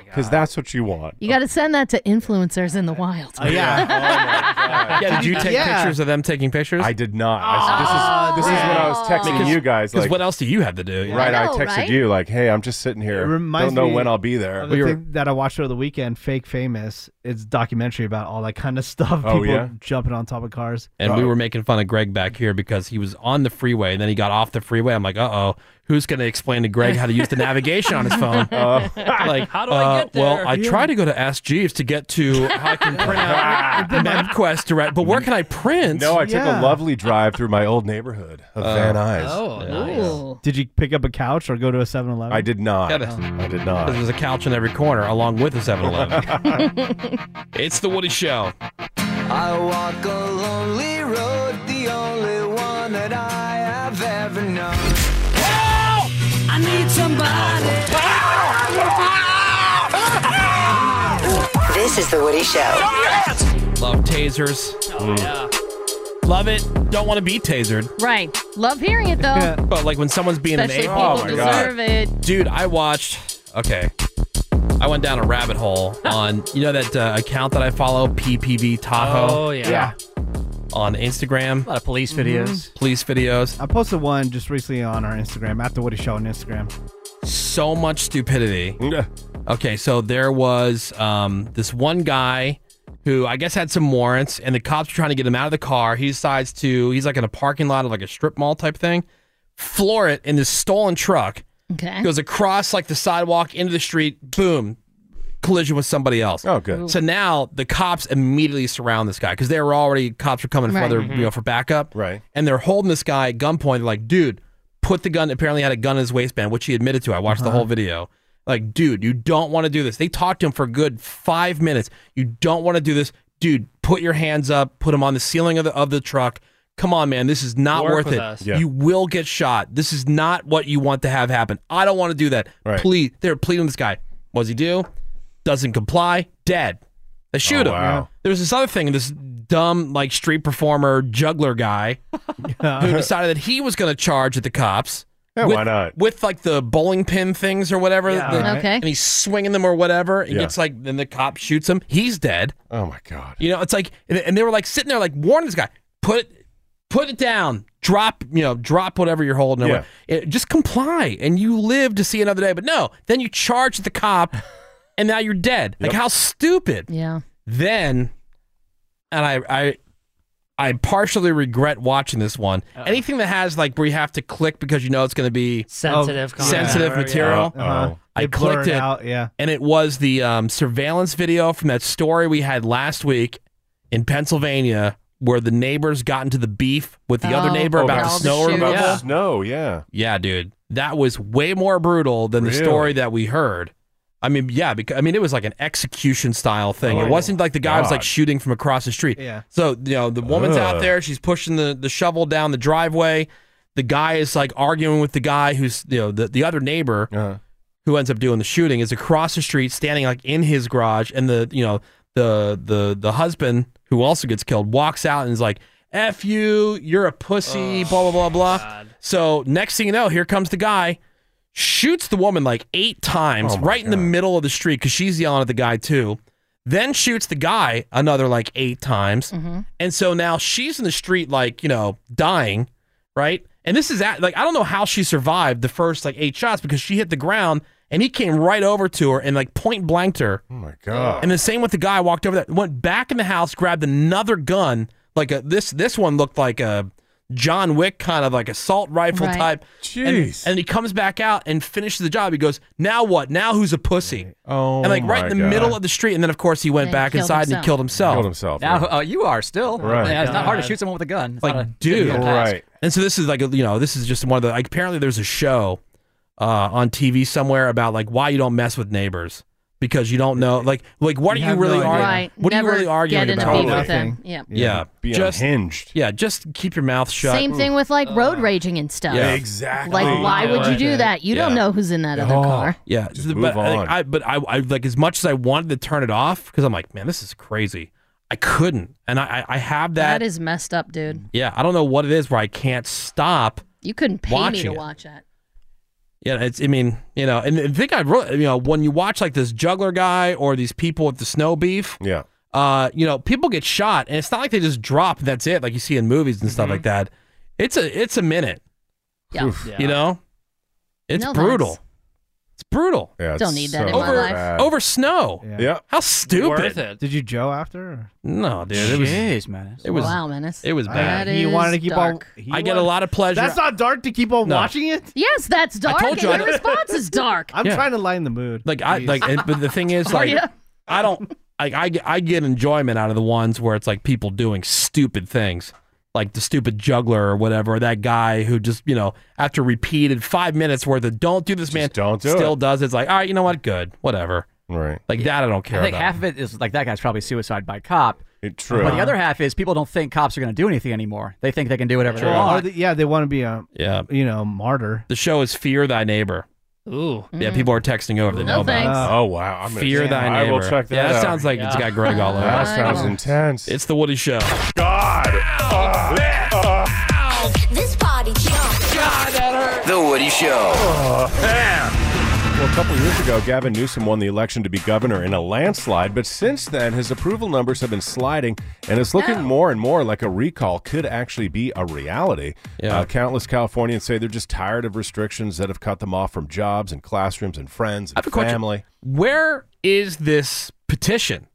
Speaker 8: Because that's what you want.
Speaker 6: You got to send that to influencers in the wild.
Speaker 8: Oh,
Speaker 4: Oh, Yeah, did you take
Speaker 6: Yeah.
Speaker 4: pictures of them taking pictures? I
Speaker 8: did not. I, this is, this is when I was texting
Speaker 4: Because-
Speaker 8: you guys.
Speaker 4: Because
Speaker 8: Like,
Speaker 4: what else do you have to do?
Speaker 8: Right, I, texted you like, "Hey, I'm just sitting here. Don't
Speaker 5: Reminds
Speaker 8: know
Speaker 5: me
Speaker 8: when I'll be there."
Speaker 5: of The thing that I watched over the weekend, Fake Famous, it's a documentary about all that kind of stuff.
Speaker 4: Oh,
Speaker 5: People
Speaker 4: yeah?
Speaker 5: jumping on top of cars.
Speaker 8: Oh.
Speaker 4: And we were making fun of Greg back here because he was on the freeway and then he got off the freeway. I'm like, uh oh, who's going to explain to Greg how to use the navigation on his phone?
Speaker 8: Oh.
Speaker 4: like,
Speaker 8: How do I
Speaker 4: uh,
Speaker 8: get there?
Speaker 4: Well, I
Speaker 8: Yeah.
Speaker 4: tried to go to Ask Jeeves to get to how I can print out MapQuest direct, but where can I print?
Speaker 8: No, I took a lovely drive through my old neighborhood of
Speaker 4: Oh.
Speaker 8: Van Nuys.
Speaker 4: Oh, nice. Ooh.
Speaker 5: Did you pick up a couch or go to a 7 Eleven?
Speaker 8: I did not.
Speaker 4: Got it.
Speaker 8: I did not.
Speaker 4: Because there's a couch in every corner along with a 7 Eleven. it's The Woody Show.
Speaker 3: I walk a lonely road, the only one that I have ever known. Help! I need somebody.
Speaker 11: This is The Woody Show.
Speaker 4: Love tasers.
Speaker 5: Oh,
Speaker 4: Mm. Love it. Don't want to be tasered.
Speaker 6: Right. Love hearing it though.
Speaker 4: But like when someone's being
Speaker 6: Especially
Speaker 4: an
Speaker 6: people
Speaker 8: Oh,
Speaker 4: a-hole,
Speaker 6: deserve it.
Speaker 4: dude, I watched. Okay, I went down a rabbit hole on you know that uh, account that I follow, PPV Tahoe.
Speaker 7: Oh, yeah. Yeah.
Speaker 4: On Instagram, a lot of police
Speaker 5: videos.
Speaker 6: Mm-hmm.
Speaker 4: Police videos.
Speaker 5: I posted one just recently on our Instagram, after Woody Show on Instagram.
Speaker 4: So much stupidity. okay, so there was um, this one guy who I guess had some warrants, and the cops were trying to get him out of the car. He decides to. He's like in a parking lot of like a strip mall type thing. Floor it in this stolen truck.
Speaker 6: Okay.
Speaker 4: goes across like the sidewalk into the street. Boom, collision with somebody else. Oh,
Speaker 8: good.
Speaker 4: So now the cops immediately surround this guy because they were already cops were coming for
Speaker 8: Right.
Speaker 4: other
Speaker 8: Mhm.
Speaker 4: you know for backup.
Speaker 8: Right.
Speaker 4: And they're holding this guy at gunpoint. They're like, dude, put the gun. Apparently had a gun in his waistband, which he admitted to. I watched the
Speaker 8: Uh-huh.
Speaker 4: whole video. Like, dude, you don't want to do this. They talked to him for a good five minutes. You don't want to do this, dude. Put your hands up. Put him on the ceiling of the of the truck. Come on, man. This is not
Speaker 7: Work
Speaker 4: worth
Speaker 7: with
Speaker 4: it.
Speaker 7: us. Yeah.
Speaker 4: You will get shot. This is not what you want to have happen. I don't want to do that. Please, they're pleading with this guy. What does he do? Doesn't comply. Dead. They
Speaker 8: Oh,
Speaker 4: shoot him. There's this other thing. This dumb like street performer juggler guy who decided that he was going to charge at the cops.
Speaker 8: Yeah,
Speaker 4: with,
Speaker 8: why not?
Speaker 4: With like the bowling pin things or whatever.
Speaker 8: Yeah,
Speaker 4: the-
Speaker 8: all right. Okay.
Speaker 4: And he's swinging them or whatever. And
Speaker 8: Yeah.
Speaker 4: gets like, then the cop shoots him. He's dead.
Speaker 8: Oh my god.
Speaker 4: You know, it's like, and, and they were like sitting there, like warning this guy, put it, put it down, drop, you know, drop whatever you're holding. or
Speaker 8: Yeah.
Speaker 4: what- it- just comply, and you live to see another day. But no, then you charge the cop, and now you're dead. Like how stupid.
Speaker 6: Yeah.
Speaker 4: Then, and I, I, I partially regret watching this one. Anything that has like where you have to click because you know it's going to be
Speaker 7: Sensitive
Speaker 4: Oh,
Speaker 7: content.
Speaker 4: sensitive
Speaker 7: Yeah.
Speaker 4: material.
Speaker 7: Uh-huh.
Speaker 4: I
Speaker 5: They blur
Speaker 4: clicked
Speaker 5: it
Speaker 4: it,
Speaker 5: out, yeah.
Speaker 4: and it was the um, surveillance video from that story we had last week in Pennsylvania, where the neighbors got into the beef with the other
Speaker 8: Oh,
Speaker 4: neighbor
Speaker 8: Oh,
Speaker 4: about
Speaker 8: about
Speaker 4: snow
Speaker 8: the shoes.
Speaker 4: removal.
Speaker 8: Yeah. Snow, yeah,
Speaker 4: yeah, dude, that was way more brutal than the
Speaker 8: Really?
Speaker 4: story that we heard. I mean, yeah, because I mean it was like an execution style thing.
Speaker 8: Oh,
Speaker 4: it wasn't like the guy was like
Speaker 8: God.
Speaker 4: shooting from across the street.
Speaker 5: Yeah.
Speaker 4: So you know the woman's out
Speaker 8: Ugh.
Speaker 4: there, she's pushing the the shovel down the driveway. The guy is like arguing with the guy who's you know the the other neighbor who ends up doing the shooting is across the street, standing like in his garage, and the you know the the the husband who also gets killed walks out and is like. F you, you're a pussy, blah, blah, blah, blah. So, next thing you know, here comes the guy, shoots the woman like eight times
Speaker 8: Oh, my
Speaker 4: right in the middle of the street because she's yelling at the guy too. Then shoots the guy another like eight times. And so now she's in the street, like, you know, dying, right? And this is at, like, I don't know how she survived the first like eight shots because she hit the ground and he came right over to her and like point blanked her. Oh my
Speaker 8: God.
Speaker 4: And the same with the guy walked over there, went back in the house, grabbed another gun, like a, this, this one looked like a John Wick kind of like assault rifle
Speaker 8: Right.
Speaker 4: type. And,
Speaker 8: Jeez.
Speaker 4: and he comes back out and finishes the job. He goes, "Now what? Now who's a pussy?" Oh, and like right
Speaker 8: my
Speaker 4: in the
Speaker 8: God.
Speaker 4: middle of the street, and then of course he went
Speaker 9: And
Speaker 4: back
Speaker 9: killed
Speaker 4: inside and
Speaker 9: himself.
Speaker 4: he killed himself.
Speaker 8: Killed himself.
Speaker 9: Now uh, you are still.
Speaker 4: Right.
Speaker 9: Yeah, it's not hard to
Speaker 4: God.
Speaker 9: shoot someone with a gun. It's not a
Speaker 4: like, dude,
Speaker 9: difficult task.
Speaker 4: And so this is like, you know, this is just one of the. Like, apparently, there's a show uh, on TV somewhere about like why you don't mess with neighbors because you don't know, like, like what
Speaker 9: You
Speaker 4: are you
Speaker 9: have
Speaker 4: really
Speaker 9: no idea.
Speaker 4: arguing?
Speaker 6: Right.
Speaker 4: What are
Speaker 6: Never
Speaker 4: you really arguing
Speaker 6: get in a
Speaker 4: about?
Speaker 6: beef with Totally. them. Yeah.
Speaker 4: yeah.
Speaker 8: Be unhinged.
Speaker 4: Yeah, just keep your mouth shut.
Speaker 6: Same thing with
Speaker 5: Uh,
Speaker 6: like road raging and stuff.
Speaker 4: Yeah. Exactly.
Speaker 6: Like, why would you do
Speaker 4: Okay.
Speaker 6: that? You don't
Speaker 4: Yeah. Oh,
Speaker 6: know who's in that
Speaker 23: Oh.
Speaker 6: other car.
Speaker 4: Yeah, th- but I- I, but I, I like as much as I wanted to turn it off because I'm like, man, this is crazy. I couldn't, and I I I have that.
Speaker 6: that is messed up, dude.
Speaker 4: yeah, I don't know what it is where I can't stop.
Speaker 6: You couldn't pay me
Speaker 4: Watching
Speaker 6: to
Speaker 4: it.
Speaker 6: watch that.
Speaker 4: Yeah, it's. I mean, you know, and I think I really, you know, when you watch like this juggler guy or these people with the snow beef.
Speaker 8: Yeah.
Speaker 4: Uh, you know, people get shot, and it's not like they just drop. And that's it, like you see in movies and stuff like that. It's a it's a minute.
Speaker 6: Yeah.
Speaker 4: Oof.
Speaker 6: Yeah.
Speaker 4: You know, it's
Speaker 6: No
Speaker 4: brutal.
Speaker 6: thanks.
Speaker 4: It's brutal.
Speaker 8: Yeah,
Speaker 6: Don't it's need that so in my
Speaker 4: over
Speaker 6: life. bad.
Speaker 4: over snow.
Speaker 8: Yeah.
Speaker 4: How stupid.
Speaker 5: Did you Joe after? or-
Speaker 4: No, dude. It was
Speaker 9: Jeez, Menace.
Speaker 4: It was
Speaker 6: Wow, Menace.
Speaker 4: It was
Speaker 6: That
Speaker 4: bad.
Speaker 6: is
Speaker 5: You wanted to keep
Speaker 6: dark.
Speaker 5: on. he
Speaker 4: I get a
Speaker 5: wanted-
Speaker 4: lot of pleasure.
Speaker 5: That's not dark to keep on
Speaker 4: No.
Speaker 5: Oh, watching it.
Speaker 6: Yes, that's dark.
Speaker 4: told you I
Speaker 6: and your
Speaker 4: don't-
Speaker 6: response is dark.
Speaker 5: I'm
Speaker 4: Yeah.
Speaker 5: trying to lighten the mood.
Speaker 4: like I
Speaker 5: Jeez.
Speaker 4: like. and- But the thing is,
Speaker 6: Are
Speaker 4: like,
Speaker 6: ya?
Speaker 4: I don't like. I get- I get enjoyment out of the ones where it's like people doing stupid things, like the stupid juggler or whatever. Or that guy who just you know after repeated five minutes worth of don't do this, man, don't
Speaker 8: do
Speaker 4: still
Speaker 8: it.
Speaker 4: does. it. It's like all right, you know what, good, whatever.
Speaker 8: Right.
Speaker 4: Like that, I don't care
Speaker 9: I think
Speaker 4: about.
Speaker 9: half of it is like that guy's probably suicide by cop.
Speaker 8: true.
Speaker 9: But the other half is people don't think cops are going to do anything anymore. They think they can do whatever they
Speaker 5: Well, or
Speaker 9: want.
Speaker 5: Oh, the- yeah, they want to be uh, a
Speaker 4: yeah,
Speaker 5: you know martyr.
Speaker 4: The show is Fear Thy Neighbor.
Speaker 7: Ooh.
Speaker 4: Yeah, people are texting over the
Speaker 5: No
Speaker 4: know about it.
Speaker 5: thanks.
Speaker 8: Oh wow. I'm gonna
Speaker 4: Fear
Speaker 8: check-
Speaker 4: Thy
Speaker 8: I
Speaker 4: Neighbor.
Speaker 8: will check that
Speaker 4: yeah, that
Speaker 8: out.
Speaker 4: sounds like it's got Greg all over.
Speaker 8: That
Speaker 4: it.
Speaker 8: sounds intense.
Speaker 4: It's the Woody Show.
Speaker 8: God. Uh,
Speaker 20: This party jumped. God, that hurt.
Speaker 13: The Woody Show.
Speaker 8: Well, a couple years ago, Gavin Newsom won the election to be governor in a landslide, but since then, his approval numbers have been sliding, and it's looking more and more like a recall could actually be a reality. Uh, countless Californians say they're just tired of restrictions that have cut them off from jobs and classrooms and friends and
Speaker 4: have a question.
Speaker 8: family.
Speaker 4: Where is this petition?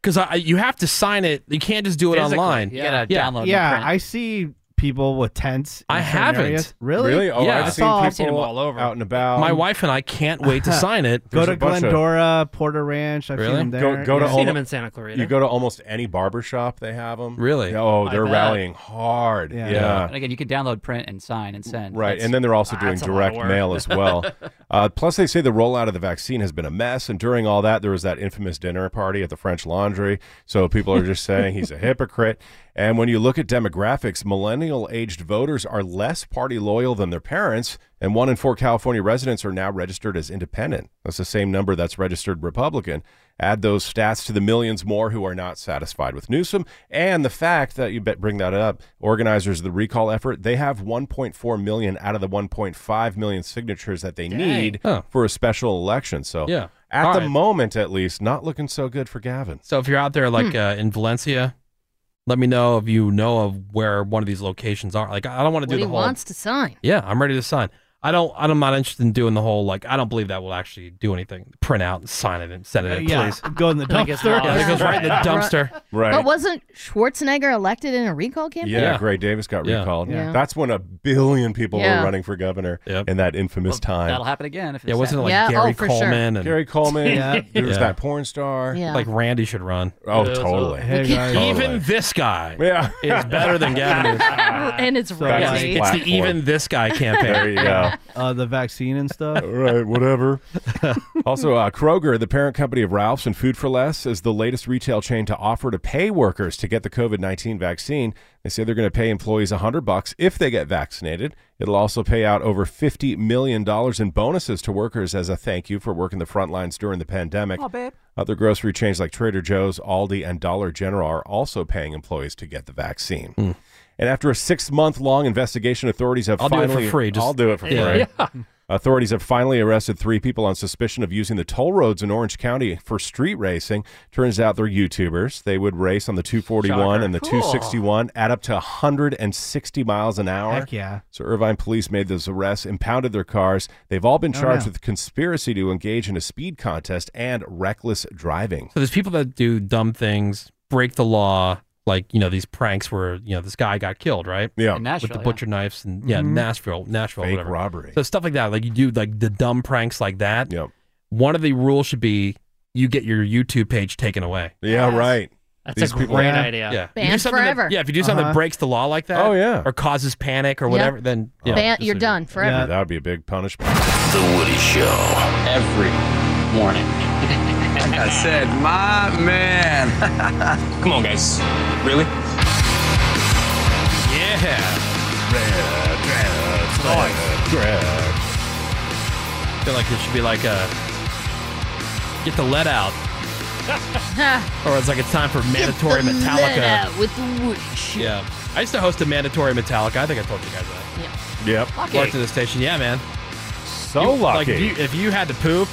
Speaker 4: Because I, I- you have to sign it. You can't just do it
Speaker 5: Physically,
Speaker 4: online.
Speaker 5: you gotta download Yeah, and print. I see people with tents.
Speaker 4: I
Speaker 5: in certain
Speaker 4: haven't.
Speaker 5: areas. Really?
Speaker 8: Really? Oh,
Speaker 4: Yeah.
Speaker 8: I've
Speaker 4: I
Speaker 8: seen
Speaker 4: saw-
Speaker 8: people
Speaker 4: I've seen 'em all
Speaker 8: over. out and about.
Speaker 4: My wife and I can't wait to sign it.
Speaker 8: There's
Speaker 5: Go to
Speaker 8: a bunch of-
Speaker 5: Glendora, Porter Ranch. I've seen them there.
Speaker 8: Go, go to
Speaker 5: Yeah.
Speaker 8: all- You go to almost any barber shop, they have them.
Speaker 4: Really?
Speaker 8: Oh,
Speaker 9: I
Speaker 8: they're
Speaker 9: bet.
Speaker 8: rallying hard. Yeah.
Speaker 9: And again, you can download, print, and sign and send.
Speaker 8: Right,
Speaker 9: That's-
Speaker 8: and then they're also doing
Speaker 9: that's a lot of
Speaker 8: direct
Speaker 9: work.
Speaker 8: mail as well. uh, plus, they say the rollout of the vaccine has been a mess, and during all that, there was that infamous dinner party at the French Laundry. So people are just saying he's a hypocrite. And when you look at demographics, millennials millennial aged voters are less party loyal than their parents, and one in four California residents are now registered as independent. That's the same number that's registered Republican. Add those stats to the millions more who are not satisfied with Newsom, and the fact that you bet bring that up, organizers of the recall effort, they have 1.4 million out of the 1.5 million signatures that they
Speaker 4: Dang.
Speaker 8: need
Speaker 4: Huh.
Speaker 8: for a special election. So
Speaker 4: Yeah.
Speaker 8: at
Speaker 4: All
Speaker 8: the
Speaker 4: right.
Speaker 8: moment, at least, not looking so good for Gavin.
Speaker 4: So if you're out there, like
Speaker 8: Hmm.
Speaker 4: uh, in Valencia, let me know if you know of where one of these locations are. Like, I don't want to
Speaker 6: What
Speaker 4: do
Speaker 6: he
Speaker 4: the whole.
Speaker 6: wants to sign.
Speaker 4: yeah, I'm ready to sign. I don't. I'm not interested in doing the whole. Like, I don't believe that will actually do anything. Print out, and sign it, and send it.
Speaker 5: Uh,
Speaker 4: in,
Speaker 5: yeah,
Speaker 4: please.
Speaker 5: go in the
Speaker 4: I think it's
Speaker 5: dumpster.
Speaker 4: lost. Yeah, it goes right in the
Speaker 5: Right.
Speaker 4: dumpster.
Speaker 6: But wasn't Schwarzenegger elected in a recall campaign?
Speaker 8: Yeah, Gray Davis got
Speaker 4: Yeah.
Speaker 8: recalled.
Speaker 6: Yeah.
Speaker 8: That's when a billion people
Speaker 6: Yeah.
Speaker 8: were running for governor in that infamous time.
Speaker 9: That'll happen again. If
Speaker 4: Yeah,
Speaker 9: it's
Speaker 4: wasn't it like
Speaker 9: happening.
Speaker 4: Gary Coleman and
Speaker 8: Gary Coleman.
Speaker 4: Yeah.
Speaker 8: There was
Speaker 4: Yeah.
Speaker 8: that porn star.
Speaker 9: Yeah.
Speaker 4: Like Randy should run.
Speaker 8: Oh, Yeah, totally. so- Hey, guys. Totally.
Speaker 4: Even this guy
Speaker 8: yeah.
Speaker 4: is better than Gavin is.
Speaker 6: and it's
Speaker 4: Yeah,
Speaker 6: right.
Speaker 4: it's the even this guy campaign.
Speaker 8: There you go.
Speaker 5: Uh, the vaccine and stuff.
Speaker 8: right, whatever. also, uh, Kroger, the parent company of Ralph's and Food for Less, is the latest retail chain to offer to pay workers to get the COVID nineteen vaccine. They say they're going to pay employees hundred bucks if they get vaccinated. It'll also pay out over fifty million dollars in bonuses to workers as a thank you for working the front lines during the pandemic.
Speaker 9: Aw, babe.
Speaker 8: Other grocery chains like Trader Joe's, Aldi, and Dollar General are also paying employees to get the vaccine. And after a six-month-long investigation, authorities have
Speaker 4: Hmm. I'll do it for
Speaker 8: finally
Speaker 4: free, just-
Speaker 8: I'll do it for
Speaker 4: Yeah.
Speaker 8: free. Authorities have finally arrested three people on suspicion of using the toll roads in Orange County for street racing. Turns out they're YouTubers. They would race on the 241
Speaker 5: Shocker.
Speaker 8: and the
Speaker 5: Cool.
Speaker 8: 261 at up to 160 miles an hour.
Speaker 5: Heck yeah.
Speaker 8: So Irvine police made those arrests, impounded their cars. They've all been
Speaker 5: Oh,
Speaker 8: charged
Speaker 5: no.
Speaker 8: with conspiracy to engage in a speed contest and reckless driving.
Speaker 4: So there's people that do dumb things, break the law, like you know these pranks where you know this guy got killed, right?
Speaker 8: Yeah,
Speaker 9: In
Speaker 4: with
Speaker 9: Nashville,
Speaker 4: the butcher knives and yeah,
Speaker 9: Mhm.
Speaker 4: Nashville, Nashville,
Speaker 8: Fake
Speaker 4: whatever.
Speaker 8: robbery.
Speaker 4: So stuff like that, like you do like the dumb pranks like that.
Speaker 8: Yep.
Speaker 4: One of the rules should be you get your YouTube page taken away.
Speaker 8: Yeah, right.
Speaker 7: That's a great idea.
Speaker 4: Yeah,
Speaker 6: Banned
Speaker 4: You do something that-
Speaker 6: forever.
Speaker 4: yeah, if
Speaker 5: Uh,
Speaker 4: you do something
Speaker 6: Uh-huh.
Speaker 4: that breaks the law like that,
Speaker 8: Oh, yeah.
Speaker 4: or causes panic or
Speaker 6: Yeah.
Speaker 4: whatever, then yeah,
Speaker 6: Ban-
Speaker 4: just
Speaker 6: you're
Speaker 4: leave it.
Speaker 6: done forever.
Speaker 8: That would be a big punishment.
Speaker 23: The Woody Show. Every morning. like I said, my man. Come on, guys. Really?
Speaker 8: Yeah.
Speaker 4: feel like it should be like a get the lead out,
Speaker 6: Ah.
Speaker 4: or it's like it's time for mandatory
Speaker 6: The
Speaker 4: Metallica.
Speaker 6: lead out with the wood.
Speaker 4: Yeah. I used to host a mandatory Metallica. I think I told you guys that.
Speaker 8: Yep.
Speaker 6: Lucky.
Speaker 4: Worked at the station. Yeah, man.
Speaker 8: So
Speaker 4: Like,
Speaker 8: lucky.
Speaker 4: if you, if you had to poop,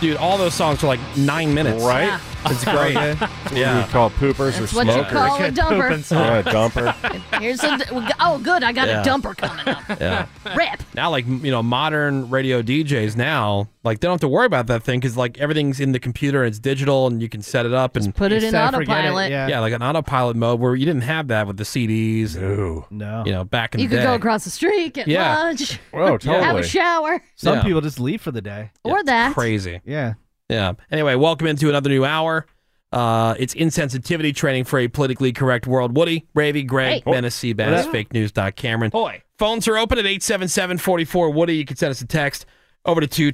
Speaker 4: dude, all those songs are like nine minutes.
Speaker 8: Right?
Speaker 4: It's great.
Speaker 8: yeah.
Speaker 4: yeah.
Speaker 8: We call poopers
Speaker 6: That's
Speaker 8: or
Speaker 6: what
Speaker 8: smokers.
Speaker 6: you call a Good dumper. pooping song.
Speaker 8: Yeah, dumper.
Speaker 6: Here's a, oh, good. I got
Speaker 4: Yeah.
Speaker 6: a dumper coming up.
Speaker 4: Yeah.
Speaker 6: Rip.
Speaker 4: Now, like, m- you know, modern radio DJs now, like, they don't have to worry about that thing because, like, everything's in the computer and it's digital and you can set it up and
Speaker 6: put it in Set it, forget it, autopilot.
Speaker 4: yeah.
Speaker 6: yeah.
Speaker 4: like an autopilot mode where you didn't have that with the CDs.
Speaker 8: No.
Speaker 5: No.
Speaker 4: You know, back in
Speaker 6: You
Speaker 4: the
Speaker 6: could
Speaker 4: day.
Speaker 6: go across the street, get
Speaker 4: Yeah.
Speaker 6: lunch,
Speaker 4: Whoa,
Speaker 6: have
Speaker 4: totally.
Speaker 6: a shower,
Speaker 5: Some
Speaker 4: Yeah.
Speaker 5: people just leave for the day.
Speaker 6: or that.
Speaker 4: Crazy.
Speaker 5: Yeah.
Speaker 4: Yeah. Anyway, welcome into another new hour. Uh, it's insensitivity training for a politically correct world. Woody, Ravy, Greg,
Speaker 7: Hey.
Speaker 4: Menace, Seabass,
Speaker 7: Yeah.
Speaker 4: fake news. Cameron.
Speaker 7: Boy.
Speaker 4: Phones are open at 877-44 Woody. You can send us a text over to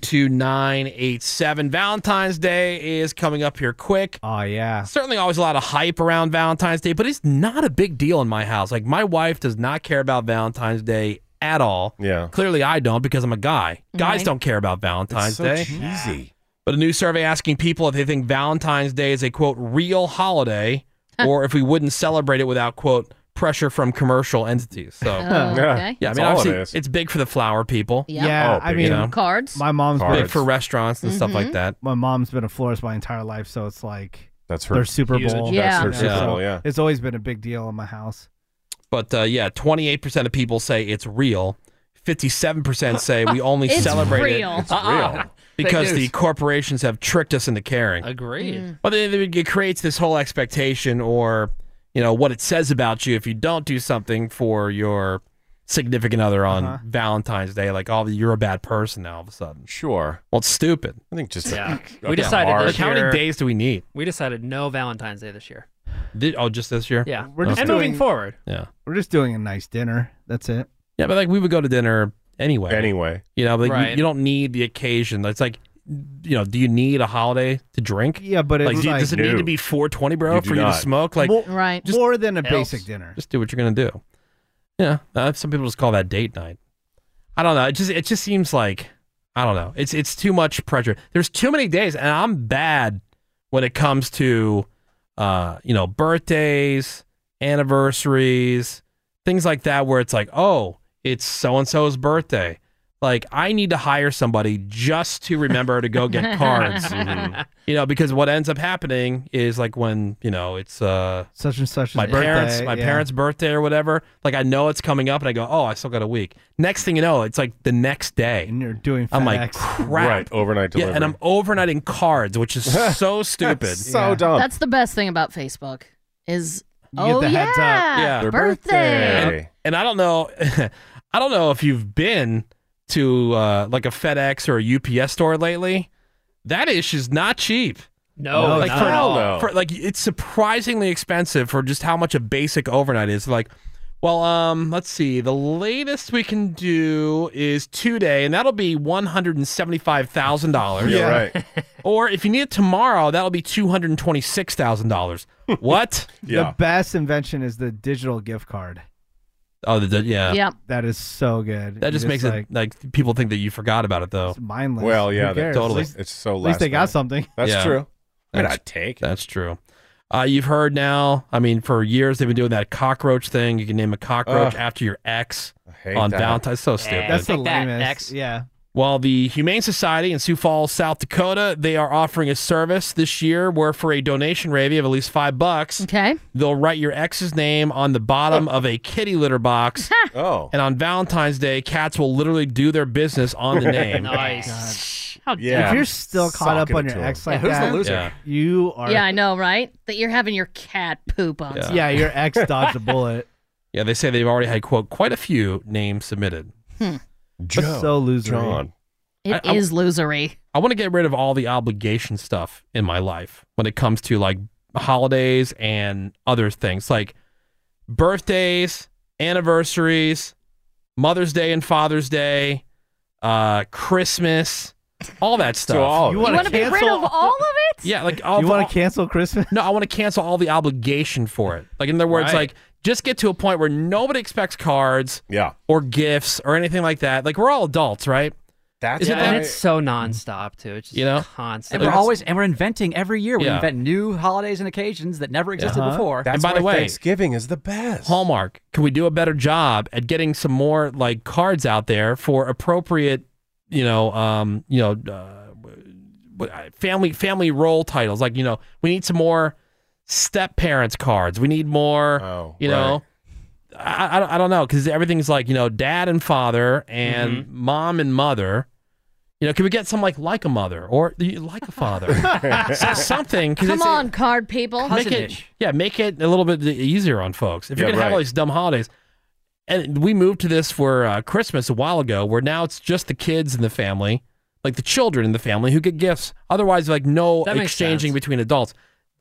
Speaker 4: 22987. Valentine's Day is coming up here quick.
Speaker 5: Oh yeah.
Speaker 4: Certainly always a lot of hype around Valentine's Day, but it's not a big deal in my house. Like my wife does not care about Valentine's Day at all.
Speaker 8: Yeah.
Speaker 4: Clearly I don't because I'm a guy. Guys
Speaker 8: Right.
Speaker 4: don't care about
Speaker 8: It's
Speaker 4: Valentine's
Speaker 8: so
Speaker 4: Day.
Speaker 8: cheesy.
Speaker 4: But a new survey asking people if they think Valentine's Day is a quote real holiday or if we wouldn't celebrate it without quote pressure from commercial entities. So
Speaker 6: Oh, okay.
Speaker 4: yeah, I
Speaker 8: That's
Speaker 4: mean
Speaker 8: all it
Speaker 4: obviously
Speaker 8: is.
Speaker 4: it's big for the flower people.
Speaker 6: Yeah.
Speaker 8: Oh,
Speaker 6: Yeah,
Speaker 5: I mean,
Speaker 6: Cards.
Speaker 5: My mom's been-
Speaker 4: big for restaurants and stuff like that.
Speaker 5: My mom's been a florist my entire life, so it's like
Speaker 8: That's her
Speaker 5: their Super
Speaker 8: huge-
Speaker 5: Bowl.
Speaker 8: that's Yeah. her
Speaker 5: So
Speaker 4: Super Bowl, yeah.
Speaker 5: It's always been a big deal in my house.
Speaker 4: But uh, yeah, 28% of people say it's real. 57% say we only
Speaker 5: It's
Speaker 4: celebrate
Speaker 5: real.
Speaker 4: it
Speaker 5: It's Uh-uh. real.
Speaker 4: because
Speaker 5: Fake
Speaker 4: the
Speaker 5: news.
Speaker 4: corporations have tricked us into caring.
Speaker 7: Agreed.
Speaker 5: Mm.
Speaker 4: Well, then it creates this whole expectation or, you know, what it says about you if you don't do something for your significant other on
Speaker 5: Uh-huh.
Speaker 4: Valentine's Day. Like, oh, you're a bad person now all of a sudden.
Speaker 8: Sure.
Speaker 4: Well, it's stupid.
Speaker 8: I think just
Speaker 7: Yeah. We decided
Speaker 4: Like,
Speaker 7: this
Speaker 4: how many
Speaker 7: year-
Speaker 4: days do we need?
Speaker 7: We decided no Valentine's Day this year.
Speaker 4: Did, oh, just this year?
Speaker 7: Yeah.
Speaker 5: We're just
Speaker 7: and moving
Speaker 5: doing-
Speaker 7: forward.
Speaker 4: Yeah.
Speaker 5: We're just doing a nice dinner. That's it.
Speaker 4: Yeah, but like we would go to dinner anyway.
Speaker 8: Anyway.
Speaker 4: You know, like you- you,
Speaker 7: Right.
Speaker 4: don't need the occasion. It's like, you know, do you need a holiday to drink?
Speaker 5: Yeah, but it's
Speaker 4: like, do you-
Speaker 5: like-
Speaker 4: does it need
Speaker 5: No.
Speaker 4: to be 420, bro,
Speaker 5: You do
Speaker 4: for you to
Speaker 5: not.
Speaker 4: smoke? Like,
Speaker 5: More-
Speaker 6: Right.
Speaker 5: more than a
Speaker 4: Else.
Speaker 5: basic dinner.
Speaker 4: just do what you're gonna do. Yeah, uh, some people just call that date night. I don't know. It just it just seems like I don't know. It's it's too much pressure. There's too many days, and I'm bad when it comes to uh, you know birthdays, anniversaries, things like that, where it's like, oh, it's so and so's birthday. Like I need to hire somebody just to remember to go get cards.
Speaker 5: Mm-hmm.
Speaker 7: Mhm.
Speaker 4: You know, because what ends up happening is like when you know it's uh
Speaker 5: Such and such.
Speaker 4: my parents my
Speaker 5: yeah.
Speaker 4: parents birthday or whatever like i know it's coming up and i go oh i still got a week next thing you know it's like the next day and
Speaker 5: you're doing
Speaker 4: i'm like
Speaker 5: FedEx.
Speaker 4: crap
Speaker 8: Right, overnight
Speaker 4: yeah, and
Speaker 8: delivery.
Speaker 4: i'm overnighting cards which is so stupid
Speaker 8: so dumb
Speaker 6: That's the best thing about Facebook is
Speaker 4: You get
Speaker 6: oh
Speaker 4: the
Speaker 6: yeah,
Speaker 4: heads up. Yeah. Their
Speaker 6: birthday.
Speaker 4: and, and i don't know i don't know if you've been to uh, like a fedex or a ups store lately that ish is not cheap
Speaker 7: No, No,
Speaker 4: like
Speaker 7: not
Speaker 4: for,
Speaker 7: at all.
Speaker 4: for- like it's surprisingly expensive for just how much a basic overnight is. Like, well, um, let's see. The latest we can do is two day, and that'll be one hundred and seventy five thousand dollars.
Speaker 8: Yeah, right.
Speaker 4: or if you need it tomorrow, that'll be two hundred and twenty six thousand dollars. What?
Speaker 5: The best invention is the digital gift card.
Speaker 4: Oh, the, the- yeah.
Speaker 5: That is so good.
Speaker 4: That just
Speaker 5: You're
Speaker 4: makes it like people think that you forgot about it though. It's
Speaker 5: mindless. Well, yeah, Who that- cares?
Speaker 4: totally.
Speaker 5: At least- It's so at least they last got minute. something. That's true.
Speaker 8: Why not take
Speaker 4: That's true. Uh, you've heard now. I mean, for years they've been doing that cockroach thing. You can name a cockroach
Speaker 5: Ugh.
Speaker 4: after your ex
Speaker 5: hate
Speaker 4: on
Speaker 5: that.
Speaker 4: Valentine's. So stupid.
Speaker 5: That's the lamest. Yeah.
Speaker 4: While the Humane Society in Sioux Falls, South Dakota, they are offering a service this year where for a donation ravy of at least five bucks,
Speaker 6: okay, Oh.
Speaker 4: they'll write your ex's name on the bottom of a kitty litter box.
Speaker 8: oh,
Speaker 4: and on Valentine's Day, cats will literally do their business on the name.
Speaker 7: Nice.
Speaker 6: How
Speaker 4: Yeah.
Speaker 5: If you're still caught up
Speaker 4: Sock it
Speaker 5: on
Speaker 4: to
Speaker 5: your
Speaker 4: him.
Speaker 5: ex
Speaker 4: Yeah,
Speaker 5: like
Speaker 4: who's the
Speaker 5: that,
Speaker 4: loser? Yeah.
Speaker 5: you are.
Speaker 6: yeah, I know, right? That you're having your cat poop on.
Speaker 4: Yeah.
Speaker 6: something.
Speaker 5: Yeah, your ex dodged a bullet.
Speaker 4: Yeah, they say they've already had quote quite a few names submitted.
Speaker 6: Hmm.
Speaker 5: Joe, So losery. John.
Speaker 6: It
Speaker 4: I- I-
Speaker 6: is losery.
Speaker 4: I want to get rid of all the obligation stuff in my life when it comes to like holidays and other things like birthdays, anniversaries, Mother's Day and Father's Day, uh, Christmas, all that stuff.
Speaker 5: all of You it. wanna
Speaker 6: You want to be rid of all of it?
Speaker 4: Yeah, like all
Speaker 5: you want to cancel Christmas?
Speaker 4: No, I want to cancel all the obligation for it. Like in other words,
Speaker 5: Right.
Speaker 4: like just get to a point where nobody expects cards,
Speaker 8: yeah,
Speaker 4: or gifts or anything like that. Like we're all adults, right?
Speaker 8: That's
Speaker 7: Yeah, and it's so nonstop too. It's just
Speaker 4: Mm-hmm. You know?
Speaker 7: constant.
Speaker 9: And we're always and we're inventing every year. We
Speaker 4: Yeah.
Speaker 9: invent new holidays and occasions that never existed
Speaker 4: Uh-huh.
Speaker 8: Uh-huh.
Speaker 9: before.
Speaker 4: and by the way,
Speaker 8: is the best.
Speaker 4: Hallmark, can we do a better job at getting some more like cards out there for appropriate, you know, um, you know, uh, what- uh, family family role titles? Like you know, we need some more step parents cards. We need more,
Speaker 8: Oh,
Speaker 4: you know. I, I don't- I don't know because everything's like you know dad and father and
Speaker 8: Mm-hmm.
Speaker 4: mom and mother. You know, can we get some like like a mother or you- like a father, So- something? 'cause
Speaker 6: Come
Speaker 4: it's-
Speaker 6: on, card people.
Speaker 4: make it, yeah, make it a little bit easier on folks. If you're
Speaker 8: Yeah,
Speaker 4: gonna have
Speaker 8: right.
Speaker 4: all these dumb holidays, and we moved to this for uh, Christmas a while ago, where now it's just the kids in the family, like the children in the family, who get gifts. Otherwise, like no
Speaker 7: That makes
Speaker 4: exchanging between adults.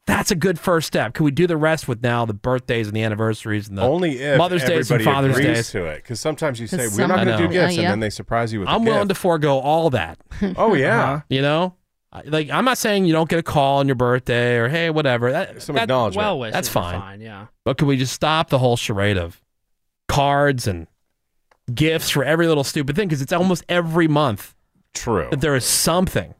Speaker 4: That's a good first step. Can we do the rest with now the birthdays and the anniversaries and the
Speaker 8: Only if
Speaker 4: Mother's Days and
Speaker 8: everybody
Speaker 4: Father's
Speaker 8: agrees
Speaker 4: Days?
Speaker 8: to it, because sometimes you
Speaker 4: 'Cause
Speaker 8: say we're not
Speaker 4: some-
Speaker 8: going to
Speaker 4: I
Speaker 8: do
Speaker 4: know.
Speaker 8: gifts,
Speaker 4: Yeah, yeah.
Speaker 8: and then they surprise you with.
Speaker 4: I'm
Speaker 8: a gift.
Speaker 4: willing to forego all that.
Speaker 8: Oh, yeah. Uh-huh.
Speaker 4: you know, I- like I'm not saying you don't get a call on your birthday or hey whatever. That,
Speaker 8: Some
Speaker 4: that,
Speaker 8: acknowledgement.
Speaker 4: Well, that's fine.
Speaker 7: Yeah.
Speaker 4: But can we just stop the whole charade of cards and gifts for every little stupid thing? Because it's almost every month.
Speaker 8: True.
Speaker 4: That there is something.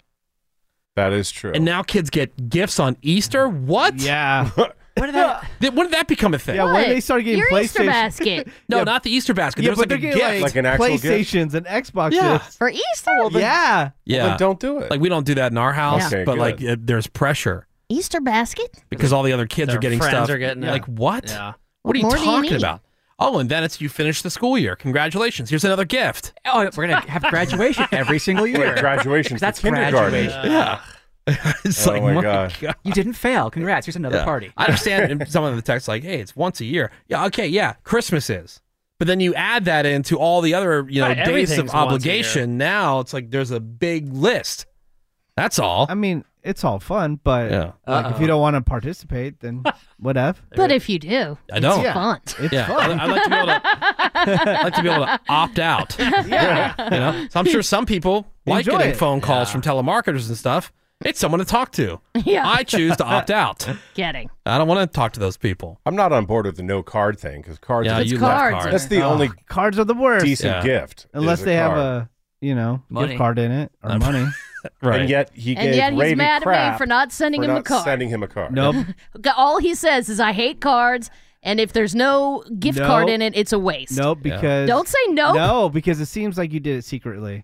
Speaker 8: That is true.
Speaker 4: And now kids get gifts on Easter. What?
Speaker 5: Yeah.
Speaker 4: when did that? when did that become a thing?
Speaker 5: Yeah, when they started getting
Speaker 6: Your Easter
Speaker 5: PlayStation-
Speaker 6: basket.
Speaker 4: No,
Speaker 5: Yeah.
Speaker 4: not the Easter basket.
Speaker 5: yeah,
Speaker 4: There's
Speaker 5: but
Speaker 4: like
Speaker 5: they're
Speaker 4: a
Speaker 5: getting
Speaker 4: gift,
Speaker 5: like, PlayStations and Xboxes.
Speaker 4: Yeah.
Speaker 6: For Easter?
Speaker 5: yeah.
Speaker 4: Yeah,
Speaker 8: don't do it.
Speaker 4: Like we don't do that in our house,
Speaker 8: Okay,
Speaker 4: but
Speaker 8: good.
Speaker 4: like uh, there's pressure
Speaker 6: Easter basket?
Speaker 4: because all the other kids
Speaker 7: Their
Speaker 4: are getting
Speaker 7: friends
Speaker 4: stuff.
Speaker 7: are getting it.
Speaker 4: like what?
Speaker 7: Yeah.
Speaker 4: What are you
Speaker 6: What more do you
Speaker 4: talking
Speaker 6: need?
Speaker 4: about? Oh, and then it's you finish the school year. Congratulations. Here's another gift.
Speaker 9: Oh, we're gonna have graduation every single
Speaker 4: Wait,
Speaker 9: year.
Speaker 4: graduation
Speaker 9: 'Cause
Speaker 4: for
Speaker 9: that's
Speaker 4: kindergarten.
Speaker 9: graduation.
Speaker 4: Yeah. It's
Speaker 9: Oh
Speaker 4: like,
Speaker 9: my
Speaker 4: my
Speaker 9: God.
Speaker 4: God.
Speaker 9: You didn't fail. Congrats. Here's another
Speaker 4: Yeah.
Speaker 9: party.
Speaker 4: I understand in some of the text like, hey, it's once a year. Yeah, okay, yeah, Christmas is. But then you add that into all the other, you know,
Speaker 5: Right,
Speaker 4: days of
Speaker 5: everything's once a year.
Speaker 4: obligation. Now it's like there's a big list. That's all.
Speaker 5: I mean, it's all fun, but like, if
Speaker 4: Uh-oh.
Speaker 5: you don't want to participate, then whatever.
Speaker 6: But if you do,
Speaker 4: I don't.
Speaker 6: it's fun.
Speaker 5: It's
Speaker 4: yeah.
Speaker 5: fun.
Speaker 4: I, I like to be able to I like to be able to opt out.
Speaker 6: Yeah.
Speaker 4: You know? So I'm sure some people like
Speaker 5: Enjoy
Speaker 4: getting
Speaker 5: it.
Speaker 4: phone calls from telemarketers and stuff. It's someone to talk to.
Speaker 6: Yeah.
Speaker 4: I choose to opt out.
Speaker 6: Getting.
Speaker 4: I don't want to talk to those people.
Speaker 8: I'm not on board with the no card thing because cards.
Speaker 4: Yeah,
Speaker 8: are
Speaker 4: you love Cards cards. are-
Speaker 8: That's the
Speaker 4: Ugh.
Speaker 8: only
Speaker 5: cards are the worst.
Speaker 8: decent
Speaker 5: Yeah.
Speaker 8: gift.
Speaker 5: Unless
Speaker 8: is
Speaker 5: they have
Speaker 8: card.
Speaker 5: a you know
Speaker 8: Money.
Speaker 5: gift card in it or
Speaker 8: Um,
Speaker 5: money.
Speaker 8: And yet he
Speaker 6: and
Speaker 8: gave
Speaker 6: yet he's
Speaker 8: Raven
Speaker 6: mad at me
Speaker 8: crap
Speaker 6: for not sending
Speaker 8: for
Speaker 6: him a
Speaker 8: not
Speaker 6: card.
Speaker 8: Sending him a card.
Speaker 5: Nope.
Speaker 6: All he says is, "I hate cards," and if there's no gift card
Speaker 5: Nope.
Speaker 6: in it, it's a waste.
Speaker 5: Nope, because
Speaker 6: don't say nope.
Speaker 5: No, because it seems like you did it secretly.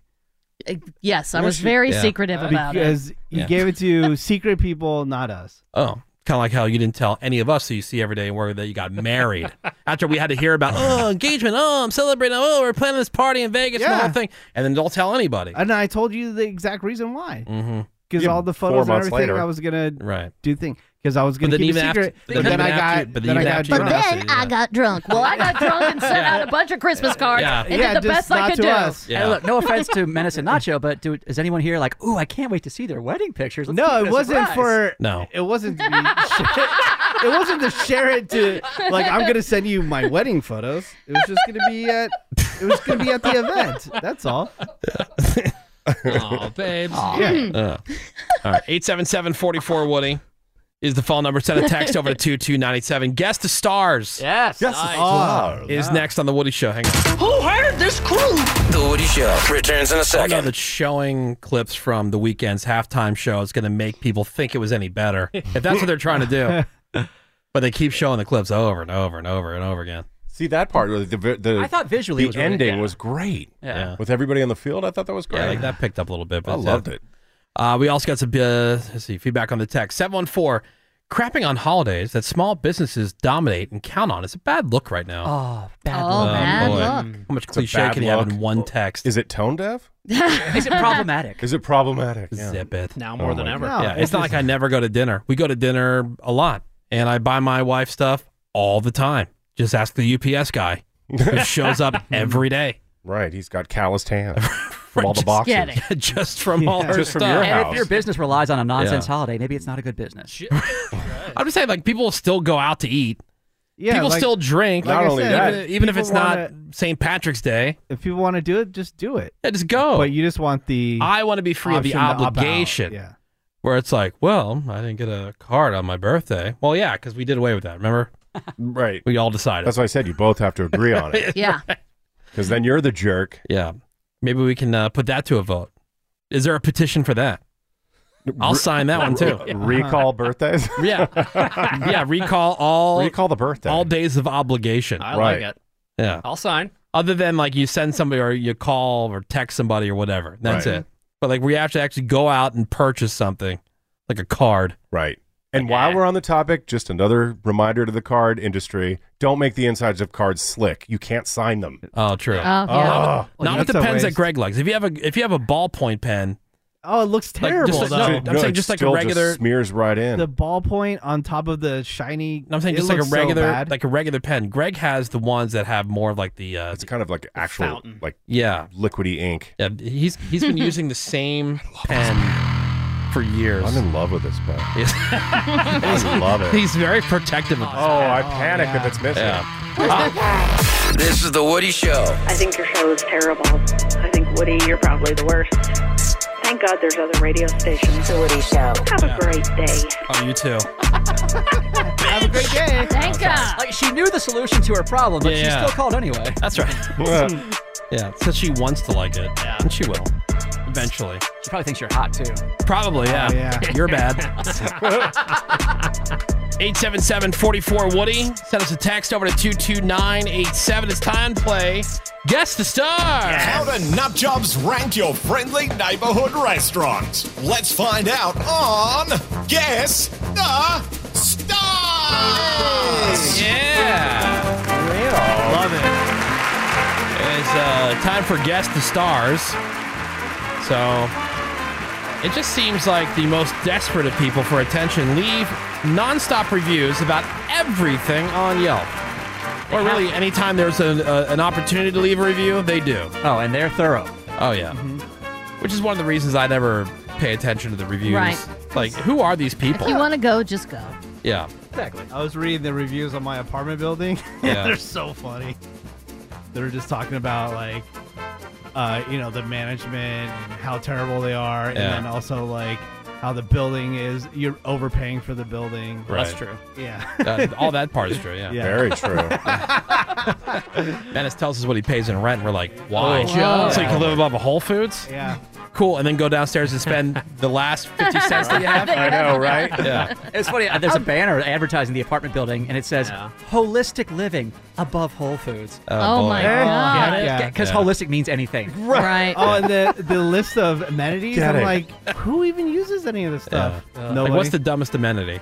Speaker 6: Uh, Yes, I was very secretive about
Speaker 5: because
Speaker 6: it.
Speaker 5: you
Speaker 4: Yeah.
Speaker 5: gave it to secret people, not us.
Speaker 4: Oh, kind of like how you didn't tell any of us who you see every day and worry that you got married after we had to hear about oh engagement, oh I'm celebrating, oh we're planning this party in Vegas and the
Speaker 5: Yeah.
Speaker 4: whole thing, and then don't tell anybody.
Speaker 5: And I told you the exact reason why.
Speaker 4: Mm-hmm.
Speaker 5: Because all the photos and everything, I was gonna
Speaker 4: Right.
Speaker 5: do thing. Because I was gonna
Speaker 4: then
Speaker 5: keep
Speaker 4: even
Speaker 5: a
Speaker 4: after-
Speaker 5: secret,
Speaker 4: but
Speaker 5: but
Speaker 4: then
Speaker 5: then I
Speaker 4: even after-
Speaker 5: got,
Speaker 4: but
Speaker 5: then I
Speaker 4: even
Speaker 5: got
Speaker 4: after you
Speaker 5: drunk.
Speaker 4: got
Speaker 6: Then I got drunk. Well, I got drunk and sent out a bunch of Christmas cards
Speaker 9: Yeah.
Speaker 6: and
Speaker 9: Yeah,
Speaker 6: did the
Speaker 9: just
Speaker 6: best I
Speaker 9: not
Speaker 6: could
Speaker 9: to
Speaker 6: do.
Speaker 9: us. Hey, look, no offense to Menace and Nacho, but dude, is anyone here like, ooh, I can't wait to see their wedding pictures? Let's keep
Speaker 5: No,
Speaker 9: it
Speaker 5: it
Speaker 9: a
Speaker 5: wasn't
Speaker 9: surprise."
Speaker 5: for.
Speaker 4: No.
Speaker 5: it wasn't. To be, it wasn't to share it to. Like I'm gonna send you my wedding photos. It was just gonna be at. It was gonna be at the event. That's all.
Speaker 4: Oh, babes. Uh,
Speaker 5: Yeah.
Speaker 4: all right. 877 44 Woody is the phone number. Send a text over to 2297. Guess the stars.
Speaker 7: Yes.
Speaker 4: Guess
Speaker 7: nice.
Speaker 4: Is next on The Woody Show. Hang on.
Speaker 7: Who hired this crew?
Speaker 13: The Woody Show returns in a
Speaker 4: I know
Speaker 13: second.
Speaker 4: that showing clips from the weekend's halftime show is going to make people think it was any better. If that's what they're trying to do. But they keep showing the clips over and over and over and over again.
Speaker 8: See that part? really, The, vi- the,
Speaker 4: I thought visually
Speaker 8: the
Speaker 4: it was really-
Speaker 8: ending
Speaker 4: yeah.
Speaker 8: was great.
Speaker 4: Yeah.
Speaker 8: With everybody on the field, I thought that was great.
Speaker 4: Yeah, like that picked up a little bit. But
Speaker 8: I loved
Speaker 4: it. Uh, we also got some uh, let's see feedback on the text. Seven one four, crapping on holidays that small businesses dominate and count on is a bad look right now.
Speaker 9: Oh,
Speaker 6: bad Oh, luck. bad
Speaker 4: boy.
Speaker 6: luck.
Speaker 4: How much
Speaker 8: It's a
Speaker 4: cliche
Speaker 8: bad
Speaker 4: can you have
Speaker 8: look.
Speaker 4: in one text?
Speaker 8: Is it tone deaf?
Speaker 9: Is it problematic?
Speaker 8: Is it problematic? Yeah.
Speaker 4: Zip it.
Speaker 7: Now more than ever.
Speaker 4: yeah, it's not like I never go to dinner. We go to dinner a lot, and I buy my wife stuff all the time. Just ask the UPS guy who shows up every day.
Speaker 8: Right, he's got calloused hands from all the boxes.
Speaker 4: just from all her
Speaker 9: Just
Speaker 4: stuff.
Speaker 9: from your And if your business relies on a nonsense
Speaker 4: Yeah.
Speaker 9: holiday, maybe it's not a good business.
Speaker 4: I'm just saying, like people still go out to eat.
Speaker 5: Yeah,
Speaker 4: people
Speaker 5: like-
Speaker 4: still drink.
Speaker 5: like I
Speaker 4: even,
Speaker 5: said,
Speaker 4: even- even if
Speaker 5: people
Speaker 4: it's not
Speaker 5: wanna-
Speaker 4: St. Patrick's Day.
Speaker 5: If people want to do it, just do it.
Speaker 4: Yeah, just go.
Speaker 5: But you just want the.
Speaker 4: I want to be free of the
Speaker 5: option to opt out.
Speaker 4: obligation.
Speaker 5: Yeah.
Speaker 4: Where it's like, well, I didn't get a card on my birthday. Well, yeah, because we did away with that. Remember?
Speaker 8: right.
Speaker 4: We all decided.
Speaker 8: That's why I said you both have to agree
Speaker 4: Oh,
Speaker 8: on it.
Speaker 6: Yeah.
Speaker 8: Because then you're the jerk.
Speaker 4: Yeah. Maybe we can uh, put that to a vote. Is there a petition for that? I'll
Speaker 8: Re-
Speaker 4: sign that one too.
Speaker 8: Recall birthdays?
Speaker 4: Yeah. yeah. Recall all.
Speaker 8: Recall the birthday.
Speaker 4: All days of obligation.
Speaker 7: I like it.
Speaker 4: Yeah.
Speaker 7: I'll sign.
Speaker 4: Other than like you send somebody or you call or text somebody or whatever. That's
Speaker 8: Right.
Speaker 4: it. But like we have to actually go out and purchase something, like a card.
Speaker 8: Right. And while we're on the topic, just another reminder to the card industry: don't make the insides of cards slick. You can't sign them.
Speaker 4: Oh, true.
Speaker 8: Ah.
Speaker 4: Not with- not with the pens that Greg likes. If you have a if you have a ballpoint pen,
Speaker 5: Oh, it looks
Speaker 4: like,
Speaker 5: terrible.
Speaker 4: just like,
Speaker 5: though.
Speaker 4: no, I'm saying just like a regular.
Speaker 8: smears right in.
Speaker 5: The ballpoint on top of the shiny.
Speaker 4: I'm saying
Speaker 5: it
Speaker 4: just like a
Speaker 5: looks so
Speaker 4: regular,
Speaker 5: bad.
Speaker 4: like a regular pen. Greg has the ones that have more of like the. Uh, it's
Speaker 8: kind of like actual like
Speaker 4: yeah
Speaker 8: liquidy ink.
Speaker 4: Yeah, he's he's been using the same pen for years.
Speaker 8: I'm in love with this pen.
Speaker 4: I
Speaker 8: love it.
Speaker 4: He's very protective of. Oh,
Speaker 8: I panic if it's missing.
Speaker 13: This is The Woody Show.
Speaker 11: I think your show is terrible. I think Woody, you're probably the worst. Thank God there's other radio stations. The Woody Show. Have a great day.
Speaker 4: Oh, you too.
Speaker 9: Have a great day.
Speaker 6: Thank God.
Speaker 9: Like, she knew the solution to her problem, but she
Speaker 4: Yeah.
Speaker 9: still called anyway.
Speaker 4: That's right. yeah, so she wants to like it, yeah. and she will eventually.
Speaker 9: She probably thinks you're hot too.
Speaker 4: Probably, yeah.
Speaker 9: Oh, yeah.
Speaker 4: You're bad. 877-44-WOODY. Send us a text over to 22987. It's time to play Guess the Star.
Speaker 14: How the Nutjobs rank your friendly neighborhood restaurants. Let's find out on Guess the Stars!
Speaker 4: Yeah. Love it. It's uh, time for Guess the Stars. So it just seems like the most desperate of people for attention leave nonstop reviews about everything on Yelp. Or really, anytime there's an, uh, an opportunity to leave a review, they do.
Speaker 9: Oh, and they're thorough. Mm-hmm.
Speaker 4: Oh, yeah. Which is one of the reasons I never pay attention to the reviews.
Speaker 6: Right.
Speaker 4: Like, who are these people?
Speaker 6: If you want to go, just go.
Speaker 4: yeah.
Speaker 5: Exactly. I was reading the reviews on my apartment building.
Speaker 4: Yeah.
Speaker 5: They're so funny. They were just talking about like uh, you know, the management and how terrible they are and
Speaker 4: Yeah.
Speaker 5: then also like how the building is. You're overpaying for the building.
Speaker 4: That's Right. true.
Speaker 5: Yeah.
Speaker 4: That- all that part is true. Yeah,
Speaker 5: Yeah.
Speaker 8: Very true.
Speaker 4: Menace tells us what he pays in rent. and We're like, why?
Speaker 8: Oh, Joe.
Speaker 4: So you can live above a Whole Foods?
Speaker 5: Yeah.
Speaker 4: Cool. And then go downstairs and spend the last fifty cents that you have. Yeah.
Speaker 9: It's funny. uh, There's a banner advertising the apartment building, and it says "Holistic Living Above Whole Foods."
Speaker 5: Oh, Oh, my boy. God. Yeah.
Speaker 9: Because
Speaker 5: Yeah.
Speaker 9: holistic means anything.
Speaker 5: Oh, and the, the list of amenities.
Speaker 9: Get
Speaker 5: I'm
Speaker 9: it.
Speaker 5: like, who even uses any of this stuff? Uh,
Speaker 4: Yeah.
Speaker 5: Nobody.
Speaker 4: Like, what's the dumbest amenity?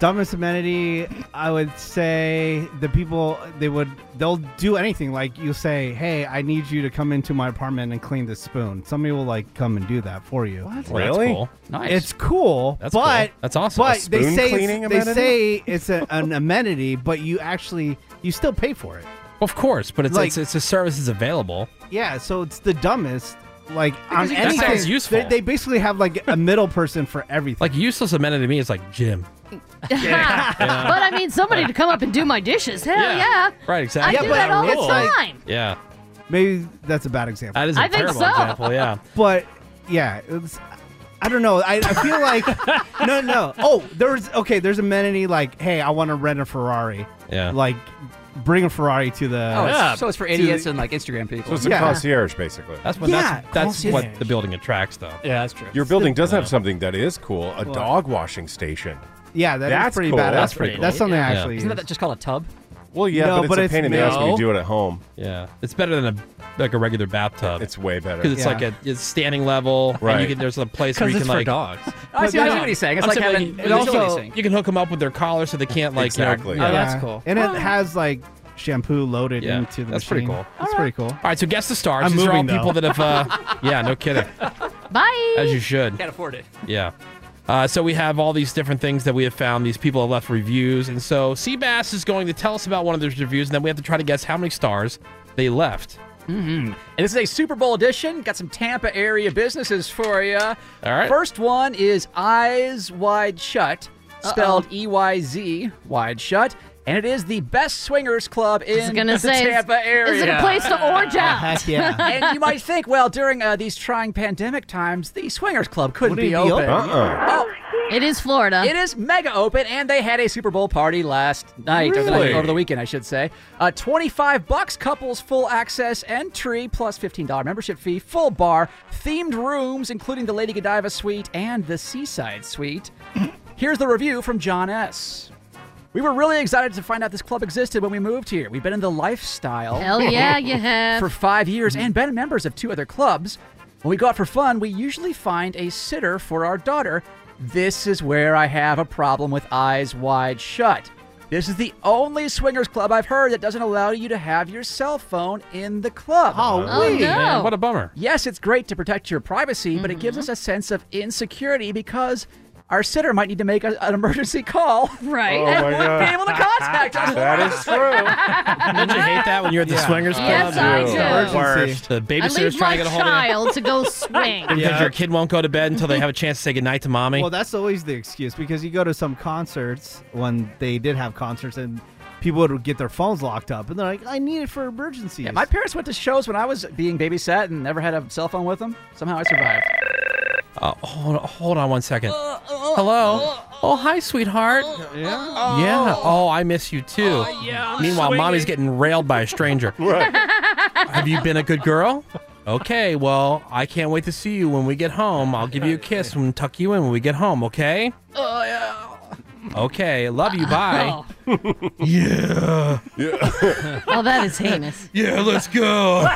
Speaker 5: dumbest amenity i would say the people they would they'll do anything like you say hey i need you to come into my apartment and clean this spoon somebody will like come and do that for you
Speaker 4: Well, that's Really? cool. Nice.
Speaker 5: it's cool
Speaker 4: That's
Speaker 5: but
Speaker 4: cool. That's awesome.
Speaker 5: but
Speaker 4: A
Speaker 5: they
Speaker 4: spoon
Speaker 5: say
Speaker 4: cleaning
Speaker 5: it's, they
Speaker 4: amenity?
Speaker 5: say it's a, an amenity but you actually you still pay for it
Speaker 4: Of course, but it's
Speaker 5: Like-
Speaker 4: it's, it's a service that's available.
Speaker 5: yeah so it's the dumbest like on
Speaker 4: Because it just
Speaker 5: anything
Speaker 4: sounds useful.
Speaker 5: They, they basically have like a middle person for everything
Speaker 4: Like useless amenity to me is like gym. Yeah.
Speaker 6: But I mean, somebody to come up and do my dishes. Hell yeah.
Speaker 4: Right, exactly.
Speaker 6: I do that all the time.
Speaker 4: yeah.
Speaker 5: Maybe that's a bad example.
Speaker 4: That is a
Speaker 6: I think
Speaker 4: terrible
Speaker 6: so.
Speaker 4: example, yeah.
Speaker 5: But yeah, it's I don't know. I, I feel like no, no. Oh, there's okay. There's amenity like, hey, I want to rent a Ferrari.
Speaker 4: Yeah.
Speaker 5: Like, bring a Ferrari to the.
Speaker 9: Oh, it's- so it's for
Speaker 5: to
Speaker 9: idiots
Speaker 5: the-
Speaker 9: and like Instagram people.
Speaker 8: So it's a concierge, basically.
Speaker 4: That's
Speaker 5: what- that's-
Speaker 4: Yeah, that's what concierge. the building attracts, though. Yeah, that's true.
Speaker 8: Your building does have something that is cool a dog washing station.
Speaker 5: Yeah, that is
Speaker 8: that's
Speaker 5: pretty
Speaker 8: cool.
Speaker 5: badass. That's pretty That's cool. something I actually
Speaker 9: Isn't
Speaker 5: use.
Speaker 9: that just called a tub?
Speaker 8: Well, yeah,
Speaker 4: No,
Speaker 8: but it's
Speaker 4: but
Speaker 8: a
Speaker 4: it's-
Speaker 8: pain in the ass when you
Speaker 4: no.
Speaker 8: do it at home.
Speaker 4: Oh. Yeah, it's better than a like a regular bathtub. It's
Speaker 8: way better
Speaker 4: because it's
Speaker 8: Yeah.
Speaker 4: like a it's standing level, and you
Speaker 8: Right.
Speaker 4: can, there's a place where
Speaker 8: 'Cause
Speaker 4: you can
Speaker 8: it's for
Speaker 4: like
Speaker 8: dogs.
Speaker 9: I see- I
Speaker 4: no,
Speaker 9: see what he's saying. It's
Speaker 4: I'm
Speaker 9: like
Speaker 4: saying,
Speaker 9: having
Speaker 4: you
Speaker 9: a utility
Speaker 4: also-
Speaker 9: sink.
Speaker 4: you can hook them up with their collar so they can't like you know- oh,
Speaker 8: Exactly.
Speaker 4: yeah.
Speaker 5: Yeah. And it has like shampoo loaded
Speaker 4: Yeah,
Speaker 5: into the
Speaker 4: that's pretty
Speaker 5: machine.
Speaker 4: cool.
Speaker 5: That's pretty cool.
Speaker 4: All right, so guess the stars.
Speaker 5: I'm
Speaker 4: These are all
Speaker 5: moving,
Speaker 4: people
Speaker 5: though.
Speaker 4: that have. Uh, yeah, no kidding.
Speaker 6: Bye.
Speaker 4: As you should.
Speaker 9: Can't afford it.
Speaker 4: Yeah. Uh, so we have all these different things that we have found. These people have left reviews, and so Seabass is going to tell us about one of those reviews, and then we have to try to guess how many stars they left.
Speaker 9: Mm-hmm. And this is a Super Bowl edition. Got some Tampa area businesses for you. All
Speaker 4: right.
Speaker 9: First one is Eyes Wide Shut, spelled E Y Z, wide shut. And it is the best swingers club in
Speaker 6: was gonna
Speaker 9: the
Speaker 6: say, is-
Speaker 9: Tampa area.
Speaker 6: is it a place to orge out? Heck yeah.
Speaker 9: and you might think, well, during uh, these trying pandemic times, the swingers club couldn't
Speaker 6: Wouldn't
Speaker 9: be,
Speaker 6: it be
Speaker 9: open.
Speaker 6: open?
Speaker 8: Uh-uh.
Speaker 9: Oh.
Speaker 6: It is Florida.
Speaker 9: It is mega open, and they had a Super Bowl party last night over the-
Speaker 6: Really?
Speaker 9: over the weekend, I should say. Uh, Twenty-five bucks, couples full access entry plus fifteen dollar membership fee, full bar, themed rooms including the Lady Godiva suite and the Seaside suite. Here's the review from John S. We were really excited to find out this club existed when we moved here. We've been in the lifestyle.
Speaker 6: Hell yeah, you have. Mm-hmm.
Speaker 9: For five years and been members of two other clubs. When we go out for fun, we usually find a sitter for our daughter. This is where I have a problem with eyes wide shut. This is the only swingers club I've heard that doesn't allow you to have your cell phone in the club.
Speaker 4: Oh, wait. man, what a bummer.
Speaker 9: Yes, it's great to protect your privacy, but
Speaker 6: Mm-hmm.
Speaker 9: it gives us a sense of insecurity because our sitter might need to make a- an emergency call.
Speaker 6: Right.
Speaker 4: Oh,
Speaker 9: and
Speaker 4: my
Speaker 9: won't
Speaker 4: God.
Speaker 9: be able to contact us.
Speaker 4: That is
Speaker 9: true.
Speaker 4: Don't you hate that when you're at the
Speaker 9: Yeah.
Speaker 4: swingers club?
Speaker 9: Yes, I
Speaker 4: It's
Speaker 9: do.
Speaker 4: the
Speaker 9: Emergency.
Speaker 4: worst. The
Speaker 6: I
Speaker 4: babysitter's
Speaker 6: leave
Speaker 4: trying
Speaker 6: my
Speaker 4: to get a hold of you.
Speaker 6: child to go swing.
Speaker 4: Because your kid won't go to bed until they have a chance to say goodnight to mommy.
Speaker 5: Well, that's always the excuse because you go to some concerts when they did have concerts and people would get their phones locked up and they're like, I need it for emergencies.
Speaker 9: Yeah, my parents went to shows when I was being babysat and never had a cell phone with them. Somehow I survived.
Speaker 4: Uh, hold, on, hold on one second. Hello. Oh, hi, sweetheart. Yeah. Yeah. Oh, I miss you too.
Speaker 2: yeah, I'm
Speaker 4: Meanwhile, mommy's
Speaker 2: swinging.
Speaker 4: getting railed by a stranger. Have you been a good girl? Okay, well, I can't wait to see you when we get home. I'll give you a kiss and tuck you in when we get home, okay?
Speaker 9: Oh, yeah.
Speaker 4: Okay, love you, bye. yeah. Yeah.
Speaker 6: Oh, that is heinous.
Speaker 4: yeah, let's go.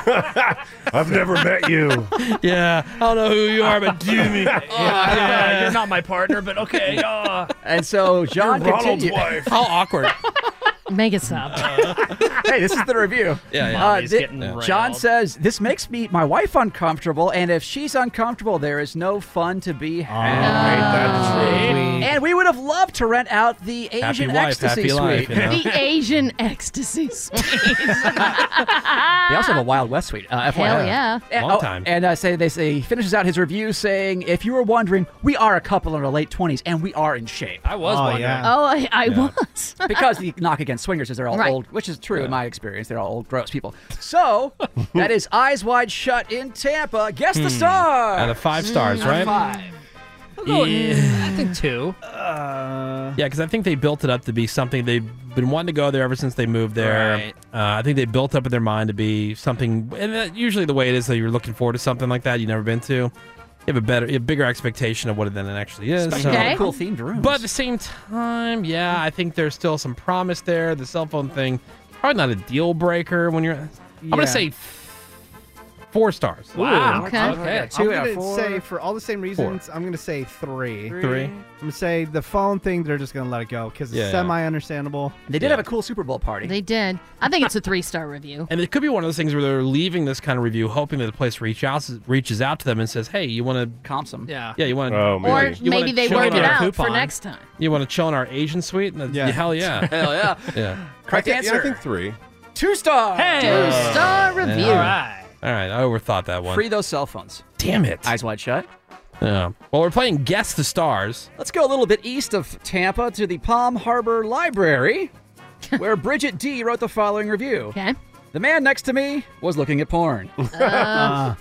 Speaker 8: I've never met you.
Speaker 4: Yeah, I don't know who you are, but do me.
Speaker 7: Oh, you're not my partner, but okay. uh.
Speaker 9: And so John
Speaker 7: You're Ronald's
Speaker 9: continued.
Speaker 7: wife.
Speaker 4: How awkward.
Speaker 6: Make it stop.
Speaker 9: hey, this is the review.
Speaker 4: Yeah,
Speaker 6: yeah.
Speaker 9: Uh,
Speaker 6: He's
Speaker 9: thi-
Speaker 6: getting railed.
Speaker 9: John says this makes me my wife uncomfortable, and if she's uncomfortable, there is no fun to be
Speaker 7: Oh,
Speaker 9: had. and we would have loved to rent out the Asian
Speaker 4: Happy wife,
Speaker 9: ecstasy
Speaker 4: happy
Speaker 9: suite.
Speaker 4: life, you know?
Speaker 6: The Asian ecstasy suite.
Speaker 9: They also have a Wild West suite. Uh, FYI.
Speaker 6: Hell yeah.
Speaker 4: Eh,
Speaker 9: And,
Speaker 6: Long
Speaker 9: oh,
Speaker 6: time.
Speaker 9: And uh, say they say he finishes out his review saying, "If you were wondering, we are a couple in our late twenties, and we are in shape." I
Speaker 7: was
Speaker 6: Oh, wondering. yeah. Oh, I- I Yeah. was.
Speaker 9: because the knock against swingers is they're all
Speaker 6: Right.
Speaker 9: old, which is true in my experience. They're all old, gross people. So that is eyes wide shut in Tampa. Guess the
Speaker 4: Hmm.
Speaker 9: star.
Speaker 4: Out of five stars, right?
Speaker 9: Hmm, Five.
Speaker 7: I think two.
Speaker 4: Yeah, because I think they built it up to be something they've been wanting to go there ever since they moved there.
Speaker 7: Right.
Speaker 4: Uh, I think they built up in their mind to be something, and that usually the way it is that you're looking forward to something like that you've never been to. You have a better, you have a bigger expectation of what it than it actually is.
Speaker 9: Especially
Speaker 4: so-
Speaker 9: all the cool themed rooms.
Speaker 4: But at the same time, yeah, I think there's still some promise there. The cell phone thing, probably not a deal breaker when you're. I'm
Speaker 5: Yeah.
Speaker 4: gonna say four stars.
Speaker 5: Wow.
Speaker 7: Okay.
Speaker 5: I'm
Speaker 7: Okay.
Speaker 5: gonna say for all the same reasons, I'm gonna say three.
Speaker 4: Three.
Speaker 5: I'm gonna say the phone thing. They're just gonna let it go because it's
Speaker 4: Yeah.
Speaker 5: semi-understandable.
Speaker 9: They did have a cool Super Bowl party.
Speaker 6: They did. I think it's a three star review.
Speaker 4: And it could be one of those things where they're leaving this kind of review, hoping that the place reach out, reaches out to them and says, "Hey, you want to
Speaker 9: comp them?
Speaker 7: Yeah,
Speaker 4: yeah, you want to,
Speaker 8: Oh,
Speaker 6: Or maybe they work it out for next time.
Speaker 4: You want to chill in our Asian suite? And yeah. hell yeah,
Speaker 9: Hell yeah.
Speaker 4: yeah.
Speaker 9: Correct
Speaker 8: I think, yeah, I
Speaker 9: answer.
Speaker 8: think three.
Speaker 9: Two star. Hey. Two star
Speaker 4: Yeah.
Speaker 9: review.
Speaker 4: All right, I overthought that one.
Speaker 9: Free those cell phones.
Speaker 4: Damn it.
Speaker 9: Eyes wide shut.
Speaker 4: Yeah. Well, we're playing Guess the Stars.
Speaker 9: Let's go a little bit east of Tampa to the Palm Harbor Library, where Bridget D wrote the following review.
Speaker 6: Okay.
Speaker 9: The man next to me was looking at porn.
Speaker 6: Uh,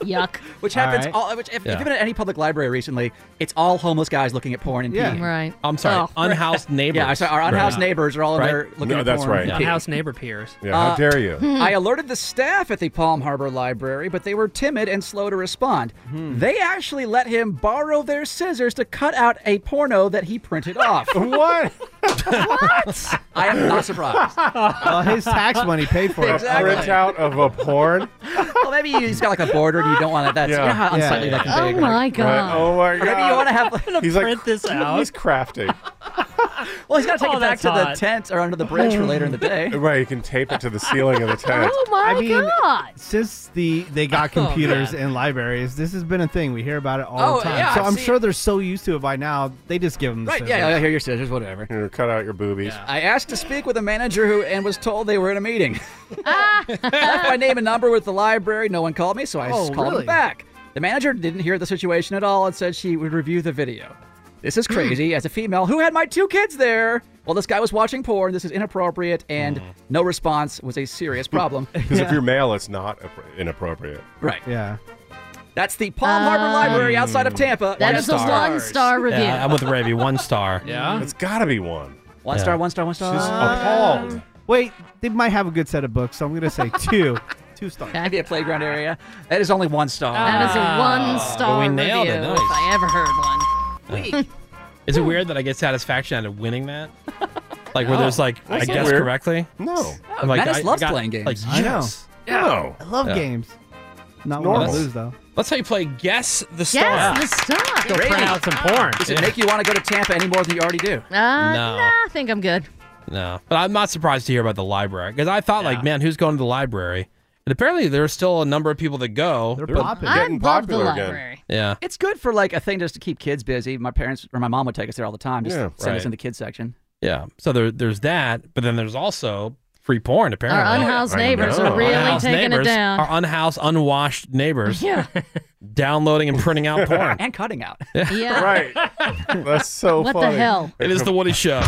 Speaker 6: yuck.
Speaker 9: Which happens
Speaker 6: Alright.
Speaker 9: all. Which if
Speaker 6: Yeah.
Speaker 9: you've been at any public library recently, it's all homeless guys looking at porn and
Speaker 6: Yeah.
Speaker 9: peeing.
Speaker 6: Right.
Speaker 4: I'm sorry, unhoused neighbors.
Speaker 9: Yeah, I'm sorry, our unhoused
Speaker 4: Right.
Speaker 9: neighbors are all in
Speaker 4: Right?
Speaker 9: there looking
Speaker 8: No,
Speaker 9: at
Speaker 8: that's
Speaker 9: porn.
Speaker 8: right.
Speaker 9: and peeing.
Speaker 7: Unhoused neighbor peers.
Speaker 8: Yeah, how
Speaker 9: Uh,
Speaker 8: dare you?
Speaker 9: I alerted the staff at the Palm Harbor Library, but they were timid and slow to respond.
Speaker 4: Hmm.
Speaker 9: They actually let him borrow their scissors to cut out a porno that he printed off.
Speaker 8: what?
Speaker 9: what? I am not surprised.
Speaker 5: Well, his tax money paid for it.
Speaker 9: Exactly.
Speaker 8: Printout of a porn.
Speaker 9: Well, maybe he's got like a border and you don't want it. That's you know how
Speaker 8: Yeah.
Speaker 9: unsightly that can be.
Speaker 6: Oh my
Speaker 9: Like,
Speaker 6: god.
Speaker 8: Oh my god.
Speaker 9: Or maybe you want to have. Like,
Speaker 8: He's like, He's crafting.
Speaker 9: well, he's got to take
Speaker 7: Oh,
Speaker 9: it back
Speaker 7: that's
Speaker 9: to the
Speaker 7: hot.
Speaker 9: tent or under the bridge for later in the day.
Speaker 8: right, you can tape it to the ceiling of the tent.
Speaker 6: Oh my
Speaker 5: I mean,
Speaker 6: god.
Speaker 5: Since the they got
Speaker 6: Oh,
Speaker 5: computers
Speaker 6: man.
Speaker 5: in libraries, this has been a thing. We hear about it all
Speaker 9: Oh,
Speaker 5: the time.
Speaker 9: yeah,
Speaker 5: so I'm
Speaker 9: see-
Speaker 5: sure they're so used to it by now, they just give them the
Speaker 9: Right,
Speaker 5: scissors.
Speaker 9: yeah, yeah, here your scissors, whatever.
Speaker 8: You know, cut out your boobies.
Speaker 9: I asked to speak with a manager who and was told they were in a meeting.
Speaker 6: Ah,
Speaker 9: Left my name and number with the library. No one called me, so I
Speaker 5: Oh,
Speaker 9: called
Speaker 5: really?
Speaker 9: him back. The manager didn't hear the situation at all and said she would review the video. This
Speaker 6: Hmm.
Speaker 9: is crazy. As a female who had my two kids there, while this guy was watching porn, this is inappropriate, and
Speaker 8: Hmm.
Speaker 9: no response was a serious problem.
Speaker 8: Because if you're male, it's not appro- inappropriate.
Speaker 9: Right.
Speaker 5: Yeah.
Speaker 9: That's the Palm Harbor Library outside
Speaker 8: Hmm.
Speaker 9: of Tampa.
Speaker 6: That
Speaker 9: One
Speaker 6: is a
Speaker 9: star.
Speaker 6: one star review.
Speaker 4: Yeah, I'm with Ravi. One star.
Speaker 7: Yeah.
Speaker 8: It's got to be one.
Speaker 9: One
Speaker 4: Yeah.
Speaker 9: star, one star, one star.
Speaker 8: She's appalled.
Speaker 5: Wait, they might have a good set of books, so I'm gonna say two. two stars.
Speaker 9: Maybe a playground area. That is only one star.
Speaker 6: That is a one
Speaker 4: Ah. Well,
Speaker 6: star
Speaker 4: we
Speaker 6: review
Speaker 4: nailed it. Nice.
Speaker 6: if I ever heard one.
Speaker 4: Is
Speaker 6: Hmm.
Speaker 4: it weird that I get satisfaction out of winning that? Like where
Speaker 9: No.
Speaker 4: there's like I
Speaker 8: That's not
Speaker 4: guess
Speaker 8: weird.
Speaker 4: correctly.
Speaker 8: No.
Speaker 4: I'm like,
Speaker 9: Mattis
Speaker 4: I- I
Speaker 9: loves
Speaker 4: got-
Speaker 9: playing games.
Speaker 4: Like
Speaker 5: I know.
Speaker 4: yes.
Speaker 8: No.
Speaker 5: I love
Speaker 4: Yeah.
Speaker 5: games. Not
Speaker 8: Normal.
Speaker 5: one to lose though.
Speaker 4: Let's say you play Guess the Star.
Speaker 6: Yes, the star.
Speaker 7: Go print out some porn.
Speaker 9: Does
Speaker 4: Yeah.
Speaker 9: it make you want to go to Tampa any more than you already do?
Speaker 6: Uh, nah.
Speaker 4: No.
Speaker 6: I think I'm good.
Speaker 4: No, but I'm not surprised to hear about the library because I thought, like,
Speaker 7: Yeah.
Speaker 4: man, who's going to the library? And apparently, there's still a number of people that go.
Speaker 5: They're
Speaker 8: They're
Speaker 5: popping.
Speaker 6: I
Speaker 8: getting
Speaker 6: love the
Speaker 8: popular again.
Speaker 6: library.
Speaker 4: yeah,
Speaker 9: It's good for like a thing just to keep kids busy. My parents or my mom would take us there all the time. Just
Speaker 8: Yeah,
Speaker 9: send us
Speaker 4: right.
Speaker 9: in the kids section.
Speaker 4: yeah. So there, there's that, but then there's also free porn. Apparently,
Speaker 6: Our unhoused
Speaker 8: I
Speaker 6: neighbors
Speaker 8: know.
Speaker 6: are really
Speaker 4: Unhoused
Speaker 6: taking it
Speaker 4: neighbors,
Speaker 6: down.
Speaker 4: Our unhoused, unwashed neighbors
Speaker 6: yeah.
Speaker 4: downloading and printing out porn.
Speaker 9: And cutting out.
Speaker 6: Yeah.
Speaker 8: Right. That's so
Speaker 6: What the
Speaker 8: funny.
Speaker 6: hell?
Speaker 4: it is the Woody Show.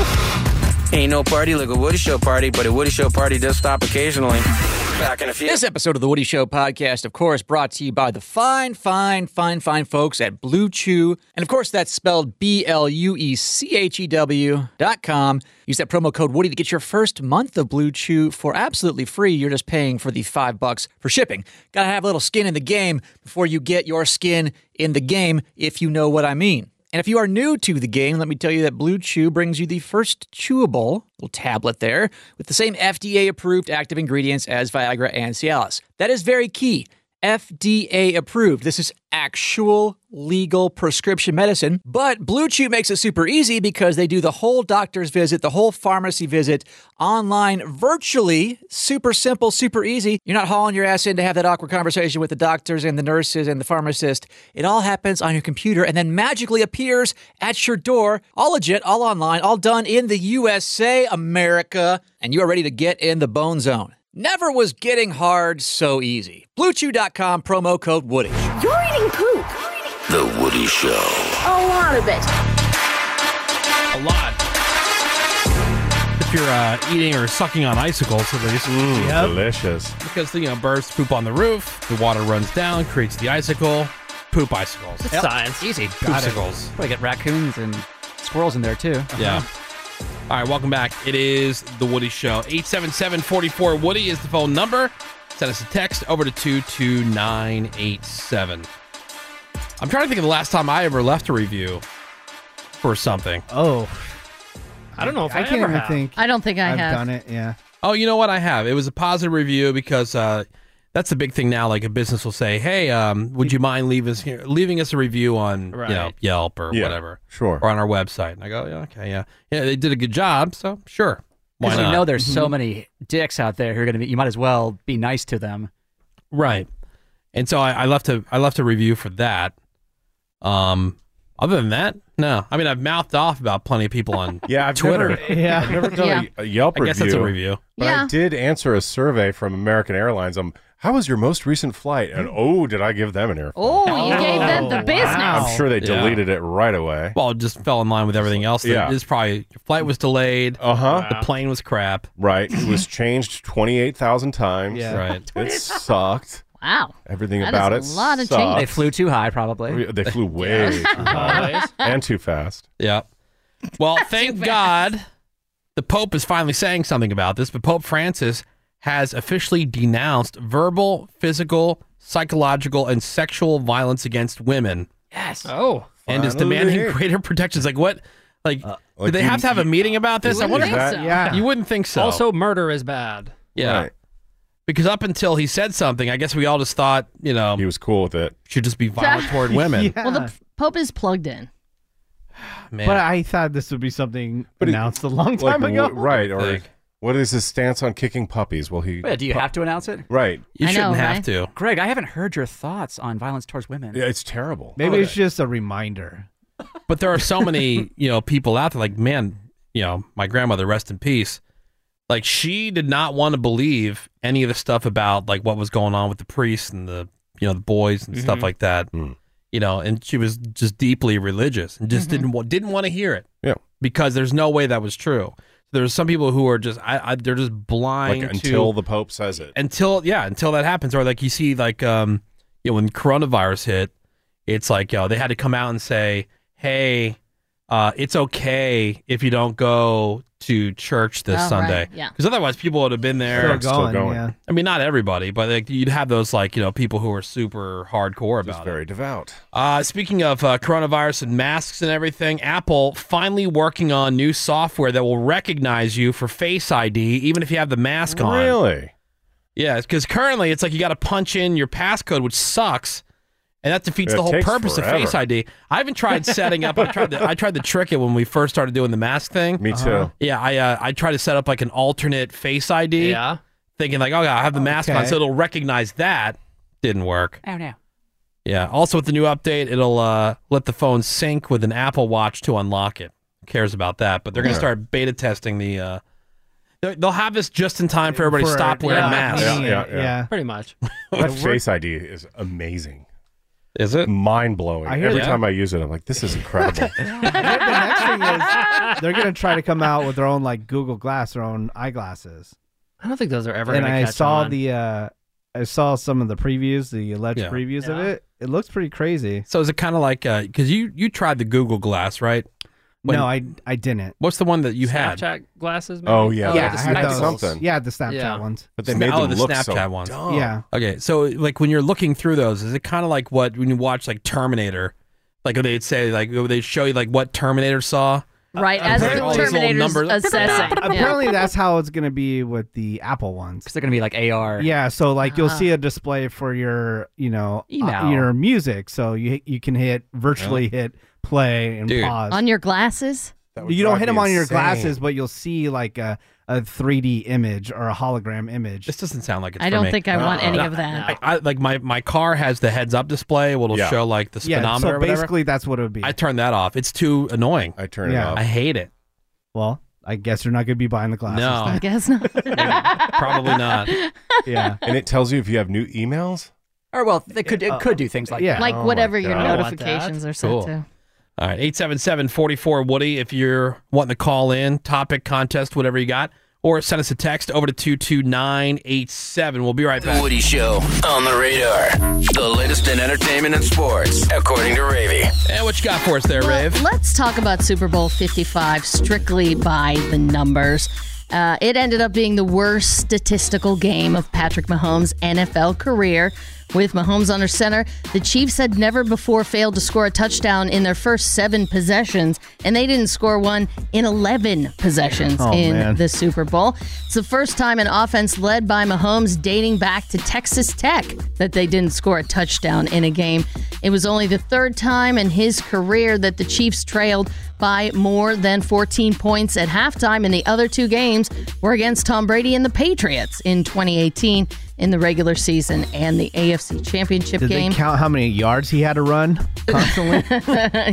Speaker 13: Ain't no party like a Woody Show party, but a Woody Show party does stop occasionally. Back in a few.
Speaker 9: This episode of the Woody Show podcast, of course, brought to you by the fine, fine, fine, fine folks at Blue Chew. And of course, that's spelled B L U E C H E W dot com. Use that promo code Woody to get your first month of Blue Chew for absolutely free. You're just paying for the five bucks for shipping. Gotta have a little skin in the game before you get your skin in the game, if you know what I mean. And if you are new to the game, let me tell you that Blue Chew brings you the first chewable little tablet there with the same FDA approved active ingredients as Viagra and Cialis. That is very key. FDA approved. This is actual legal prescription medicine. But Blue Chew makes it super easy because they do the whole doctor's visit, the whole pharmacy visit online virtually. Super simple, super easy. You're not hauling your ass in to have that awkward conversation with the doctors and the nurses and the pharmacist. It all happens on your computer and then magically appears at your door. All legit, all online, all done in the USA, America. And you are ready to get in the bone zone. Never was getting hard so easy. BlueChew.com promo code Woody.
Speaker 20: You're eating poop.
Speaker 13: The Woody Show.
Speaker 6: Oh.
Speaker 20: A lot of it.
Speaker 4: a lot. If you're uh, eating or sucking on icicles, at least.
Speaker 8: Mm,
Speaker 5: Yep.
Speaker 8: Delicious.
Speaker 4: Because you know birds poop on the roof, the water runs down, creates the icicle. Poop icicles.
Speaker 9: It's
Speaker 4: Yep.
Speaker 9: science. Easy.
Speaker 4: Got it. Poopsicles.
Speaker 9: Probably get raccoons and squirrels in there too.
Speaker 4: Yeah. All right, welcome back. It is The Woody Show. 877 44 Woody is the phone number. Send us a text over to 22987. I'm trying to think of the last time I ever left a review for something.
Speaker 5: Oh.
Speaker 7: I don't know if
Speaker 5: I
Speaker 7: I,
Speaker 5: can't
Speaker 7: ever
Speaker 5: even
Speaker 7: have.
Speaker 5: think.
Speaker 6: I don't think I have.
Speaker 5: it, yeah.
Speaker 4: Oh, you know what? I have. It was a positive review because uh, that's the big thing now. Like a business will say, "Hey, um, would you mind leave us here, leaving us a review on you know,
Speaker 7: Right.
Speaker 4: Yelp or
Speaker 8: Yeah,
Speaker 4: whatever,
Speaker 8: sure,
Speaker 4: or on our website?" And I go, "Yeah, okay, yeah, yeah." They did a good job, so sure. Why
Speaker 9: Because you
Speaker 4: not?
Speaker 9: know there's so
Speaker 4: Mhm.
Speaker 9: many dicks out there who are going to be. You might as well be nice to them.
Speaker 4: Right. And so I, I left a I left a review for that. Um other than that, no. I mean I've mouthed off about plenty of people on
Speaker 8: Yeah, I've
Speaker 4: Twitter.
Speaker 8: never- Yeah. I've never done a- a Yelp
Speaker 4: I guess that's a
Speaker 8: review.
Speaker 4: review.
Speaker 8: But I did answer a survey from American Airlines. Um, how was your most recent flight?
Speaker 4: Mm.
Speaker 8: And oh, did I give them an earful?
Speaker 6: Oh, you gave them the business.
Speaker 8: I'm sure they
Speaker 4: Yeah.
Speaker 8: deleted it right away.
Speaker 4: Well, it just fell in line with everything else.
Speaker 8: Yeah.
Speaker 4: This probably your flight was delayed.
Speaker 8: Uh huh.
Speaker 4: The plane was crap.
Speaker 8: Right. It was changed 28,000 times.
Speaker 4: Yeah. Right.
Speaker 8: It sucked.
Speaker 6: Wow.
Speaker 8: Everything
Speaker 6: That is
Speaker 8: about
Speaker 6: a
Speaker 8: it.
Speaker 6: lot of
Speaker 8: sucked.
Speaker 6: change.
Speaker 9: They flew too high, probably.
Speaker 8: They flew way too high. and too fast.
Speaker 4: Yeah. Well, thank God the Pope is finally saying something about this, but Pope Francis has officially denounced verbal, physical, psychological, and sexual violence against women.
Speaker 9: Yes.
Speaker 7: Oh.
Speaker 4: and is
Speaker 7: Finally.
Speaker 4: demanding greater protections. Like what? Like,
Speaker 7: Uh, like
Speaker 4: do they
Speaker 7: you-
Speaker 4: have to have a
Speaker 7: you-
Speaker 4: meeting about this?
Speaker 7: You wouldn't think so. Yeah.
Speaker 4: you wouldn't think so.
Speaker 7: Also, murder is bad.
Speaker 4: yeah, because up until he said something, I guess we all just thought you know he
Speaker 8: was cool with it.
Speaker 4: Should just be violent toward women.
Speaker 6: Well, the Pope is plugged in.
Speaker 4: Man.
Speaker 5: But I thought this would be something announced a long
Speaker 8: Like,
Speaker 5: time ago.
Speaker 8: wh- right. Or what is his stance on kicking puppies? Will he.
Speaker 9: Wait, do you have to announce it?
Speaker 8: Right.
Speaker 4: You I shouldn't know, have right? to.
Speaker 9: Greg, I haven't heard your thoughts on violence towards women.
Speaker 8: Yeah, it's terrible.
Speaker 5: Maybe it's just a reminder.
Speaker 4: But there are so many you know people out there. Like man, you know my grandmother, rest in peace. Like she did not want to believe any of the stuff about like what was going on with the priests and the you know the boys and stuff
Speaker 8: Mhm.
Speaker 4: like that. You know, and she was just deeply religious and just didn't wa- didn't want to hear it.
Speaker 8: Yeah.
Speaker 4: because there's no way that was true. There's some people who are just I, I they're just blind
Speaker 8: Like
Speaker 4: to-
Speaker 8: until the Pope says it.
Speaker 4: until yeah until that happens or like you see like um you know when coronavirus hit it's like yo they had to come out and say hey uh it's okay if you don't go to church this
Speaker 8: Oh, right,
Speaker 4: Sunday
Speaker 8: yeah.
Speaker 4: because otherwise people would have been there
Speaker 8: Still Still going, going. yeah.
Speaker 4: I mean not everybody but like you'd have those like you know people who are super hardcore about it
Speaker 8: Very devout.
Speaker 4: uh, speaking of uh, coronavirus and masks and everything, Apple finally working on new software that will recognize you for Face ID, even if you have the mask on.
Speaker 8: Really?
Speaker 4: Yeah, because currently it's like you got to punch in your passcode, which sucks, and that defeats
Speaker 8: It
Speaker 4: the whole
Speaker 8: takes
Speaker 4: purpose
Speaker 8: forever.
Speaker 4: of Face ID. I even tried setting up. I tried. To, I tried to trick it when we first started doing the mask thing.
Speaker 8: Me too. Uh-huh.
Speaker 4: Yeah, I uh, I tried to set up like an alternate Face ID.
Speaker 7: Yeah.
Speaker 4: Thinking like, oh, I have the mask on,
Speaker 7: Okay.
Speaker 4: so it'll recognize that. Didn't work.
Speaker 9: Oh no.
Speaker 4: Yeah. Also, with the new update, it'll uh, let the phone sync with an Apple Watch to unlock it. Who cares about that? But they're going to
Speaker 8: Yeah.
Speaker 4: start beta testing the. Uh, they- they'll have this just in time for everybody to stop wearing masks.
Speaker 8: Yeah, yeah, yeah.
Speaker 7: Pretty much.
Speaker 8: That face ID is amazing.
Speaker 4: Is it
Speaker 8: mind blowing?
Speaker 5: I hear
Speaker 8: Every
Speaker 5: that.
Speaker 8: time I use it, I'm like, this is incredible.
Speaker 5: They're gonna try to come out with their own like Google Glass, their own eyeglasses.
Speaker 7: I don't think those are ever.
Speaker 5: and
Speaker 7: gonna
Speaker 5: I
Speaker 7: catch
Speaker 5: saw
Speaker 7: on.
Speaker 5: the uh I saw some of the previews, the alleged
Speaker 4: Yeah.
Speaker 5: previews of it. It looks pretty crazy.
Speaker 4: So is it kind of like because you you tried the Google Glass, right?
Speaker 5: no, I I didn't.
Speaker 4: What's the one that you had?
Speaker 7: Snapchat glasses. Maybe?
Speaker 4: Oh, yeah,
Speaker 5: yeah,
Speaker 4: the
Speaker 5: I had those.
Speaker 4: spectacles. something.
Speaker 5: Yeah, the Snapchat
Speaker 7: Yeah.
Speaker 5: ones.
Speaker 4: oh, the Snapchat ones.
Speaker 5: Yeah.
Speaker 4: Okay, so like when you're looking through those, is it kind of like what when you watch like Terminator, like they'd say like they'd show you like what Terminator saw.
Speaker 6: Right, as the
Speaker 4: apparently all these little
Speaker 6: Terminator's
Speaker 4: numbers-
Speaker 6: assessing.
Speaker 5: Apparently that's how it's gonna be with the Apple ones.
Speaker 9: Because they're gonna be like AR.
Speaker 5: Yeah, so like
Speaker 6: Uh,
Speaker 5: you'll
Speaker 6: Uh-huh.
Speaker 9: Ah.
Speaker 5: see a display for your, you know, uh,
Speaker 9: Email.
Speaker 5: your music. So you you can hit virtually hit play and pause.
Speaker 6: On your glasses?
Speaker 5: you don't hit them on your
Speaker 6: insane.
Speaker 5: glasses, but you'll see like a, a 3D image or a hologram image. This
Speaker 4: doesn't sound like
Speaker 6: it's I for don't me. think I want any of that.
Speaker 4: I, I, like my my car has the heads up display. Where it'll
Speaker 5: Yeah.
Speaker 4: show like the
Speaker 5: Yeah,
Speaker 4: speedometer.
Speaker 5: so
Speaker 4: or whatever.
Speaker 5: basically that's what it would be.
Speaker 4: I turn that off. It's too annoying.
Speaker 8: I turn
Speaker 5: it Yeah. off.
Speaker 4: I hate it.
Speaker 5: well, I guess you're not going to be buying the glasses.
Speaker 4: No.
Speaker 5: then.
Speaker 4: I
Speaker 6: guess not.
Speaker 4: Probably not.
Speaker 5: Yeah.
Speaker 8: And it tells you if you have new emails.
Speaker 9: Or well, they could
Speaker 5: Uh,
Speaker 9: it could do things like that.
Speaker 5: Oh
Speaker 6: Like whatever your
Speaker 4: God. I want
Speaker 6: notifications are set
Speaker 4: Cool.
Speaker 6: to.
Speaker 4: All right, 877 44 Woody. If you're wanting to call in, topic, contest, whatever you got, or send us a text over to 22987. We'll be right
Speaker 13: The
Speaker 4: back.
Speaker 13: Woody Show on the radar. The latest in entertainment and sports, according to Ravy.
Speaker 4: And what you got for us there, Rave?
Speaker 6: Let's talk about Super Bowl 55 strictly by the numbers. Uh, it ended up being the worst statistical game of Patrick Mahomes' NFL career. With Mahomes under center, the Chiefs had never before failed to score a touchdown in their first seven possessions, and they didn't score one in 11 possessions
Speaker 15: Oh,
Speaker 6: in
Speaker 15: man.
Speaker 6: the Super Bowl. It's the first time an offense led by Mahomes dating back to Texas Tech that they didn't score a touchdown in a game. It was only the third time in his career that the Chiefs trailed by more than 14 points at halftime, and the other two games were against Tom Brady and the Patriots in 2018 in the regular season and the AFC Championship
Speaker 5: Did
Speaker 6: game.
Speaker 5: they count how many yards he had to run constantly?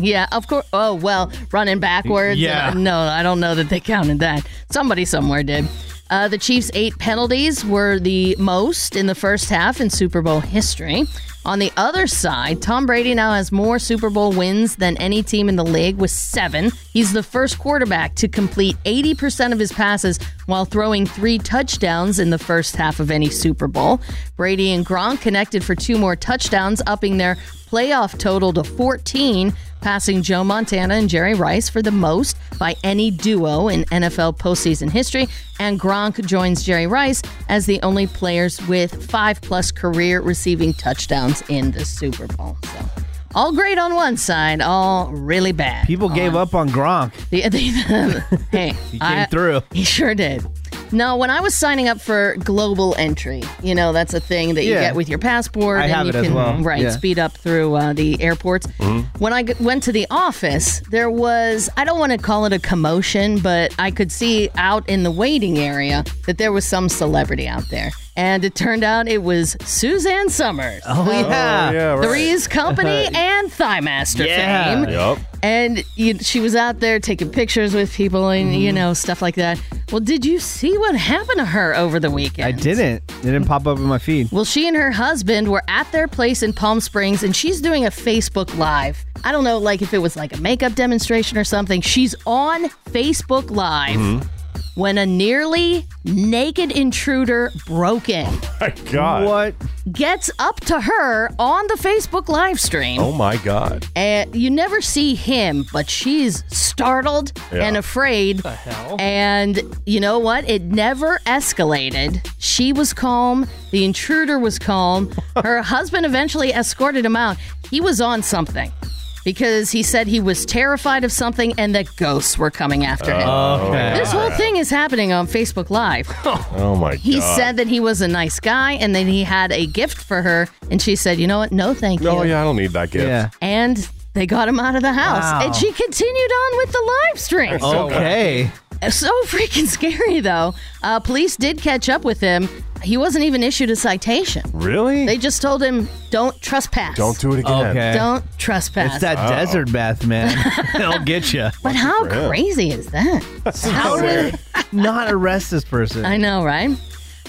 Speaker 6: yeah, of course. Oh, well, running backwards.
Speaker 5: Yeah.
Speaker 6: Uh, no, I don't know that they counted that. Somebody somewhere did. Uh, the Chiefs' eight penalties were the most in the first half in Super Bowl history. On the other side, Tom Brady now has more Super Bowl wins than any team in the league with seven. He's the first quarterback to complete 80% of his passes while throwing three touchdowns in the first half of any Super Bowl. Brady and Gronk connected for two more touchdowns, upping their playoff total to 14, passing Joe Montana and Jerry Rice for the most by any duo in NFL postseason history. And Gronk joins Jerry Rice as the only players with five plus career receiving touchdowns in the Super Bowl. So, all great on one side, all really bad.
Speaker 5: People gave up on Gronk.
Speaker 6: The, the, hey,
Speaker 5: He came
Speaker 6: I-
Speaker 5: through.
Speaker 6: He sure did. No, when I was signing up for global entry, you know, that's a thing that you
Speaker 15: Yeah.
Speaker 6: get with your passport.
Speaker 15: I
Speaker 6: and
Speaker 15: have
Speaker 6: you
Speaker 15: it as
Speaker 6: can,
Speaker 15: well.
Speaker 6: Right,
Speaker 15: Yeah.
Speaker 6: speed up through uh, the airports. When I g- went to the office, there was, I don't want to call it a commotion, but I could see out in the waiting area that there was some celebrity out there. And it turned out it was Suzanne Summers.
Speaker 15: Oh,
Speaker 6: of
Speaker 15: yeah. Oh, yeah, right.
Speaker 6: Three's Company and Thighmaster
Speaker 15: Yeah.
Speaker 6: fame.
Speaker 15: Yup.
Speaker 6: And you, she was out there taking pictures with people and,
Speaker 15: Mm-hmm.
Speaker 6: you know, stuff like that. Well, did you see what happened to her over the weekend?
Speaker 5: I didn't. It didn't pop up in my feed.
Speaker 6: Well, she and her husband were at their place in Palm Springs, and she's doing a Facebook Live. I don't know, like if it was like a makeup demonstration or something. She's on Facebook Live
Speaker 9: Mm-hmm.
Speaker 8: Mm-hmm.
Speaker 6: when a nearly naked intruder broke in.
Speaker 8: my God.
Speaker 5: What?
Speaker 6: Gets up to her on the Facebook live stream.
Speaker 8: Oh my God.
Speaker 6: And you never see him, but she's startled
Speaker 8: Yeah.
Speaker 6: and afraid. The hell? And you know what? It never escalated. She was calm. The intruder was calm. Her husband eventually escorted him out. He was on something because he said he was terrified of something and that ghosts were coming after him.
Speaker 8: Okay.
Speaker 6: This whole thing is happening on Facebook Live.
Speaker 8: Oh my God.
Speaker 6: He said that he was a nice guy and that he had a gift for her. And she said, you know what? No, thank you
Speaker 8: Oh yeah, I don't need that gift. Yeah.
Speaker 6: and they got him out of the house.
Speaker 8: Wow.
Speaker 6: And she continued on with the live stream.
Speaker 5: Okay.
Speaker 6: So freaking scary, though. Uh, police did catch up with him. He wasn't even issued a citation.
Speaker 8: Really?
Speaker 6: They just told him, don't trespass.
Speaker 8: Don't do it again. Oh.
Speaker 5: Okay.
Speaker 6: Don't trespass.
Speaker 5: It's that desert bath, man. It'll get you.
Speaker 6: But how crazy is that?
Speaker 5: How did not arrest this person?
Speaker 6: I know, right?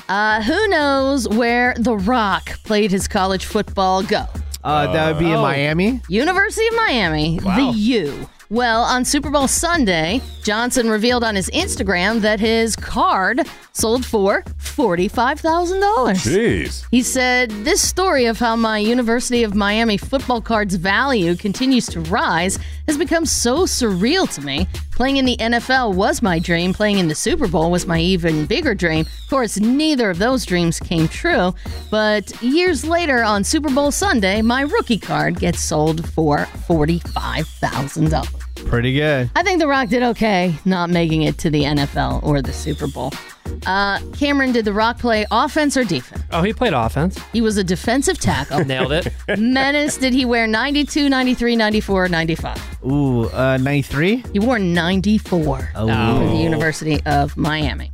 Speaker 6: Uh, who knows where The Rock played his college football go?
Speaker 5: Uh, that would be in
Speaker 6: Oh.
Speaker 5: Miami.
Speaker 6: University of Miami,
Speaker 5: Wow.
Speaker 6: the U. Well, on Super Bowl Sunday, Johnson revealed on his Instagram that his card sold for $45,000.
Speaker 8: Jeez.
Speaker 6: He said, This story of how my University of Miami football card's value continues to rise has become so surreal to me. Playing in the NFL was my dream. Playing in the Super Bowl was my even bigger dream. Of course, neither of those dreams came true. But years later, on Super Bowl Sunday, my rookie card gets sold for $45,000.
Speaker 5: Pretty good.
Speaker 6: I think The Rock did okay not making it to the NFL or the Super Bowl. Uh, Cameron, did The Rock play offense or defense?
Speaker 7: Oh, he played offense.
Speaker 6: He was a defensive tackle.
Speaker 7: Nailed it.
Speaker 6: Menace, did he wear 92, 93, 94, 95?
Speaker 5: Ooh, uh, 93?
Speaker 6: He wore 94
Speaker 5: Oh.
Speaker 6: for the University of Miami.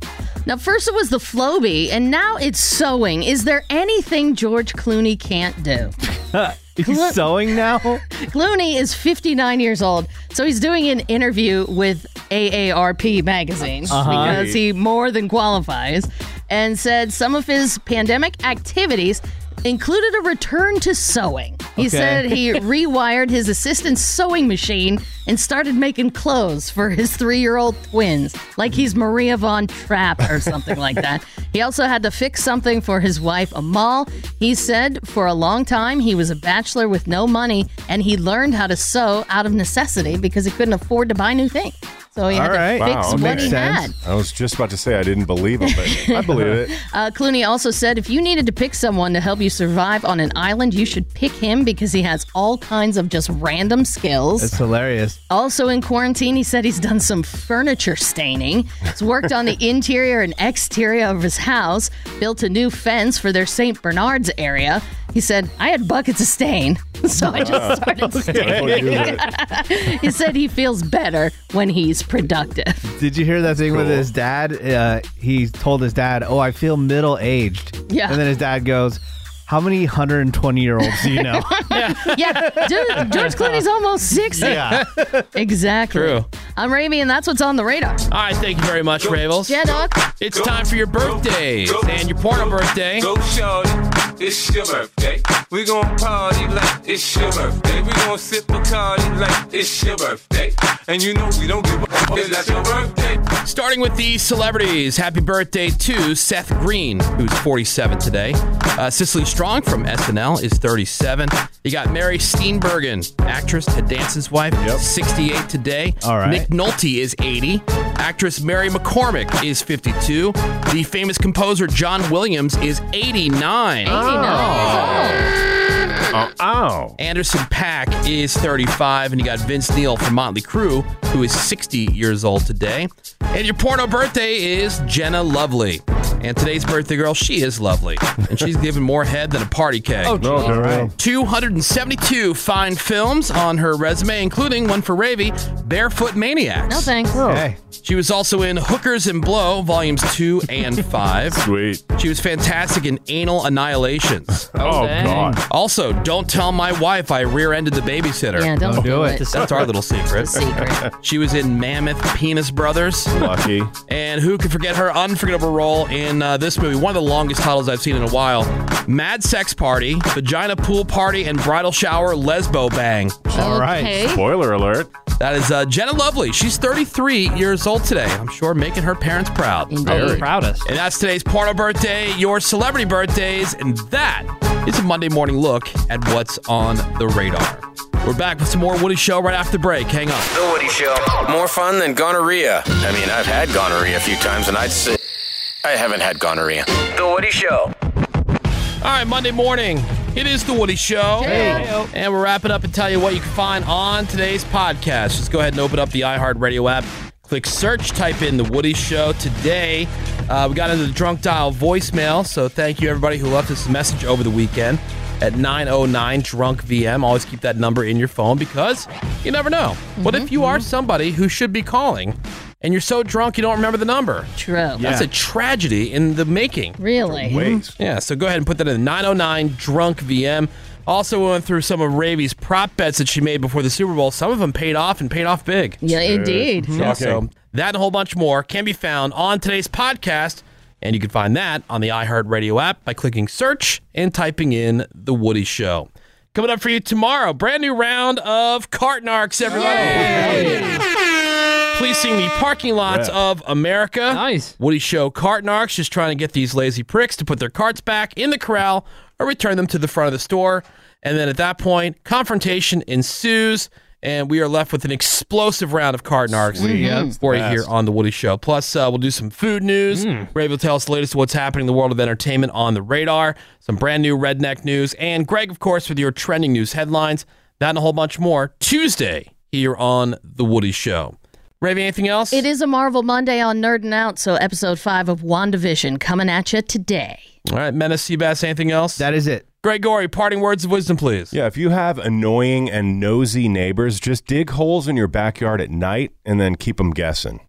Speaker 6: Now, first it was the Floby, and now it's sewing. Is there anything George Clooney can't do?
Speaker 5: He's sewing now?
Speaker 6: Clooney is 59 years old, so he's doing an interview with AARP magazine
Speaker 15: Uh-huh.
Speaker 6: because he more than qualifies and said some of his pandemic activities included a return to sewing. He
Speaker 4: Okay.
Speaker 6: said he rewired his assistant's sewing machine and started making clothes for his three year old twins, like he's Maria Von Trapp or something like that. He also had to fix something for his wife, Amal. He said for a long time he was a bachelor with no money and he learned how to sew out of necessity because he couldn't afford to buy new things. So he had to fix what he had.
Speaker 8: I was just about to say I didn't believe him, but I believe it.
Speaker 6: Uh, Clooney also said if you needed to pick someone to help you survive on an island, you should pick him because he has all kinds of just random skills.
Speaker 5: It's hilarious.
Speaker 6: also in quarantine, he said he's done some furniture staining. He's worked on the interior and exterior of his house, built a new fence for their St. Bernard's area. He said, I had buckets of stain, so I
Speaker 5: Ah.
Speaker 6: just started staining. he said he feels better when he's productive.
Speaker 5: Did you hear that thing with
Speaker 6: cool.
Speaker 5: his dad? Uh, he told his dad, "Oh, I feel middle aged."
Speaker 6: Yeah.
Speaker 5: And then his dad goes, "How many hundred and twenty year olds do you know?"
Speaker 6: yeah, dude, George Clooney's almost 60.
Speaker 5: Yeah.
Speaker 6: exactly.
Speaker 4: True.
Speaker 6: I'm Ramey, and that's what's on the radar.
Speaker 4: All right, thank you very much, Ravels.
Speaker 6: Yeah, Doc.
Speaker 4: It's time for your birthdays and your porno birthday.
Speaker 23: Go shorty, it's your birthday. We gon' party like it's your birthday. We gon' sip a like it's your birthday. And you know we don't give a fuck. It's not your birthday.
Speaker 4: Starting with the celebrities, happy birthday to Seth Green, who's 47 today. Uh, Cicely Strong from SNL is 37. You got Mary Steenburgen, actress to Dance's wife, 68 today. All
Speaker 5: right.
Speaker 4: Nick Nolte is 80. Actress Mary McCormick is 52. The famous composer John Williams is 89.
Speaker 6: 89
Speaker 4: Oh. Anderson Pack is 35, and you got Vince Neil from Motley Crue, who is 60 years old today. And your porno birthday is Jenna Lovely. And today's birthday girl, she is lovely. And she's given more head than a party cake.
Speaker 23: Oh, geez. Okay, right.
Speaker 4: 272 fine films on her resume, including one for Ravy, Barefoot Maniacs.
Speaker 6: No thanks.
Speaker 4: She was also in Hookers and Blow, volumes two and five. Sweet. She was fantastic in Anal Annihilations.
Speaker 23: Oh, dang. God.
Speaker 4: Also, don't tell my wife I rear-ended the babysitter.
Speaker 23: Yeah, don't Don't do do it. it.
Speaker 4: That's our little secret.
Speaker 23: It's a secret.
Speaker 4: she was in Mammoth Penis Brothers. Lucky. And who could forget her unforgettable role in uh, this movie? One of the longest titles I've seen in a while: Mad Sex Party, Vagina Pool Party, and Bridal Shower Lesbo Bang.
Speaker 23: Oh,
Speaker 6: All right. Okay.
Speaker 4: Spoiler alert. That is uh, Jenna Lovely. She's 33 years old today. I'm sure making her parents proud.
Speaker 7: Very. Proudest.
Speaker 4: And that's today's porno birthday, your celebrity birthdays, and that is a Monday morning look at what's on the radar. We're back with some more Woody Show right after the break. Hang on.
Speaker 13: The Woody Show. More fun than gonorrhea. I mean, I've had gonorrhea a few times, and I'd say I haven't had gonorrhea. The Woody Show.
Speaker 4: All right, Monday morning. It is the Woody Show.
Speaker 13: Hey.
Speaker 4: And we're wrapping up and tell you what you can find on today's podcast. Just go ahead and open up the iHeartRadio app. Click search, type in the Woody Show today. Uh, we got into the drunk dial voicemail, so thank you everybody who left us a message over the weekend at 909 drunk VM. Always keep that number in your phone because you never know. What if you are somebody who should be calling and you're so drunk you don't remember the number?
Speaker 6: True.
Speaker 4: That's a tragedy in the making.
Speaker 6: Really?
Speaker 4: Mm-hmm. Yeah, so go ahead and put that in the 909 drunk VM. Also we went through some of Ravi's prop bets that she made before the Super Bowl. Some of them paid off and paid off big.
Speaker 6: Yeah, indeed.
Speaker 4: Yeah, so that and a whole bunch more can be found on today's podcast, and you can find that on the iHeartRadio app by clicking search and typing in the Woody Show. Coming up for you tomorrow, brand new round of Cartnarks, everybody. Policing the parking lots
Speaker 7: Yeah.
Speaker 4: of America. Nice. Woody Show Cartnarks just trying to get these lazy pricks to put their carts back in the corral or return them to the front of the store. And then at that point, confrontation ensues, and we are left with an explosive round of Cartnarks
Speaker 23: Sweet. Yeah, that's the
Speaker 4: for you
Speaker 13: Mm-hmm.
Speaker 23: best.
Speaker 4: here on The Woody Show. Plus, uh, we'll do some food news. Ray will tell us the latest of what's happening in the world of entertainment on the radar, some brand new redneck news, and Greg, of course, with your trending news headlines. That and a whole bunch more Tuesday here on The Woody Show. Ravy, anything else?
Speaker 6: It is a Marvel Monday on Nerdin' Out, so episode five of WandaVision coming at you today.
Speaker 4: All right, Menace Seabass, anything else? That
Speaker 5: is it.
Speaker 4: Gregory, parting words of wisdom, please.
Speaker 8: Yeah, if you have annoying and nosy neighbors, just dig holes in your backyard at night and then keep them guessing.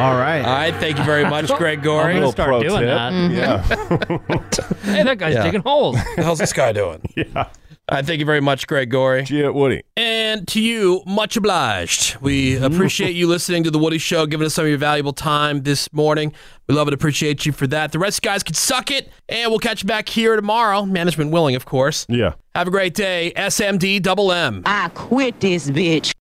Speaker 5: All right.
Speaker 4: All right, thank you very much, Greg Gorey.
Speaker 8: I'm gonna start Little pro doing tip. that.
Speaker 4: Yeah.
Speaker 7: hey, that guy's
Speaker 4: Yeah.
Speaker 7: digging holes.
Speaker 4: How's this guy doing?
Speaker 8: yeah.
Speaker 4: Uh, thank you very much, Greg Gorey.
Speaker 8: Woody. Mm-hmm.
Speaker 4: And to you, much obliged. We appreciate you listening to The Woody Show, giving us some of your valuable time this morning. We love and appreciate you for that. The rest of you guys can suck it, and we'll catch you back here tomorrow. Management willing, of course.
Speaker 8: Yeah.
Speaker 4: Have a great day. SMD double M.
Speaker 15: I quit this bitch.